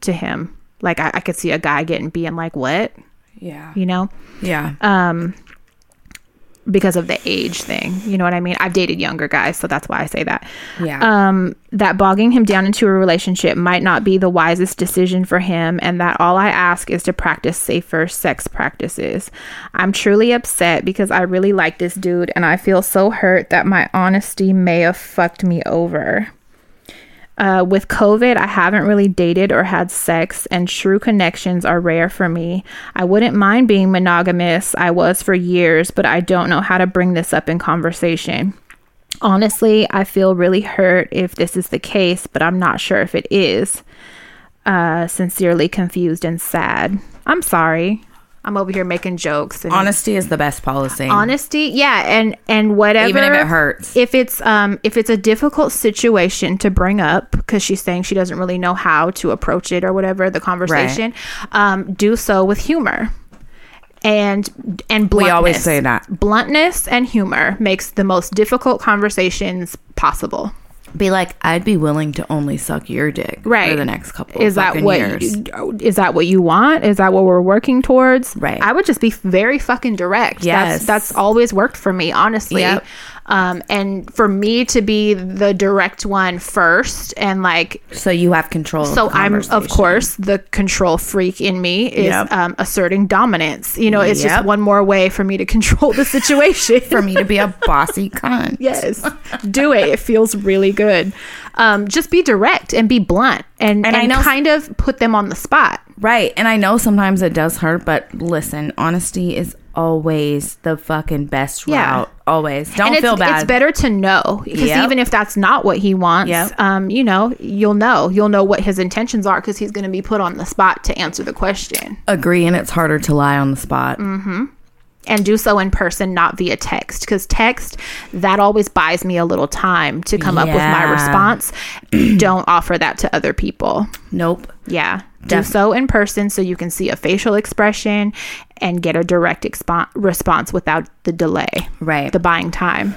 S2: to him. Like I, I could see a guy getting being like, "What?"
S1: Yeah.
S2: You know,
S1: Yeah.
S2: Uh, because of the age thing. You know what I mean? I've dated younger guys, so that's why I say that.
S1: yeah.
S2: Um, that bogging him down into a relationship might not be the wisest decision for him, and that all I ask is to practice safer sex practices. I'm truly upset because I really like this dude, and I feel so hurt that my honesty may have fucked me over. Uh, with COVID, I haven't really dated or had sex, and true connections are rare for me. I wouldn't mind being monogamous, I was for years, but I don't know how to bring this up in conversation. Honestly, I feel really hurt if this is the case, but I'm not sure if it is. Uh, sincerely confused and sad. I'm sorry. I'm over here making jokes. And
S1: Honesty is the best policy.
S2: honesty yeah and and whatever
S1: Even if it hurts.
S2: if it's um if it's a difficult situation to bring up because she's saying she doesn't really know how to approach it or whatever the conversation um do so with humor and and bluntness.
S1: We always say that.
S2: bluntness and humor makes the most difficult conversations possible
S1: Be like, I'd be willing to only suck your dick
S2: right
S1: for the next couple.
S2: is
S1: Is
S2: that what
S1: years.
S2: you- is that what you want is that what we're working towards
S1: Right.
S2: i would just be very fucking direct
S1: Yes.
S2: that's, that's always worked for me honestly
S1: Yep.
S2: um and for me to be the direct one first and like
S1: so you have control. of
S2: so
S1: the
S2: i'm of
S1: conversation.
S2: course the control freak in me is
S1: Yep.
S2: um, asserting dominance you know it's
S1: Yep.
S2: just one more way for me to control
S1: [laughs]
S2: the situation
S1: for me to be a bossy cunt.
S2: Yes,
S1: [laughs]
S2: do it. It feels really good. Um, just be direct and be blunt, and
S1: And
S2: and,
S1: I know-
S2: kind of put them on the spot.
S1: Right. And I know sometimes it does hurt, but listen, honesty is always the fucking best
S2: Yeah.
S1: route. Always. Don't
S2: and it's,
S1: feel bad.
S2: It's better to know because
S1: Yep.
S2: even if that's not what he wants,
S1: Yep.
S2: um, you know, you'll know. You'll know what his intentions are because he's going to be put on the spot to answer the question
S1: Agree, and it's harder to lie on the spot.
S2: Mm. and do so in person, not via text. Because text that always buys me a little time to come up with my
S1: Yeah.
S2: response. [clears throat] Don't offer that to other people.
S1: Nope.
S2: Yeah. Do so in person so you can see a facial expression and get a direct expo- response without the delay,
S1: Right.
S2: the buying time.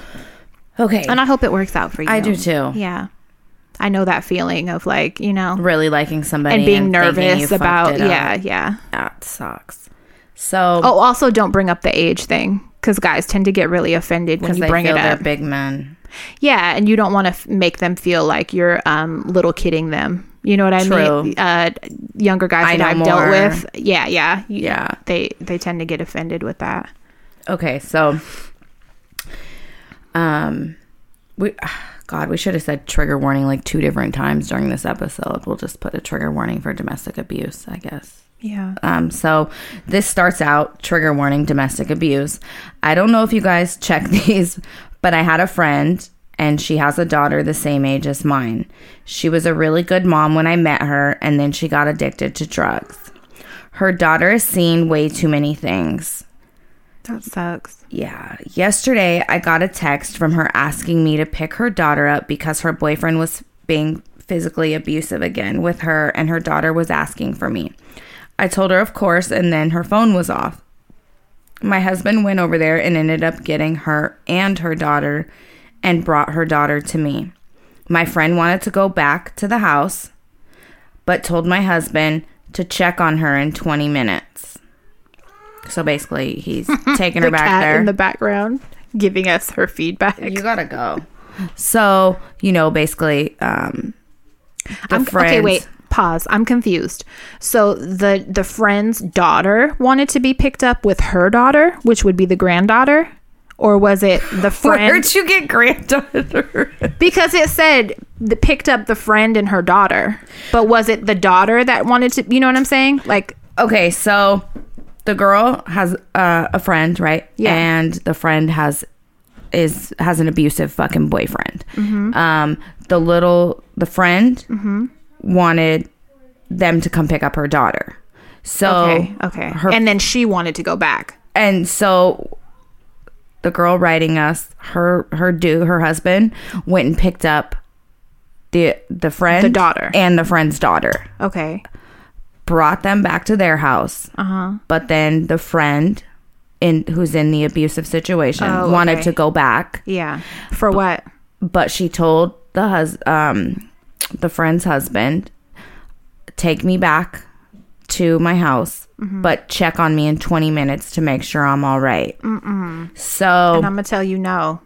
S1: okay.
S2: And I hope it works out for you.
S1: I do too.
S2: Yeah. I know that feeling of like, you know,
S1: Really liking somebody
S2: and being
S1: thinking you
S2: nervous
S1: fucked
S2: about,
S1: it up.
S2: yeah, yeah.
S1: That sucks. So
S2: Oh, also don't bring up the age thing because guys tend to get really offended when
S1: because
S2: you
S1: they
S2: bring
S1: feel
S2: it
S1: they're
S2: up.
S1: big men.
S2: Yeah. And you don't want to f- make them feel like you're um, little kidding them. You know what I
S1: True.
S2: mean? Uh, younger guys
S1: I
S2: that I've
S1: know
S2: dealt
S1: more.
S2: with. Yeah. Yeah. You-
S1: Yeah.
S2: They, they tend to get offended with that.
S1: Okay, so um we [sighs] God, we should have said trigger warning like two different times during this episode. We'll just put a trigger warning for domestic abuse, I guess.
S2: Yeah.
S1: Um, so this starts out trigger warning domestic abuse. I don't know if you guys [laughs] check these, but I had a friend and she has a daughter the same age as mine. She was a really good mom when I met her, and then she got addicted to drugs. Her daughter has seen way too many things.
S2: That sucks.
S1: Yeah. Yesterday, I got a text from her asking me to pick her daughter up because her boyfriend was being physically abusive again with her, and her daughter was asking for me. I told her, of course, and then her phone was off. My husband went over there and ended up getting her and her daughter and brought her daughter to me. My friend wanted to go back to the house, but told my husband to check on her in 20 minutes. So basically, he's
S2: [laughs]
S1: taking her
S2: The
S1: back
S2: cat
S1: there.
S2: in the background giving us her feedback.
S1: You gotta go. So you know, basically, um, the
S2: I'm,
S1: friends.
S2: Okay, wait. Pause. I'm confused. So the the friend's daughter wanted to be picked up with her daughter, which would be the granddaughter, or was it
S1: [laughs]
S2: the friend?
S1: Where'd you get granddaughter?
S2: because it said the, picked up the friend and her daughter, but was it the daughter that wanted to? You know what I'm saying? Like,
S1: okay, so the girl has uh, a friend, right?
S2: Yeah.
S1: And the friend has is has an abusive fucking boyfriend. Um, the little the friend wanted them to come pick up her daughter. So
S2: okay, okay,
S1: her
S2: and then she wanted to go back.
S1: and so the girl writing us her her do her husband went and picked up the the friend
S2: The daughter.
S1: and the friend's daughter
S2: Okay,
S1: brought them back to their house uh-huh. but then the friend in who's in the abusive situation
S2: Oh,
S1: wanted
S2: okay.
S1: to go back
S2: yeah. For what?
S1: but she told the hus um the friend's husband take me back to my house
S2: Mm-hmm.
S1: but check on me in 20 minutes to make sure i'm all right. so
S2: And I'm gonna tell you no.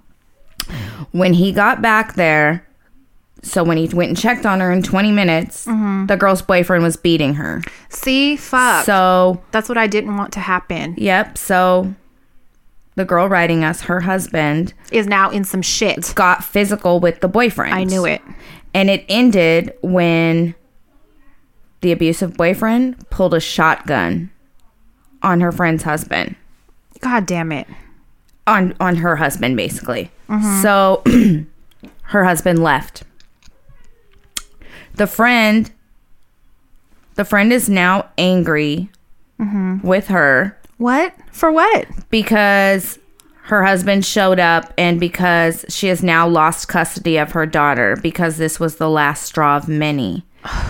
S1: when he got back there so when he went and checked on her in 20 minutes the girl's boyfriend was beating her
S2: See, Mm-hmm. fuck.
S1: so
S2: That's what I didn't want to happen.
S1: yep so the girl writing us her husband
S2: Is now in some shit.
S1: got physical with the boyfriend
S2: I knew it.
S1: And it ended when the abusive boyfriend pulled a shotgun on her friend's husband.
S2: God damn it.
S1: On on her husband basically. So [clears throat] her husband left. The friend the friend is now angry with her
S2: What? For what?
S1: because her husband showed up and because she has now lost custody of her daughter because this was the last straw of many. [sighs]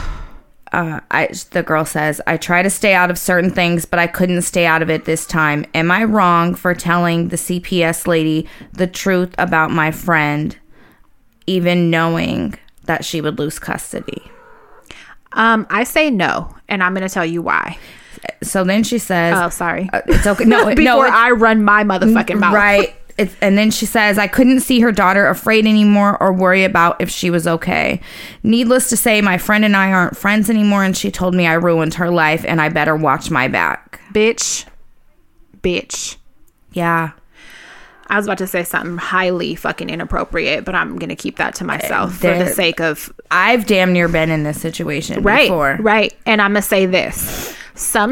S1: Uh, I, the girl says, I try to stay out of certain things, but I couldn't stay out of it this time. Am I wrong for telling the CPS lady the truth about my friend, even knowing that she would lose custody?
S2: Um, I say no, and I'm going to tell you why.
S1: So then she says,
S2: Oh, sorry.
S1: uh, It's okay.
S2: [laughs]
S1: No,
S2: Before
S1: no, it's-
S2: I run my motherfucking mouth.
S1: Right. It's, and then she says, I couldn't see her daughter afraid anymore or worry about if she was okay. Needless to say, my friend and I aren't friends anymore, and she told me I ruined her life and I better watch my back.
S2: Bitch. Bitch.
S1: Yeah.
S2: I was about to say something highly fucking inappropriate, but I'm going to keep
S1: Uh,
S2: that to myself for the
S1: there-
S2: sake of
S1: I've damn near been in this situation
S2: right,
S1: before.
S2: right. And I'm gonna say this: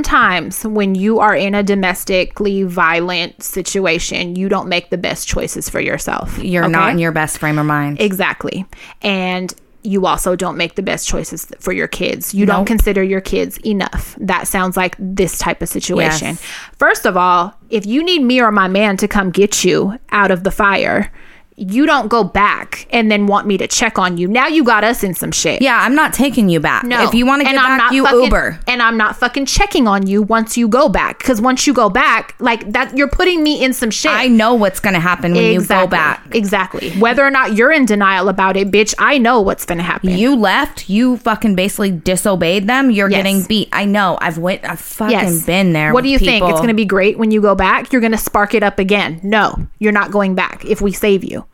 S2: sometimes when you are in a domestically violent situation, you don't make the best choices for yourself.
S1: You're
S2: okay?
S1: not in your best frame of mind.
S2: Exactly. And you also don't make the best choices for your kids. You don't consider your kids enough. That sounds like this type of situation.
S1: Yes.
S2: First of all, if you need me or my man to come get you out of the fire, you don't go back and then want me to check on you. Now you got us in some shit.
S1: yeah, I'm not taking you back.
S2: No.
S1: If you want to get
S2: And I'm
S1: back,
S2: not
S1: you
S2: fucking-
S1: Uber.
S2: And I'm not fucking checking on you once you go back. Because once you go back, like that, you're putting me in some shit.
S1: I know what's going to happen when you go back.
S2: Exactly. Whether or not you're in denial about it, bitch, I know what's going to happen.
S1: You left. You fucking basically disobeyed them. You're
S2: Yes.
S1: getting beat. I know. I've went. I've fucking been there.
S2: What do you
S1: with
S2: think? It's
S1: people.
S2: going to be great when you go back. You're going to spark it up again. No, you're not going back if we save you.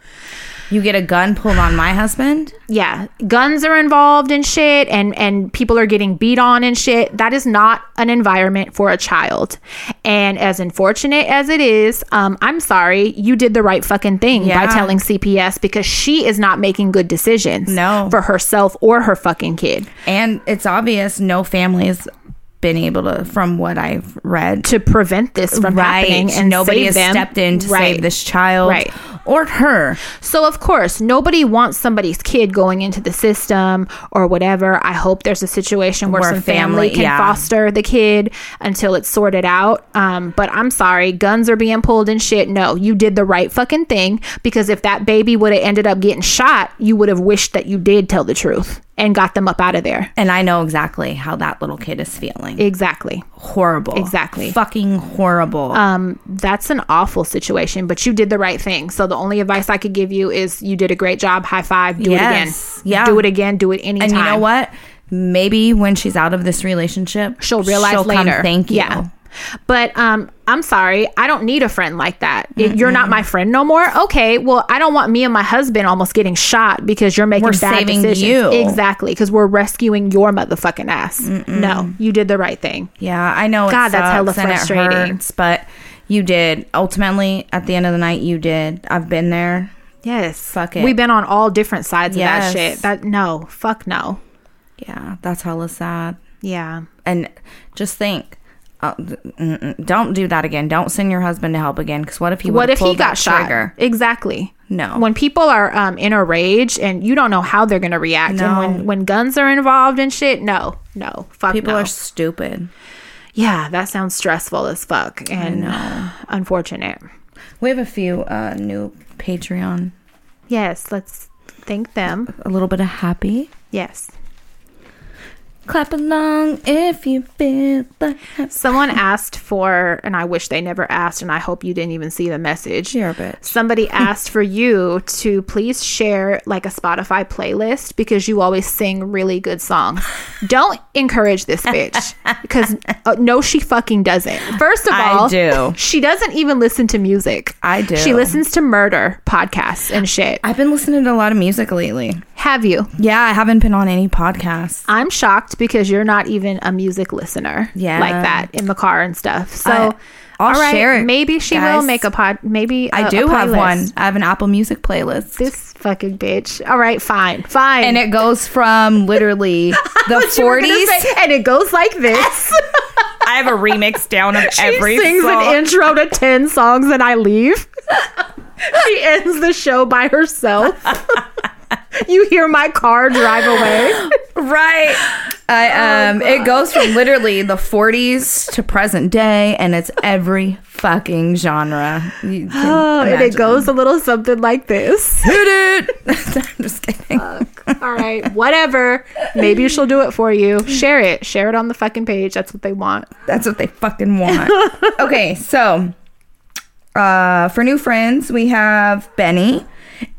S1: You get a gun pulled on my husband.
S2: Yeah, guns are involved and shit and and people are getting beat on and shit. That is not an environment for a child. And as unfortunate as it is, um I'm sorry, you did the right fucking thing
S1: Yeah.
S2: by telling CPS because she is not making good decisions
S1: No.
S2: for herself or her fucking kid.
S1: And it's obvious no family has been able to, from what I've read,
S2: to prevent this from happening and
S1: nobody
S2: save
S1: has
S2: them.
S1: stepped in to
S2: Right.
S1: save this child
S2: Right.
S1: or her.
S2: So of course, nobody wants somebody's kid going into the system or whatever. I hope there's a situation where,
S1: Where
S2: some family,
S1: family-
S2: can
S1: yeah.
S2: foster the kid until it's sorted out. Um, but I'm sorry, guns are being pulled and shit. No, you did the right fucking thing because if that baby would have ended up getting shot, you would have wished that you did tell the truth and got them up out of there.
S1: And I know exactly how that little kid is feeling.
S2: Exactly.
S1: horrible.
S2: Exactly.
S1: Fucking horrible.
S2: um, that's an awful situation, but you did the right thing. So the only advice I could give you is you did a great job. High five. Do
S1: Yes.
S2: it again.
S1: Yeah.
S2: Do it again. Do it anytime.
S1: and you know what? Maybe when she's out of this relationship,
S2: She'll realize
S1: come
S2: later.
S1: thank you.
S2: Yeah. But um, I'm sorry. I don't need a friend like that. If You're not my friend no more. Okay. Well, I don't want me and my husband almost getting shot because you're making
S1: We're
S2: bad
S1: saving
S2: decisions.
S1: you.
S2: Exactly. Because we're rescuing your motherfucking ass. No, you did the right thing.
S1: Yeah, I know. It
S2: God, that's hella
S1: sucks and it
S2: frustrating.
S1: hurts, but you did. Ultimately, at the end of the night, you did. I've been there.
S2: Yes.
S1: Fuck it.
S2: We've been on all different sides
S1: Yes.
S2: of that shit. That no. Fuck no.
S1: Yeah, that's hella sad.
S2: Yeah.
S1: And just think. Uh, th- mm-mm, don't do that again. Don't send your husband to help again. Because what if he
S2: what
S1: would've
S2: if he
S1: pulled that
S2: got shot?
S1: trigger?
S2: Exactly.
S1: No.
S2: When people are um, in a rage and you don't know how they're going to react, and
S1: No.
S2: when, when guns are involved and shit, no, no, fuck
S1: People
S2: no.
S1: are stupid.
S2: yeah, that sounds stressful as fuck and unfortunate.
S1: We have a few uh, new Patreon.
S2: Yes, let's thank them.
S1: A little bit of happy.
S2: Yes.
S1: Clap along if you feel the
S2: Someone asked for, and I wish they never asked, and I hope you didn't even see the message.
S1: You're a bitch. [laughs]
S2: Somebody asked for you to please share like a Spotify playlist because you always sing really good songs. Don't encourage this
S1: [laughs]
S2: bitch because uh, no, she fucking doesn't. First of
S1: I
S2: all,
S1: do.
S2: [laughs] She doesn't even listen to music.
S1: I do.
S2: She listens to murder podcasts and shit.
S1: I've been listening to a lot of music lately.
S2: Have you?
S1: Yeah, I haven't been on any podcasts.
S2: I'm shocked because you're not even a music listener
S1: Yeah.
S2: like that in the car and stuff. So,
S1: I- I'll
S2: all right,
S1: share it,
S2: Maybe she will
S1: guys.
S2: make a pod. Maybe I
S1: I do have one. I have an Apple Music playlist.
S2: This fucking bitch. All right, fine, fine.
S1: And it goes from [laughs] literally the
S2: You were gonna
S1: 40s.
S2: say- and it goes like
S1: [laughs]
S2: this.
S1: I have a remix down [laughs] of
S2: she sings an intro to ten songs, and I leave. [laughs] she ends the show by herself. [laughs] you hear my car
S1: [gasps]
S2: drive away.
S1: right. I um it goes from literally the 40s to present day and it's every fucking genre. You can [gasps]
S2: Oh, and
S1: imagine.
S2: it goes a little something
S1: [laughs]
S2: like this.
S1: Hit it. I'm just kidding.
S2: All right, whatever. Maybe she'll do it for you. Share it. Share it on the fucking page. That's what they want.
S1: That's what they fucking
S2: [laughs]
S1: want. okay, so uh, for new friends, we have Benny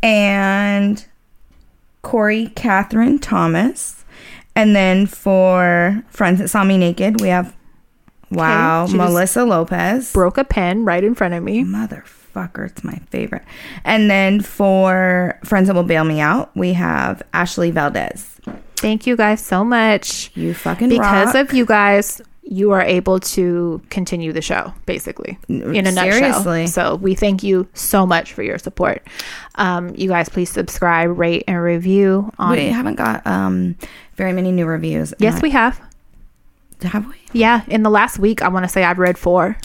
S1: and Corey Catherine Thomas. And then for friends that saw me naked, we have wow,
S2: Okay, she just-
S1: Melissa Lopez.
S2: Broke a pen right in front of me.
S1: Motherfucker, it's my favorite. And then for friends that will bail me out, we have Ashley Valdez.
S2: Thank you guys so much.
S1: You fucking
S2: because
S1: rock.
S2: of you guys you are able to continue the show basically in a
S1: seriously.
S2: nutshell so we thank you so much for your support um, you guys please subscribe rate and review on
S1: we haven't got um very many new reviews. and
S2: yes
S1: I-
S2: we have
S1: have we?
S2: Yeah, in the last week, I want to say I've read four.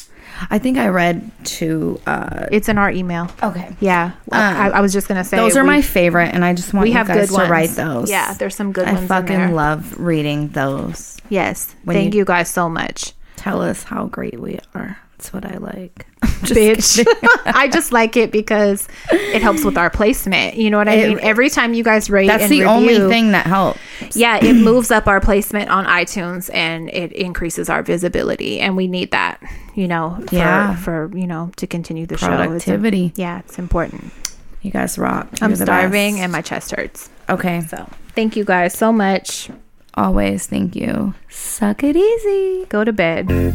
S1: I think I read two. Uh,
S2: It's in our email.
S1: okay. Um,
S2: Yeah, I, I was just gonna say
S1: Those are
S2: we-
S1: my favorite, and I just want
S2: We
S1: you
S2: have
S1: guys
S2: good
S1: to
S2: ones.
S1: write those.
S2: Yeah, there's some good
S1: I
S2: ones. in
S1: fucking
S2: there.
S1: love reading those.
S2: Yes,
S1: When
S2: thank
S1: you-
S2: you, guys so much,
S1: Tell us how great we are. That's what I like. [laughs]
S2: bitch. [laughs] I just like it because it helps with our placement. You know what I
S1: It-
S2: mean? Every time you guys rate,
S1: That's
S2: and
S1: the only
S2: review-
S1: thing that helps.
S2: Yeah, it moves up our placement on iTunes and it increases our visibility, and we need that. You know, for,
S1: Yeah.
S2: for you know to continue the show. It's,
S1: Productivity.
S2: yeah, it's important.
S1: You guys rock.
S2: I'm
S1: You're the
S2: starving
S1: best.
S2: and my chest hurts.
S1: okay.
S2: So thank you guys so much.
S1: Always. Thank you. Suck it easy.
S2: Go to bed.